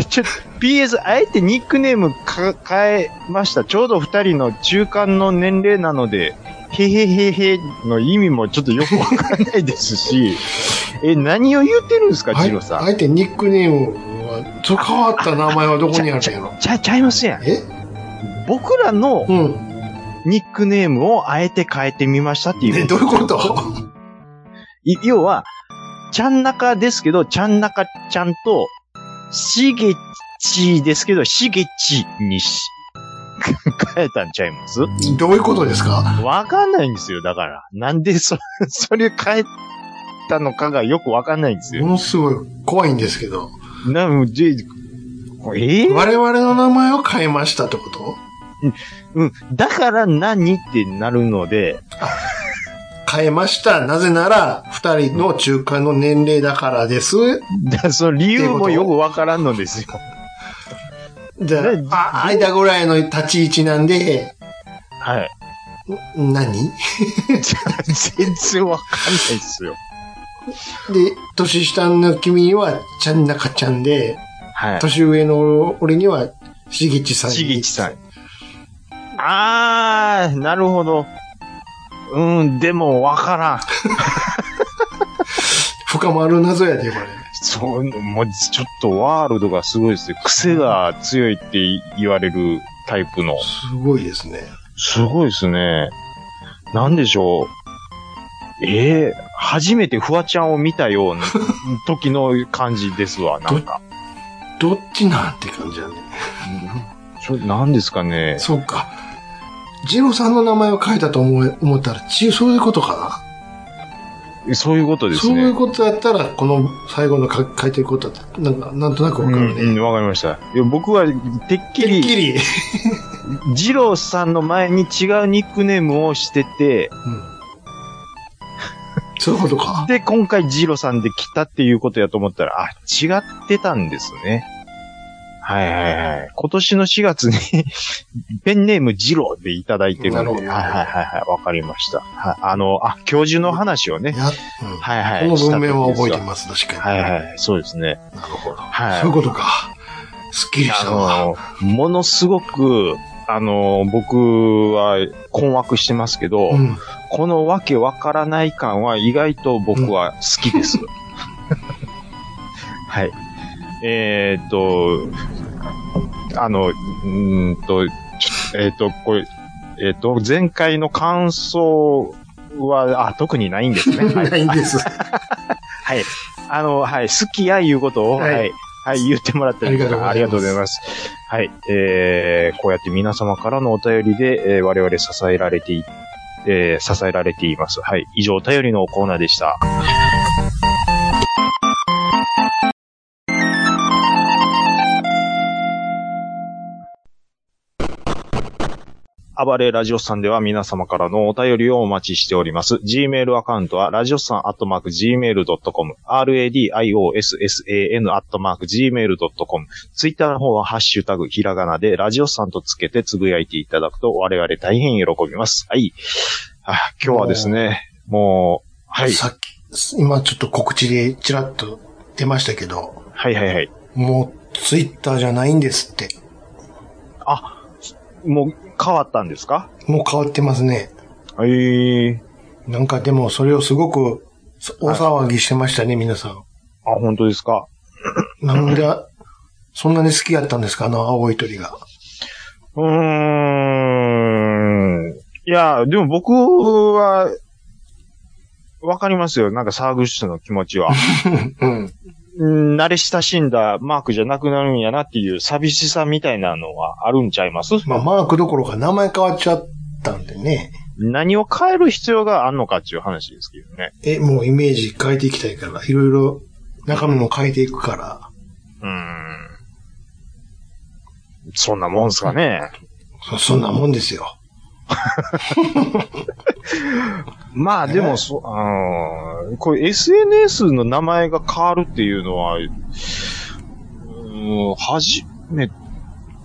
ちょ、PS、あえてニックネームか変えました。ちょうど二人の中間の年齢なので、へへへへの意味もちょっとよくわかんないですし、 え、何を言ってるんですか、
あ
ジ
え
ロさん。
あえてニックネームは、そう変わった名前はどこにあるんやろ。
ちゃ、ちゃいますやん。
え
僕らの
うん。
ニックネームをあえて変えてみましたっていう。
ね、どういうこと
い要は、ちゃんなかですけど、ちゃんなかちゃんと、しげちですけど、しげちにし、 変えたんちゃいます
どういうことですか
わかんないんですよ、だから。なんでそ、 それ変えたのかがよくわかんないんですよ。
ものすごい怖いんですけど。
なんで、えー
我々の名前を変えましたってこと
うん。だから何ってなるので、
変えました。なぜなら、二人の中間の年齢だからです。
だその理由もよくわからんのですよ。
じゃ
ね
あ、あ間ぐらいの立ち位置なんで、
はい。
ん何
全然わかんないですよ。
で、年下の君には、ちゃんなかちゃんで、
はい。
年上の俺には、しげちさんに。
しげちさん。あー、なるほど。うん、でもわからん。
深まる謎やで、これ。
そう、もうちょっとワールドがすごいですね。癖が強いって言われるタイプの。
すごいですね。
すごいですね。なんでしょう。ええ初めてフワちゃんを見たような時の感じですわ、なんか。
どっちなんて感じやね。
それなんですかね。
そうか。ジローさんの名前を書いたと思い思ったら、ち、そういうことか
そういうこと
な、
です
そういう
ね。
ことだったら、この最後のか書いてることだったなんか、なんとなくわ
う
かる
ん
ね。
うん、わかりました。いや僕は、てっき
てっき
り、
り。
ジローさんの前に違うニックネームをしてて、
うんそういうこと か。
で、今回ジローさんで来たっていうことやと思ったら、あ、違ってたんですね。はいはいはい。今年の4月に、 ペンネームジローでいただいてるんで。
な
はい
るほ
はい
ど
はいはい。わかりました。はい。あの、あ、教授の話をね。
や
はいは
う
い。
ん、この文面は覚えて
ま
ます、確
す
か
は
に。
いはい。そうですね。
なるほど。
はい。
そういうことか。すっきりし
あ
たわ。
の、ものすごく、あの、僕は困惑してますけど、
うん、
このわけわからない感は意外と僕は好きです。はい。えーっと、あの、うーんと、ちょえーっと、これ、えーっと、前回の感想は、あ、特にないんですね。はい。
ないんです。
はい。あの、はい、好きやいうことを、
は
はいい。はい言ってもらって
ありがとうございます
ありがとうございます。はい。えー、こうやって皆様からのお便りで、えー我々支えられてい、えー支えられています。はい。以上、お便りのコーナーでした。暴れラジオスさんでは皆様からのお便りをお待ちしております。Gmail アカウントは、ラジオスさんアットマーク Gmail.com、radiossan アットマーク Gmail.com、Twitter の方は、ハッシュタグ、ひらがなで、ラジオスさんとつけてつぶやいていただくと、我々大変喜びます。はい。あ今日はですね、もう、はい、
さっき、今ちょっと告知でちらっと出ましたけど、
はいはいはい。
もうツイッターじゃないんですって。
あ、もう変わったんですか
もう変わってますね。
ええ
なんかでもそれをすごくそ大騒ぎしてましたね、皆さ
あ、本当ですか。
ん。なんで、そんなに好きやったんですか、あの青い鳥が。
うーん。いや、でも僕は、わかりますよ。なんかサーグシュの気持ちは。
うん。
うん慣れ親しんだマークじゃなくなるんやなっていう寂しさみたいなのはあるんちゃいます
まあ、マークどころか名前変わっちゃったんでね。
何を変える必要があんのかっていう話ですけどね。
え、もうイメージ変えていきたいから、いろいろ中身も変えていくから、
うーん。そんなもんすかね。
そ、そんなもんですよ。
まあでも、そ、うーん、これ SNS の名前が変わるっていうのは、うーん、初め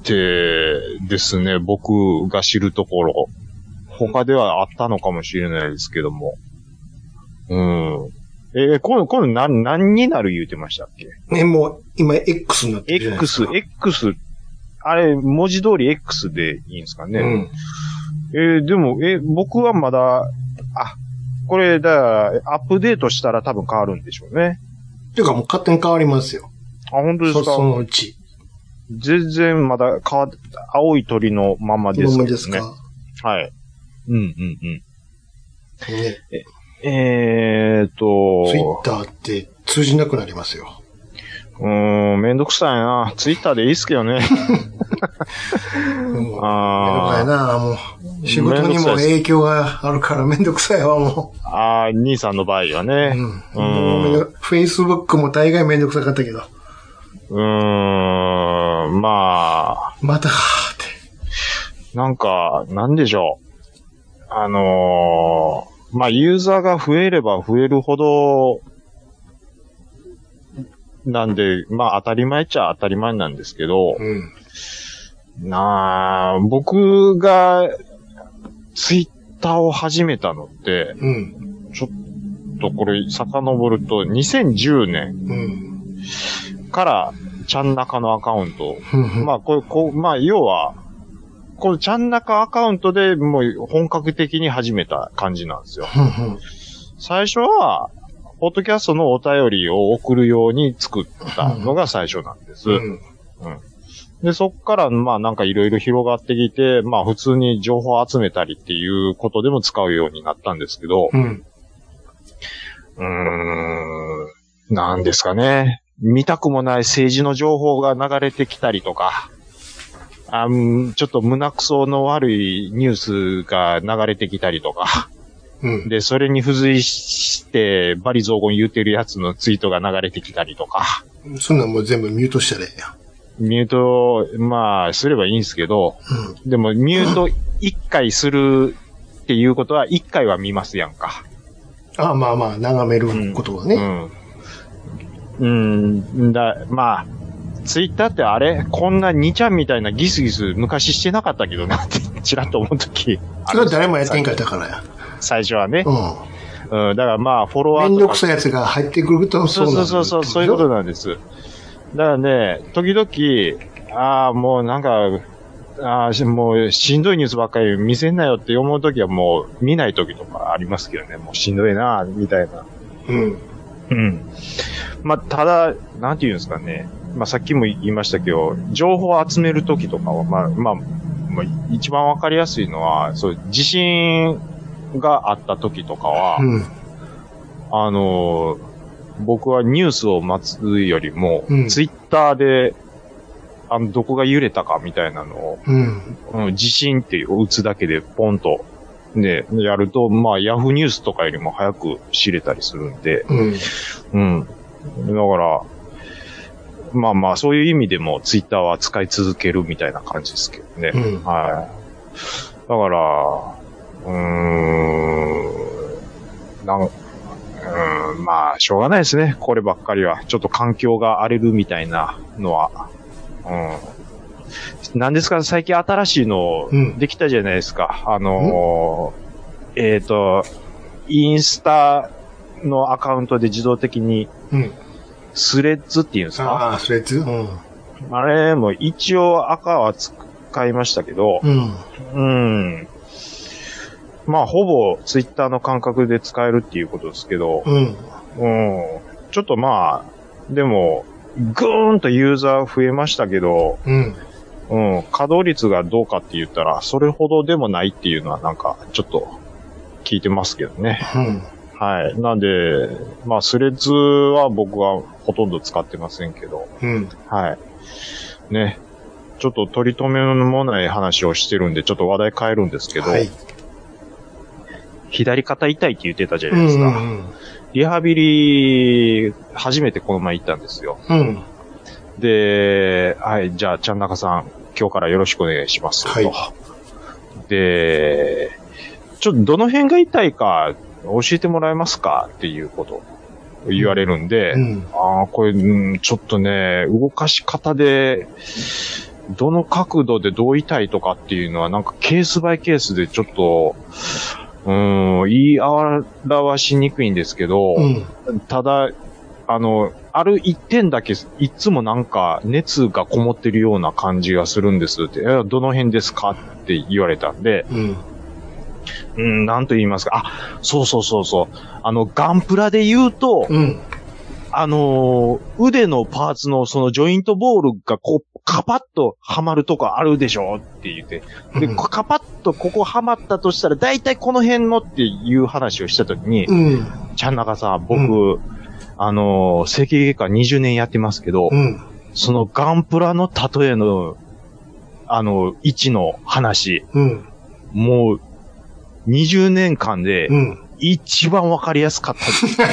てですね、僕が知るところ。他ではあったのかもしれないですけども。うん。えー今度、今度何、何になる言うてましたっけ
ね、もう今 X になってるじゃないですか。
?X、X、あれ、文字通り X でいいんですかね。
うん。
えーでも、え、僕はまだ、あ、これ、だから、アップデートしたら多分変わるんでしょうね。
ていうかもう勝手に変わりますよ。
あ、本当です
そ
か
そのうち。
全然まだ変わっ青い鳥のままです
どう
けどね。
ですか
はい。うんうんうん。
ね。
えーっと、
ツイッターって通じなくなりますよ。
うーん、めんどくさいな。ツイッターでいいっすけどね。
うん。めんどくさい
あー
な、もう。仕事にも影響があるから めんどくさいわ、も
あー、兄さんの場合は
う。う
ね。
ん。フェイスブックも大概めんどくさかったけど、
うーん、まあ、
またかーって。
なんか、なんでしょう。あのーまあ、ユーザーが増えれば増えるほど、なんで、まあ、当たり前っちゃ当たり前なんですけど、
うん。
なあ、僕が、ツイッターを始めたのって、
うん。
とこれ遡ると2010年
うん。
から、ちゃんなかのアカウントを
うん。
まあ、こう、こう、まあ、要は、このちゃんなかアカウントでもう本格的に始めた感じなんですよ。
うん。
最初は、ポッドキャストのお便りを送るように作ったのが最初なんです。
うん。
で、そっから、まあなんかいろいろ広がってきて、まあ普通に情報を集めたりっていうことでも使うようになったんですけど、
うん。
うーん、なんですかね。見たくもない政治の情報が流れてきたりとか、あうんちょっと胸くその悪いニュースが流れてきたりとか、
うん。
で、それに付随して、バリ雑言言うてるやつのツイートが流れてきたりとか、
そんなんもう全部ミュートしたらええやん。
ミュート、まあ、すればいいんですけど、でも、ミュート1回するっていうことは、1回は見ますやんか。
ああまあまあ、眺めることはね。
うん。うん。だ、まあ、ツイッターってあれこんな2ちゃんみたいなギスギス昔してなかったけどなって、ちらっと思うとき。
それは誰もやってんかったからや。
最初はね。
う
うん。だからまあ、フォロワー
ん。めん
と
ど
か
くさいやつが入ってくるとそ
そ
ううな
そ
る
うそうそう、そういうことなんです。だからね、時々、ああ、もうなんか、ああ、しもうしんどいニュースばっかり見せんなよって思うときはもう見ないときとかありますけどね、もうしんどいな、みたいな。
うん。
うん。まあ、ただ、なんて言うんですかね。まあ、さっきも言いましたけど、情報を集めるときとかは、まあ、まあ、まあ、一番わかりやすいのは、そう、地震があったときとかは、
うん。
あのー僕はニュースを待つよりも、
うん
ツイッターで、あの、どこが揺れたかみたいなのを、
うん。
うん、地震っていう打つだけでポンと、ね、やると、まあ、ヤフーニュースとかよりも早く知れたりするんで、
うん。
うん。だから、まあまあ、そういう意味でもツイッターは使い続けるみたいな感じですけどね。
うん
はい。だから、うーん、なん、うーん、まあ、しょうがないですね。こればっかりは。ちょっと環境が荒れるみたいなのは。うん。なんですか、最近新しいの
うん
できたじゃないですか。あのーえっ、と、インスタのアカウントで自動的に
うん。
スレッズっていうんですか
ああ、それつうん。
あれも一応赤は使いましたけど、
うん。
うん。まあ、ほぼツイッターの感覚で使えるっていうことですけど、
うん。
うん。ちょっとまあ、でも、ぐーんとユーザー増えましたけど、
うん。
うん、稼働率がどうかって言ったら、それほどでもないっていうのはなんか、ちょっと、聞いてますけどね。
うん。
はい。なんで、まあ、スレッズは僕はほとんど使ってませんけど、
うん。
はい。ね。ちょっと取り留めもない話をしてるんで、ちょっと話題変えるんですけど、
はい。
左肩痛いって言ってたじゃ
う
ない
ん
で
う
すか。
ん
リハビリ、初めてこの前行ったんですよ。
うん。うん。
で、はい、じゃあ、ちゃんなかさん、今日からよろしくお願いします。
はい
とで、ちょっとどの辺が痛いか教えてもらえますかっていうことを言われるんで、
うん。
ああ、これ、うんちょっとね、動かし方で、どの角度でどう痛いとかっていうのは、なんかケースバイケースでちょっと、うん、言い表しにくいんですけど、
うん。
ただ、あの、ある一点だけ、いつもなんか熱がこもってるような感じがするんですって、いやどの辺ですかって言われたんで、
うん。
うん、なんと言いますか、あ、そうそうそうそう、あの、ガンプラで言うと、
うん。
あのー腕のパーツのそのジョイントボールがこう、カパッとはまるとこあるでしょって言って。で、
うん
カパッとここはまったとしたら、だいたいこの辺のっていう話をしたときに、
うん。
ちゃんなかさん、僕、あのー整形外科20年やってますけど、
うん。
そのガンプラの例えの、あの、位置の話、
うん。
もう、20年間で
う、ん。
一番わかりやすかったっ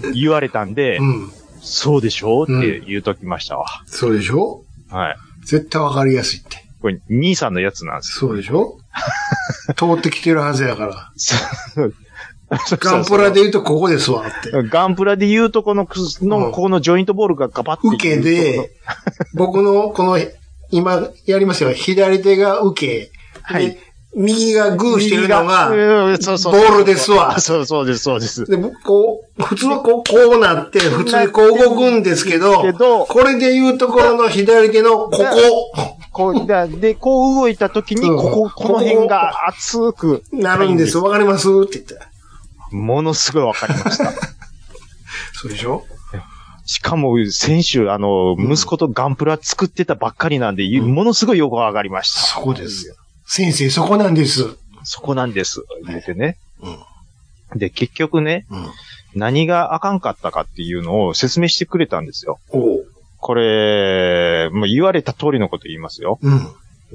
て言われたんで、
うん。
そうでしょうって言うときましたわ。
そうでしょ
はい。
絶対わかりやすいって。
これ、兄さんのやつなんです
そうでしょ通ってきてるはずやから。
よ。
ガンプラで言うとここですわって。
ガンプラで言うとこのくす、
う
の、
ん
ここのジョイントボールがガバッて。
受けで、、僕のこの、今やりますよ。左手が受け。
はい
で右がグーしてるのが、
うんそうそう
ボールですわ
そうそうです、そうです。
で、僕こう、普通はこう、こうなって、普通にこう動くんですけど、
けど
これで言うところの左手のここ、
こう、だで、こう動いたときに、
うん
ここ、この辺が熱く、
なるんです。わかりますって言ったら。
ものすごいわかりました。
そうでしょ
しかも、先週、あの、息子とガンプラ作ってたばっかりなんで、ものすごいよくわかりました。
そこですよ。先生、そこなんです。
そこなんです。言ってね。
うん
で、結局ね、
うん。
何があかんかったかっていうのを説明してくれたんですよ。
おう。
これ、もう言われた通りのこと言いますよ。
うん。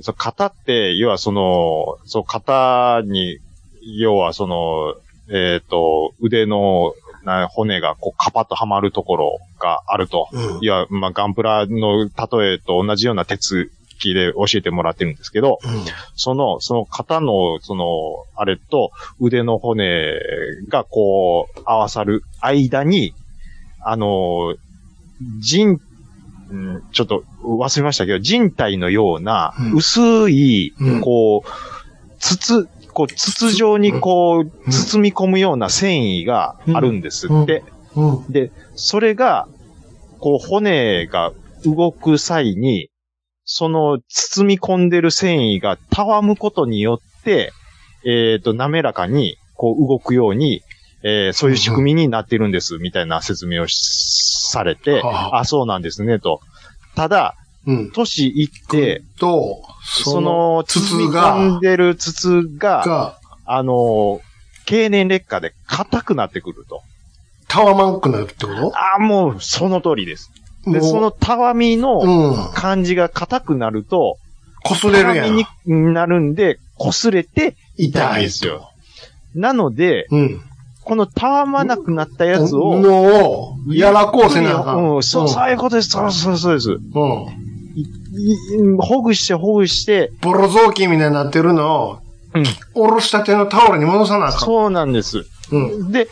そう型って、要はその、そう、型に、要はその、えっ、と、腕のな骨がこうカパッとはまるところがあると。
うん
い。や、まあ、ガンプラの例えと同じような手つきで教えてもらってるんですけど、
うん。
その、その肩の、その、あれと腕の骨がこう、合わさる間に、あの、人、うんちょっと忘れましたけど、人体のような
うん
薄い、
うん
こう、筒、こう、筒状にこう、
ん
包み込むような繊維があるんですって。
うん。
で、それが、こう骨が動く際に、その包み込んでる繊維がたわむことによって、えっ、と、滑らかに、こう動くように、えーそういう仕組みになってるんです、みたいな説明をしされて、
はあ
あ、そうなんですね、と。ただ、
うん。
年いって、
と、
その、包
筒
み込
が
ん、でる筒が、
が、
あのー経年劣化で硬くなってくると。
たわまんくなるってこ
ああ、もう、その通りです。
と
で、そ、の
も
たわみ
う
の
うん。
感じが硬くなると、
擦れ
たわ
るや
み
ん
に。なるんで、擦れて、
痛い
んですよ。なので、
うん。
このたわまなくなったやつを、
のを、やらこうせなあかん。
うん、そう、そういうことです。そうそうそうです。
うん。
いいほぐして、ほぐして、
ボロ雑巾みたいになってるのを、
うん
おろしたてのタオルに戻さなあかん。
そうなんです。
うん。
で、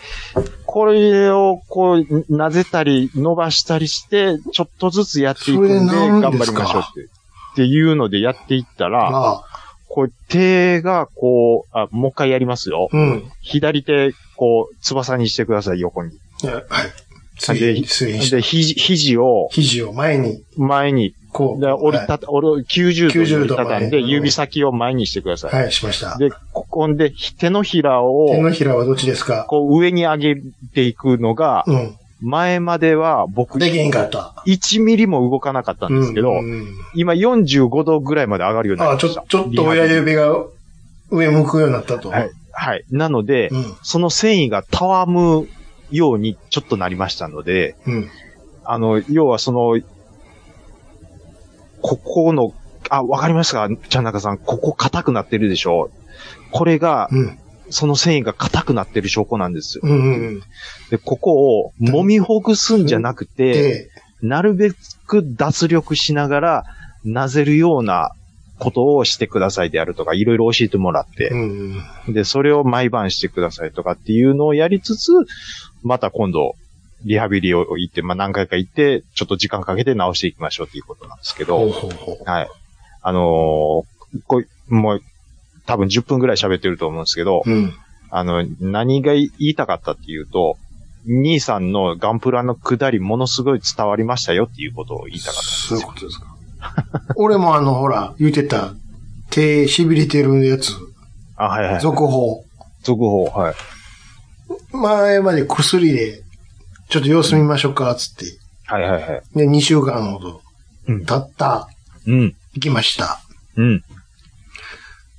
これをこう、なぜたり、伸ばしたりして、ちょっとずつやっていくんで、
それ治るん
頑張
で
り
すか
ましょうって。っていうのでやっていったら、
ああ。
こう、手が、こう、あ、もう一回やりますよ。
うん。
左手、こう、翼にしてください、横に。
いやはい。つ
で、
い、つい、
で、肘、肘を
肘を前に、
前に、
こう。
で折り
は
たた、折る90度に折りたたんで、
90度前
指先を前にしてくださ
い
い。
はい、しました。
で、ここんで、ひ手のひら
手の
を、
ひらはどっちですか
こう、上に上げていくのが、
うん。
前までは僕、
できへんかった。
1ミリも動かなかったんですけど
う、んうん
今45度ぐらいまで上がるようにな
あ
り
あ、
ま
ち
し
ょ
た。
ちょっと親
リハビ
指が上向くようになったと。
リ。はい。はい。なので、
うん。
その繊維がたわむようにちょっとなりましたので、
うん。
あの、要はその、ここの、あ、わかりましたかちゃんなかさん、ここ硬くなってるでしょこれが、
うん。
その繊維が硬くなってる証拠なんですよ。
うんうん。
で、ここを揉みほぐすんじゃなくて、
で、
なるべく脱力しながら、なぜるようなことをしてくださいであるとか、いろいろ教えてもらって
う、んうん。
で、それを毎晩してくださいとかっていうのをやりつつ、また今度、リハビリを行って、まあ、何回か行って、ちょっと時間かけて直していきましょうっていうことなんですけ
ほ
ど
う、ほうほう。
はい。あのーこうもう、多分10分ぐらい喋ってると思うんですけど、
うん。
あの、何が言いたかったっていうと、兄さんのガンプラの下りものすごい伝わりましたよっていうことを言いたかったんです
そう
よ
いうことですか。 俺もあの、ほら、言ってた、手痺れてるやつ、
あ、はいはい。
続報。
続報、はい。
前まで薬で、ちょっと様子見ましょうか、つって。
はいはいはい。
で、2週間ほど
うん。
経った、
うん。
行きました。
うん。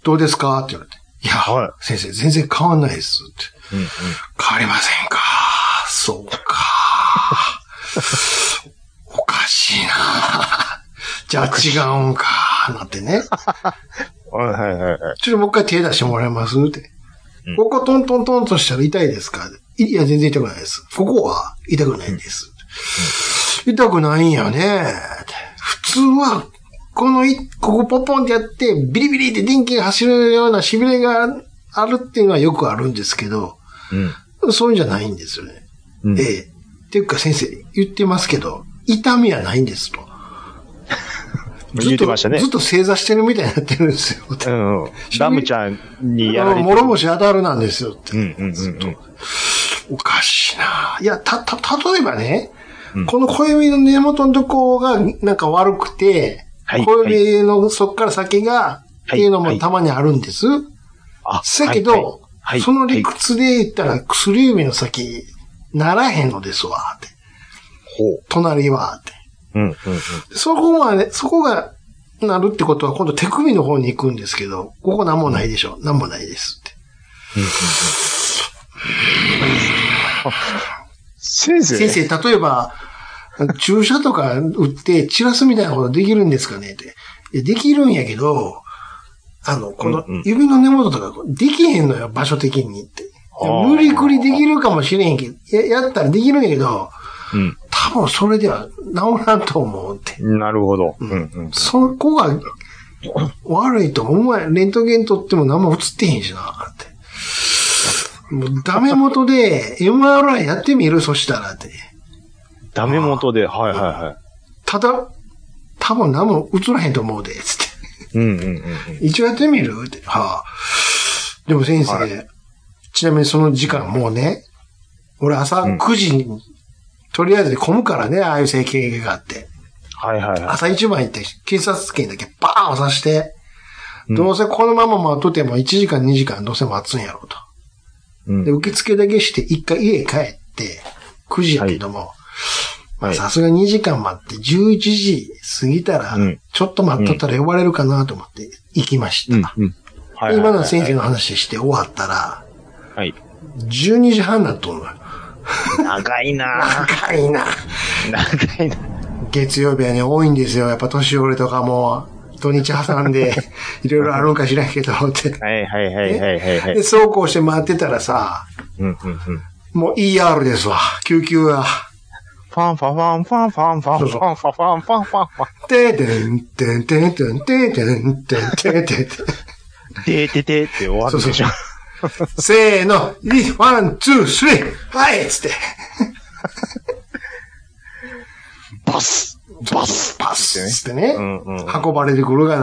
どうですかって言われて。いや、
は
先生、全然変わんないです。って
うん。うん
変わりませんか。そう か。おかしいな。じゃあ違うんか。なってね。
はいはいはいはい。
ちょっともう一回手出してもらえますって。
うん
ここトントントンとしたら痛いですかいいや、全然痛くないです。ここは痛くないんです。痛くないんやね。普通は、このい、ここポンポンってやって、ビリビリって電気が走るような痺れがあるっていうのはよくあるんですけど、そういうんじゃないんですよね。
うん。うん
ええ。っていうか先生、言ってますけど、痛みはないんですと。
言ってましたね
ずっとずっと正座してるみたいになってるんですよ。
うんうん。ラムちゃんにやら
あ
れ
の
て。
諸星当たるなんですよって。
うんうんうんう
ずっと
ん。
おかしいな。いや、た、た、例えばね、
うん
この小指の根元のとこがなんか悪くて、
はい
小指のそこから先が、っていうの
は
も
い
たまにあるんです。
あ
だけど、
はいはい
その理屈で言ったら薬指の先、ならへんのですわ、って。
ほう。
隣は、って。
うんうんうん。
そこまで、そこが、なるってことは今度手首の方に行くんですけど、ここなんもないでしょ。なんもないですって。
先生。
先。生、例えば、注射とか打って散らすみたいなことできるんですかねって。いやできるんやけど、あの、この
うんうん
指の根元とか、できへんのよ、場所的にって。
あー
無理くりできるかもしれへんけど、ややったらできるんやけど、
うん。
多分それでは治らんと思うって。
なるほど。うんうん。
そこが悪いと思う。お前、レントゲン撮っても何も映ってへんしな、って。もうダメ元で MRI やってみるそしたらって。
ダメ元で、はいはいは
ただ、多分何も映らへんと思うで、つっ
い。うんうんうんうん。
て。 一応やってみるって。はあ、でも先生、
は
ちなみにその時間もうね、俺朝
うん
9時に、とりあえず混むからね、ああいう整形外科って。
はいはいは
朝一番行って、警察権だけバーン押さして、
うん
どうせこのまま待っとても1時間2時間どうせ待つんやろうと。
い。うん
で、受付だけして、一回家帰って、9時やけども、まあ
はい
さすが2時間待って、11時過ぎたら
うん、
ちょっと待っとったら呼ばれるかなと思って行きました。
うんうん。はいはいはい。
今の先生の話して終わったら、
はい。
12時半だと思う。
長いなぁ
高いな。
長いな
月曜日はね、多いんですよ。やっぱ年寄りとかも、土日挟んで、 いろいろあるんか知らんけど、って。
はいはいはいはいはいはい
で、。そうこうして待ってたらさ、
うんうんうん。フ
もう ER ですわ。救急は。
ァンファファンファンファンファンファンファファンファンファンファン。
ててんてんてんてんてんてんてんてんてんてん。
でーててーって終わるでしょ。
せーの、いワン、ツー、スリー、はいっつって。
バスバス
パスっつってね。
うんうんうん
運ばれてくるが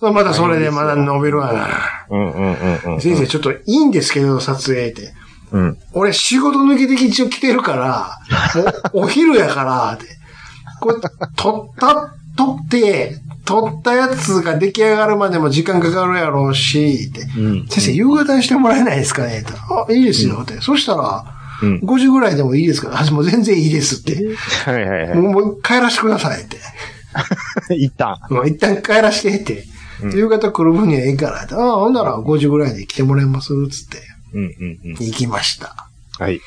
な。またそれでまだ伸びるがな。
うんうんうんうん。
先生、ちょっといいんですけど、撮影って。
うん。
俺、仕事抜けて一応来てるから、もうお昼やから、って。これ、撮った、撮って、撮ったやつが出来上がるまでも時間かかるやろうし、って。
うん
先生、夕方にしてもらえないですかねって。あ、いいですよ、って。そしたら、
うん
5時ぐらいでもいいですかあ、もう全然いいですって。
はいはいは
もうもう帰らせてくださいって。
い。一旦。
もう一旦帰らしてって。夕方来る分にはええからって。ああ、ほんなら5時ぐらいで来てもらえますつって。
うんうんうん。
行きました。
はい。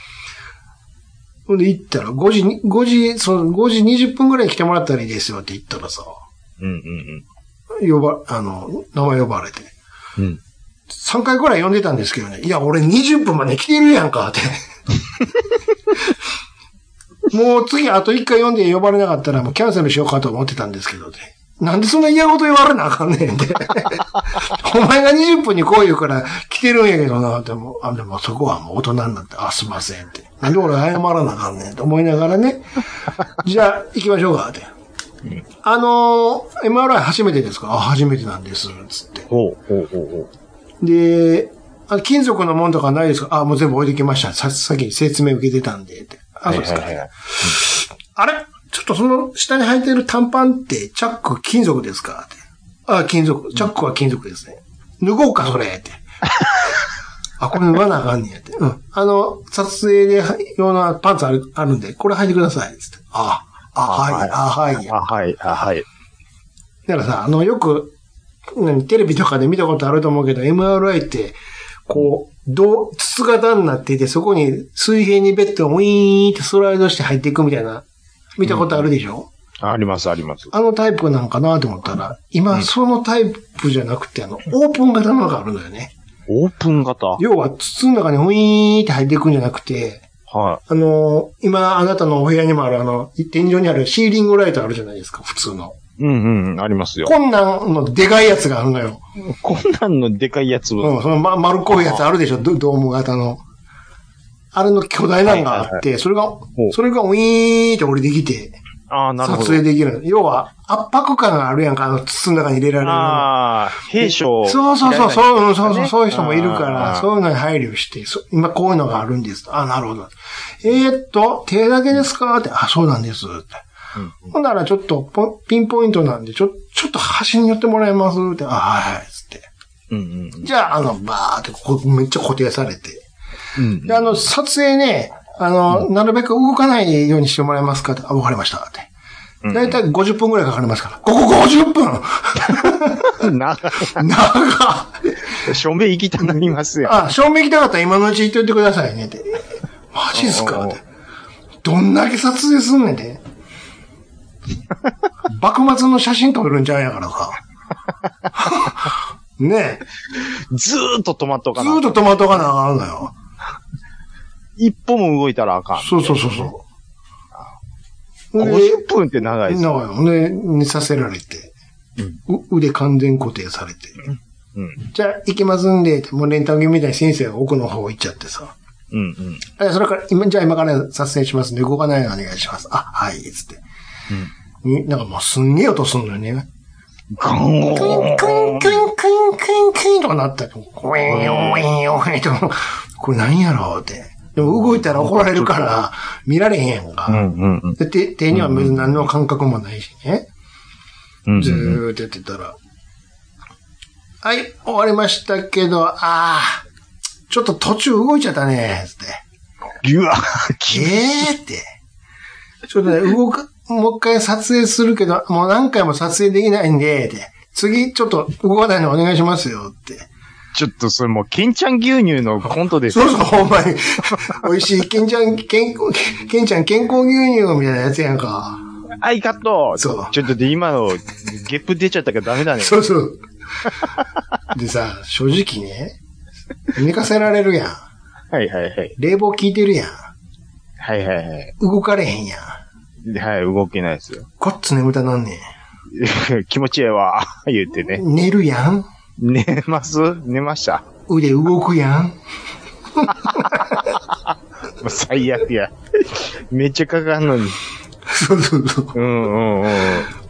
ほんで行ったら、5時に、5時、その5時20分ぐらいに来てもらったらいいですよって言ったらさ、
うんうん
呼ば、あの、名前呼ばれて。
うん。うん。
3回くらい読んでたんですけどね。いや、俺20分まで来てるやんか、って。もう次あと1回読んで呼ばれなかったらもうキャンセルしようかと思ってたんですけどね。なんでそんな嫌ごと言われなあかんねんって。お前が20分にこう言うから来てるんやけどな、ってもう、あ、でもそこはもう大人になって、あ、すいませんって。なんで俺謝らなあかんねんと思いながらね。じゃあ行きましょうか、って。あのー MRI 初めてですかあ、初めてなんです、つって。
ほう、ほう、ほう、ほう。
で、あ金属のもんとかないですかあ、もう全部置いてきました。さ、さっき説明受けてたんで。ってあ、そうですか。
はいはいはい
あれちょっとその下に履いてる短パンってチャック金属ですかってあ、金属。チャックは金属ですね。脱ごうか、それ。って。あ、これ脱がなあかんねやって。うん。あの、撮影で用のパンツあるあるんで、これ履いてください。つって。あ、あ、はい、あ、はい。
あ、はい、あ、はい。
だからさ、あの、よく、何、テレビとかで見たことあると思うけど、MRI って、こう、どう、筒型になっていて、そこに水平にベッドをウィーンってスライドして入っていくみたいな、見たことあるでしょ、
あります、あります。
あのタイプなんかなと思ったら、今、そのタイプじゃなくて、あの、オープン型のがあるのよね。
オープン型
要は、筒の中にウィーンって入っていくんじゃなくて、
は
あの、今、あなたのお部屋にもある、あの、天井にあるシーリングライトあるじゃないですか、普通の。
い。うん、うん、ありますよ。
こんなんのでかいやつがあるのよ。
こん なんのでかいやつ
う
を、
ん、その、ま、丸っこいやつあるでしょ、ドドーム型の。あれの巨大なのがあって、
はい
それが
う、
それがウィーンって降りてきて、
ああ、なる
撮
ほ
影
ど。
できるの。要は、圧迫感があるやんか、あの筒の中に入れられるような。
ああ、兵将。
そうそうそう、そううんそうそう、そういう人もいるか
あ
ら、
ー
そういうのに配慮して、そ今こういうのがあるんです。あ、なるほど。えーっと、手だけですかって、あ、そうなんです。ってほんならちょっとポン、ピンポイントなんで、ちょ、ちょっと端に寄ってもらえますって、あ、はいはい、つって。
うん、うん、うん
じゃあ、あの、バーってここめっちゃ固定されて。
うん。
で、あの、撮影ね、あの、なるべく動かないようにしてもらえますかって、あ、わかりました。って。だいたい50分くらいかかりますから。ここ50分
な、
長っ
署名行きたなりますよ。
あ、照明行きたかったら今のうち言っといてくださいねって。マジっすかって。どんだけ撮影すんねん て。幕末の写真撮るんちゃうんやから さ。ねえ。
ずーっと止まっと
ず
か
ー
な
っ。とトマトがなあかんのよ。
一歩も動いたらあかん。
そうそうそうそう。で
50分って長いですよ。
なのよ。で、寝させられて、う腕完全固定されて、
うん。
じゃあ行きますんで、ってもうレンタルみたいに先生が奥の方行っちゃってさ。
うん、うん。
えそれから、今、じゃあ今から撮影しますんで、動かないようにお願いします。あ、はい、つって。になんかもうすんげえ音すんのよね。
ガン
クイン、クイン、クイン、クイン、クイン、クインとかなったら、ウィーン、ウィーン、ウィーンとか、これ何やろうって。でも動いたら怒られるから、見られへんやん
う
か。
ん、うん、うん
で、手手には別に何の感覚もないしね。
うん。
ずーっとやってたら、はい、終わりましたけど、ああ、ちょっと途中動いちゃったね、つって。
うわ、
ええー、って。ちょ っとね、動く、もう一回撮影するけど、もう何回も撮影できないんで、って。次、ちょっと動かないのお願いしますよ、って。
ちょっとそれもう、ケンちゃん牛乳のコントです
そ
よ
うそう、ほんまに。美味しい、ケンちゃん、健康、ケンちゃん健康牛乳みたいなやつやんか。
はい、カット
そう
ちょっとで今の、ゲップ出ちゃったからダメだね。
そうそう。でさ、正直ね、寝かせられるやん。
はいはいはい。
冷房効いてるやん。
はいはいはい。
動かれへんやん。
はい、動けないですよ。
こっつ眠たなんね
気持ちええわ、 言ってね。
ん。寝るやん。
寝ます寝ました。
腕動くやん。
もう最悪や。めっちゃかかんのに。
そうそうそう。
うんうんうん。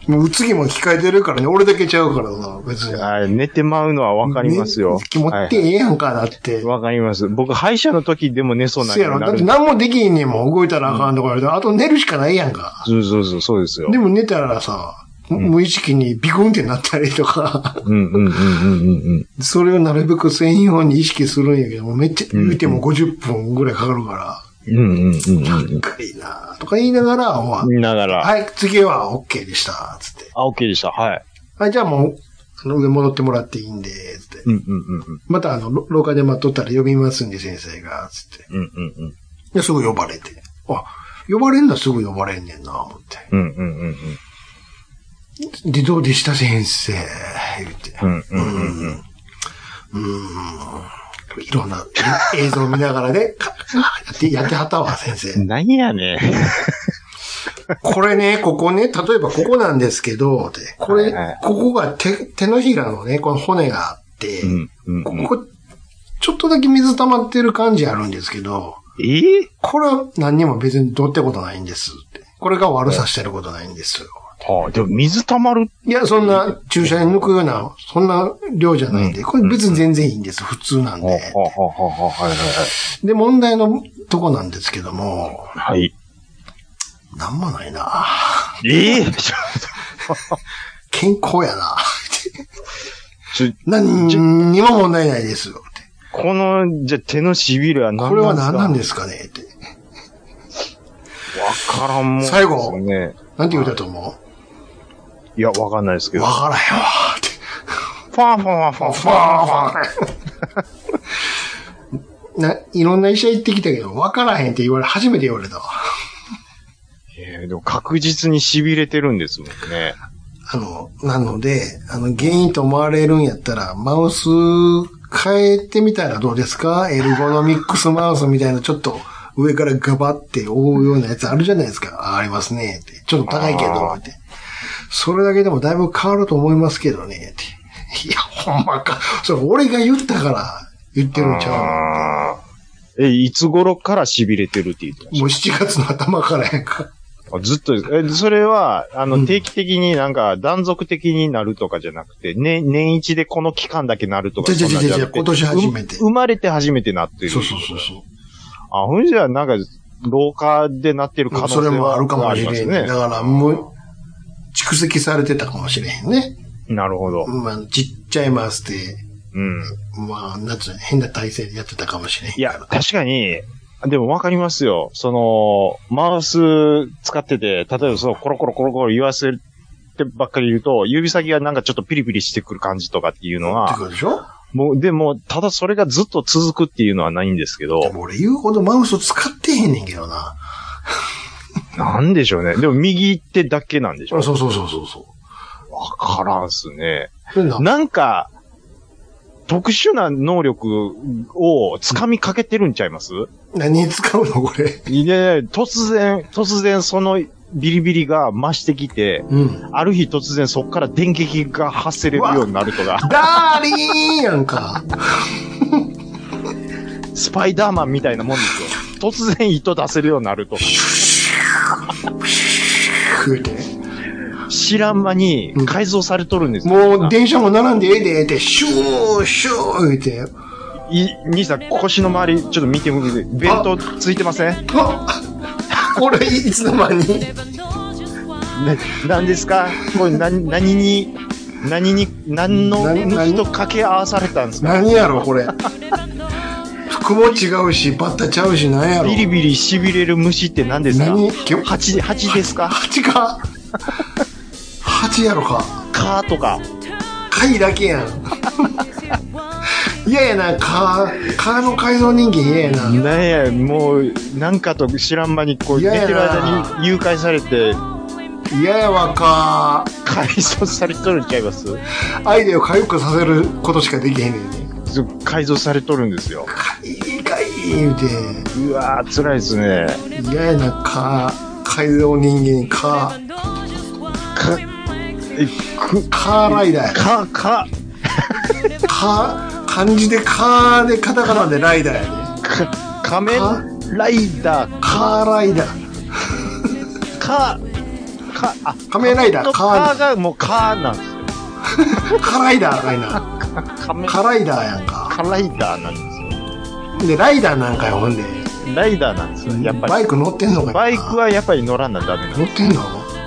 もう次も控えてるからね、俺だけちゃうからさ、別に。
はい、寝てまうのはわかりますよ
ね。気持ってええやんか、だって。
わかります。僕、歯医者の時でも寝そうな
そうやろ。
な
だっ
る
て
んで
何もできんねんもん動いたらあかんとか言われたら、あと寝るしかないやんか。
そうそうそう、そうですよ
で。も寝たらさ、無意識にビコンってなったりとか、
うんうんうんうんうん
それをなるべく専用に意識するんやけども、めっちゃ言うても50分ぐらいかかるから、
うん。うんうんうんうん
高いなとか言いながら、ほら
うん。ながら、
はい、次は OK でした、つって。
あ、OK でした。はい。
はい、じゃあもう、その上戻ってもらっていいんで、つって。
うんうんうんうん。
またあの、ろ廊下で待っとったら呼びますんで、先生が、つって。
うんうんうん。
で、すぐ呼ばれて。あ、呼ばれんだ、すぐ呼ばれんねんな、思って。
うんうんうんうん。
で、どうでした、先生。言って。
うんうんうんうん。
うーん。いろんな映像を見ながらね、かやって、やってはったわ、先生。
なんやねん。
これね、ここね、例えばここなんですけど、でこれ、
はいはい
ここが手、手のひらのね、この骨があって、
うんうんうん
ここ、ちょっとだけ水溜まってる感じあるんですけど、
えー
これは何にも別にどうってことないんですって。これが悪さしてることないんですよ。
はあ、でも水溜まる。
いや、そんな注射に抜くような、そんな量じゃないんで、これ別に全然いいんです。普通なん
はあ、は
で。
あ、はあ、はあ、はい
で、問題のとこなんですけども、
はい。はい。
なんもないな
ええー、
健康やな
ちょちょ
何にも問題ないですよって。
この、じゃ、手の痺れは何なんですか
これは何なんですかねって。
わからんもん、
最後
ね。
なんて言うたと思
いや、わかんないですけ
う
ど。
わ
フ
からへんわって。
ァンファンファンフ
フ
ァン。
ァーファ ー。な、いろんな医者行ってきたけど、わからへんって言われ、初めて言われたわ。
えーでも確実に痺れてるんですもんね。
あの、なので、あの、原因と思われるんやったら、マウス変えてみたらどうですかエルゴノミックスマウスみたいな、ちょっと上からガバって覆うようなやつあるじゃないですか。あありますね。ってちょっと高いけど、って。それだけでもだいぶ変わると思いますけどね。っていや、ほんまか。それ俺が言ったから言ってるんちゃ
あーえ、いつ頃から痺れてるって言ってま
う。
し
もう7月の頭からやんか。
たあずっとです。え、それは、あ
う
の、
ん
定期的になんか断続的になるとかじゃなくて、ね、年一でこの期間だけなるとか。
じゃじゃじゃじゃ
そん
今
なん
年
じゃなく
初めて
う。生まれて初めてなってる。
そうそうそうそう。
あ、ほんじゃ、なんか、老化でなってる可能性
それ
は
もあるかもしれ
あ
ん、
り
ね。
ま
だからもう、蓄積されてたかもしれへんね。
すね。なるほど。
まあ、ちっちゃいマウスで、
うん。
まあ、なんつうの変な体勢でやってたかもしれへん。
いや、確かに、でもわかりますよ。その、マウス使ってて、例えばそう、コロコロコロコロ言わせてばっかり言うと、指先がなんかちょっとピリピリしてくる感じとかっていうの
って
は、
ことでしょ
もう、でも、ただそれがずっと続くっていうのはないんですけ
で
ど、
も俺言うほどマウス使ってへんねんけどな。
なんでしょうね。でも右手だけなんでし
そ
ょ
うそうそうそうそ
わからんっすね。
う。でな
なんか、特殊な能力を掴みかけてるんちゃいます
何に使うのこれ。
いやいや突然、突然そのビリビリが増してきて、
うん。
ある日突然そこから電撃が発せれるようになるとか、
ダーリーンやんか。
スパイダーマンみたいなもんですよ。突然糸出せるようになるとか、
食うて。
知らん間に改造されとるんですよ。
もう電車も並んでええでええで、シューシュー言うて。
い兄さん、腰の周り、ちょっと見てみて、ベルトついてません
あこれいつの間に。
な何ですかこれ何、何に、何に、何の
何何
抜きと掛け合わされたんですか
何やろこれ服も違うしバッタちゃうし何やろ
ビリビリ痺れる虫って何ですか
何
蜂、蜂ですか
蜂か蜂やろか
蚊とか。
貝だけやん嫌やな蚊蚊の改造人間嫌やな
なんや、もう、なんかと知らん間に、こう、
いや
寝
いや
てる間に誘拐されて、
嫌やわ蚊
改造されとるんちゃいます
アイデアを回復させることしかできへんねんね
そう改造されとるんですよ。
貝貝言うて
うわー、辛いですね。
嫌やな蚊改造人間蚊
か、え、く、
カーライダーや
か、か、
蚊漢字で蚊でカタカナでライダーやね
か、仮面ライダー、
カーライダー。
か、か、あ、
仮面ライダー、
カ
カー
ー、がもうカーなんですよ。
カライダーかいな。
仮面、
カライダーやんか。
カライダーなんですよ。
で、ライダーなんかよ、ほんで。
ライダーなんですよ、やっぱり。
バイク乗ってんのかいな
バイクはやっぱり乗らなダメな
乗
の。
ってんの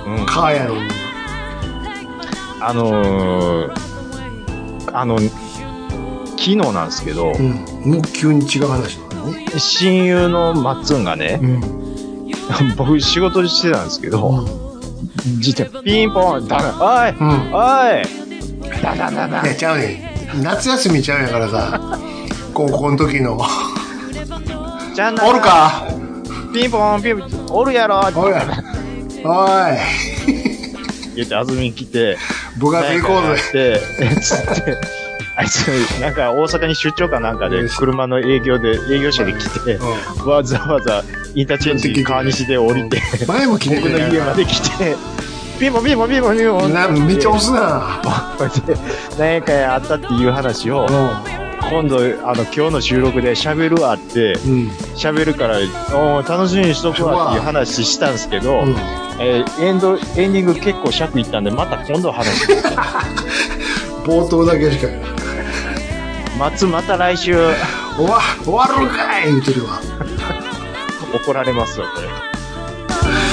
うん。
カーやのに。
あのー、あの、昨日なんですけ
う
ど、
ん。もう急に違う話なのね。
親友のマッツンがね
う、ん。
僕仕事してたんですけ
う
ど、
ん。
実はピンポン、ダメ、
う
おい
ん。
おいダダダダ
いや、ちゃうねん。夏休みちゃうんやから さ。高校の時の。
じゃあな
おるか
ピンポン、ピンポン、おるやろって
おい。おい。
言って、あずみ来て、
部活行こうぜ。
ぜ。って、えつって、あいですよ。なんか大阪に出張かなんかで、車の営業で、営業車で来て、わざわざインターチェンジ川西で降りて、
前も来て
僕
く
の
れ
家まで来て、ピンポンピンポンピンポンピンポン。
なめっちゃ押すな。
で何回あったっていう話を、今度、あの、今日の収録で喋るわって、
うん。
喋るから、おー楽しみにしとくわっていう話したんですけど、
うん。
えーエンド、エンディング結構尺いったんで、また今度話します。
冒頭だけしか。
松、また来週、
終わ、終わるんかい言ってるわ。
怒られますよ、これ。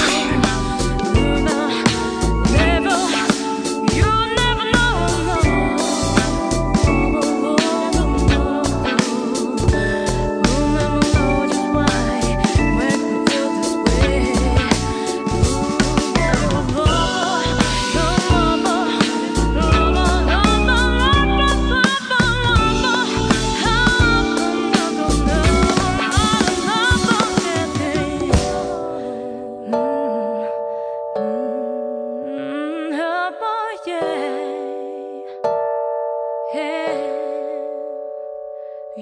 Mm-hmm.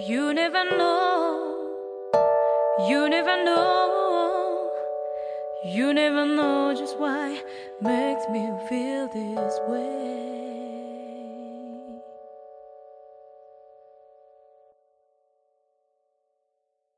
You never know. You never know. You never know just why makes me feel this way.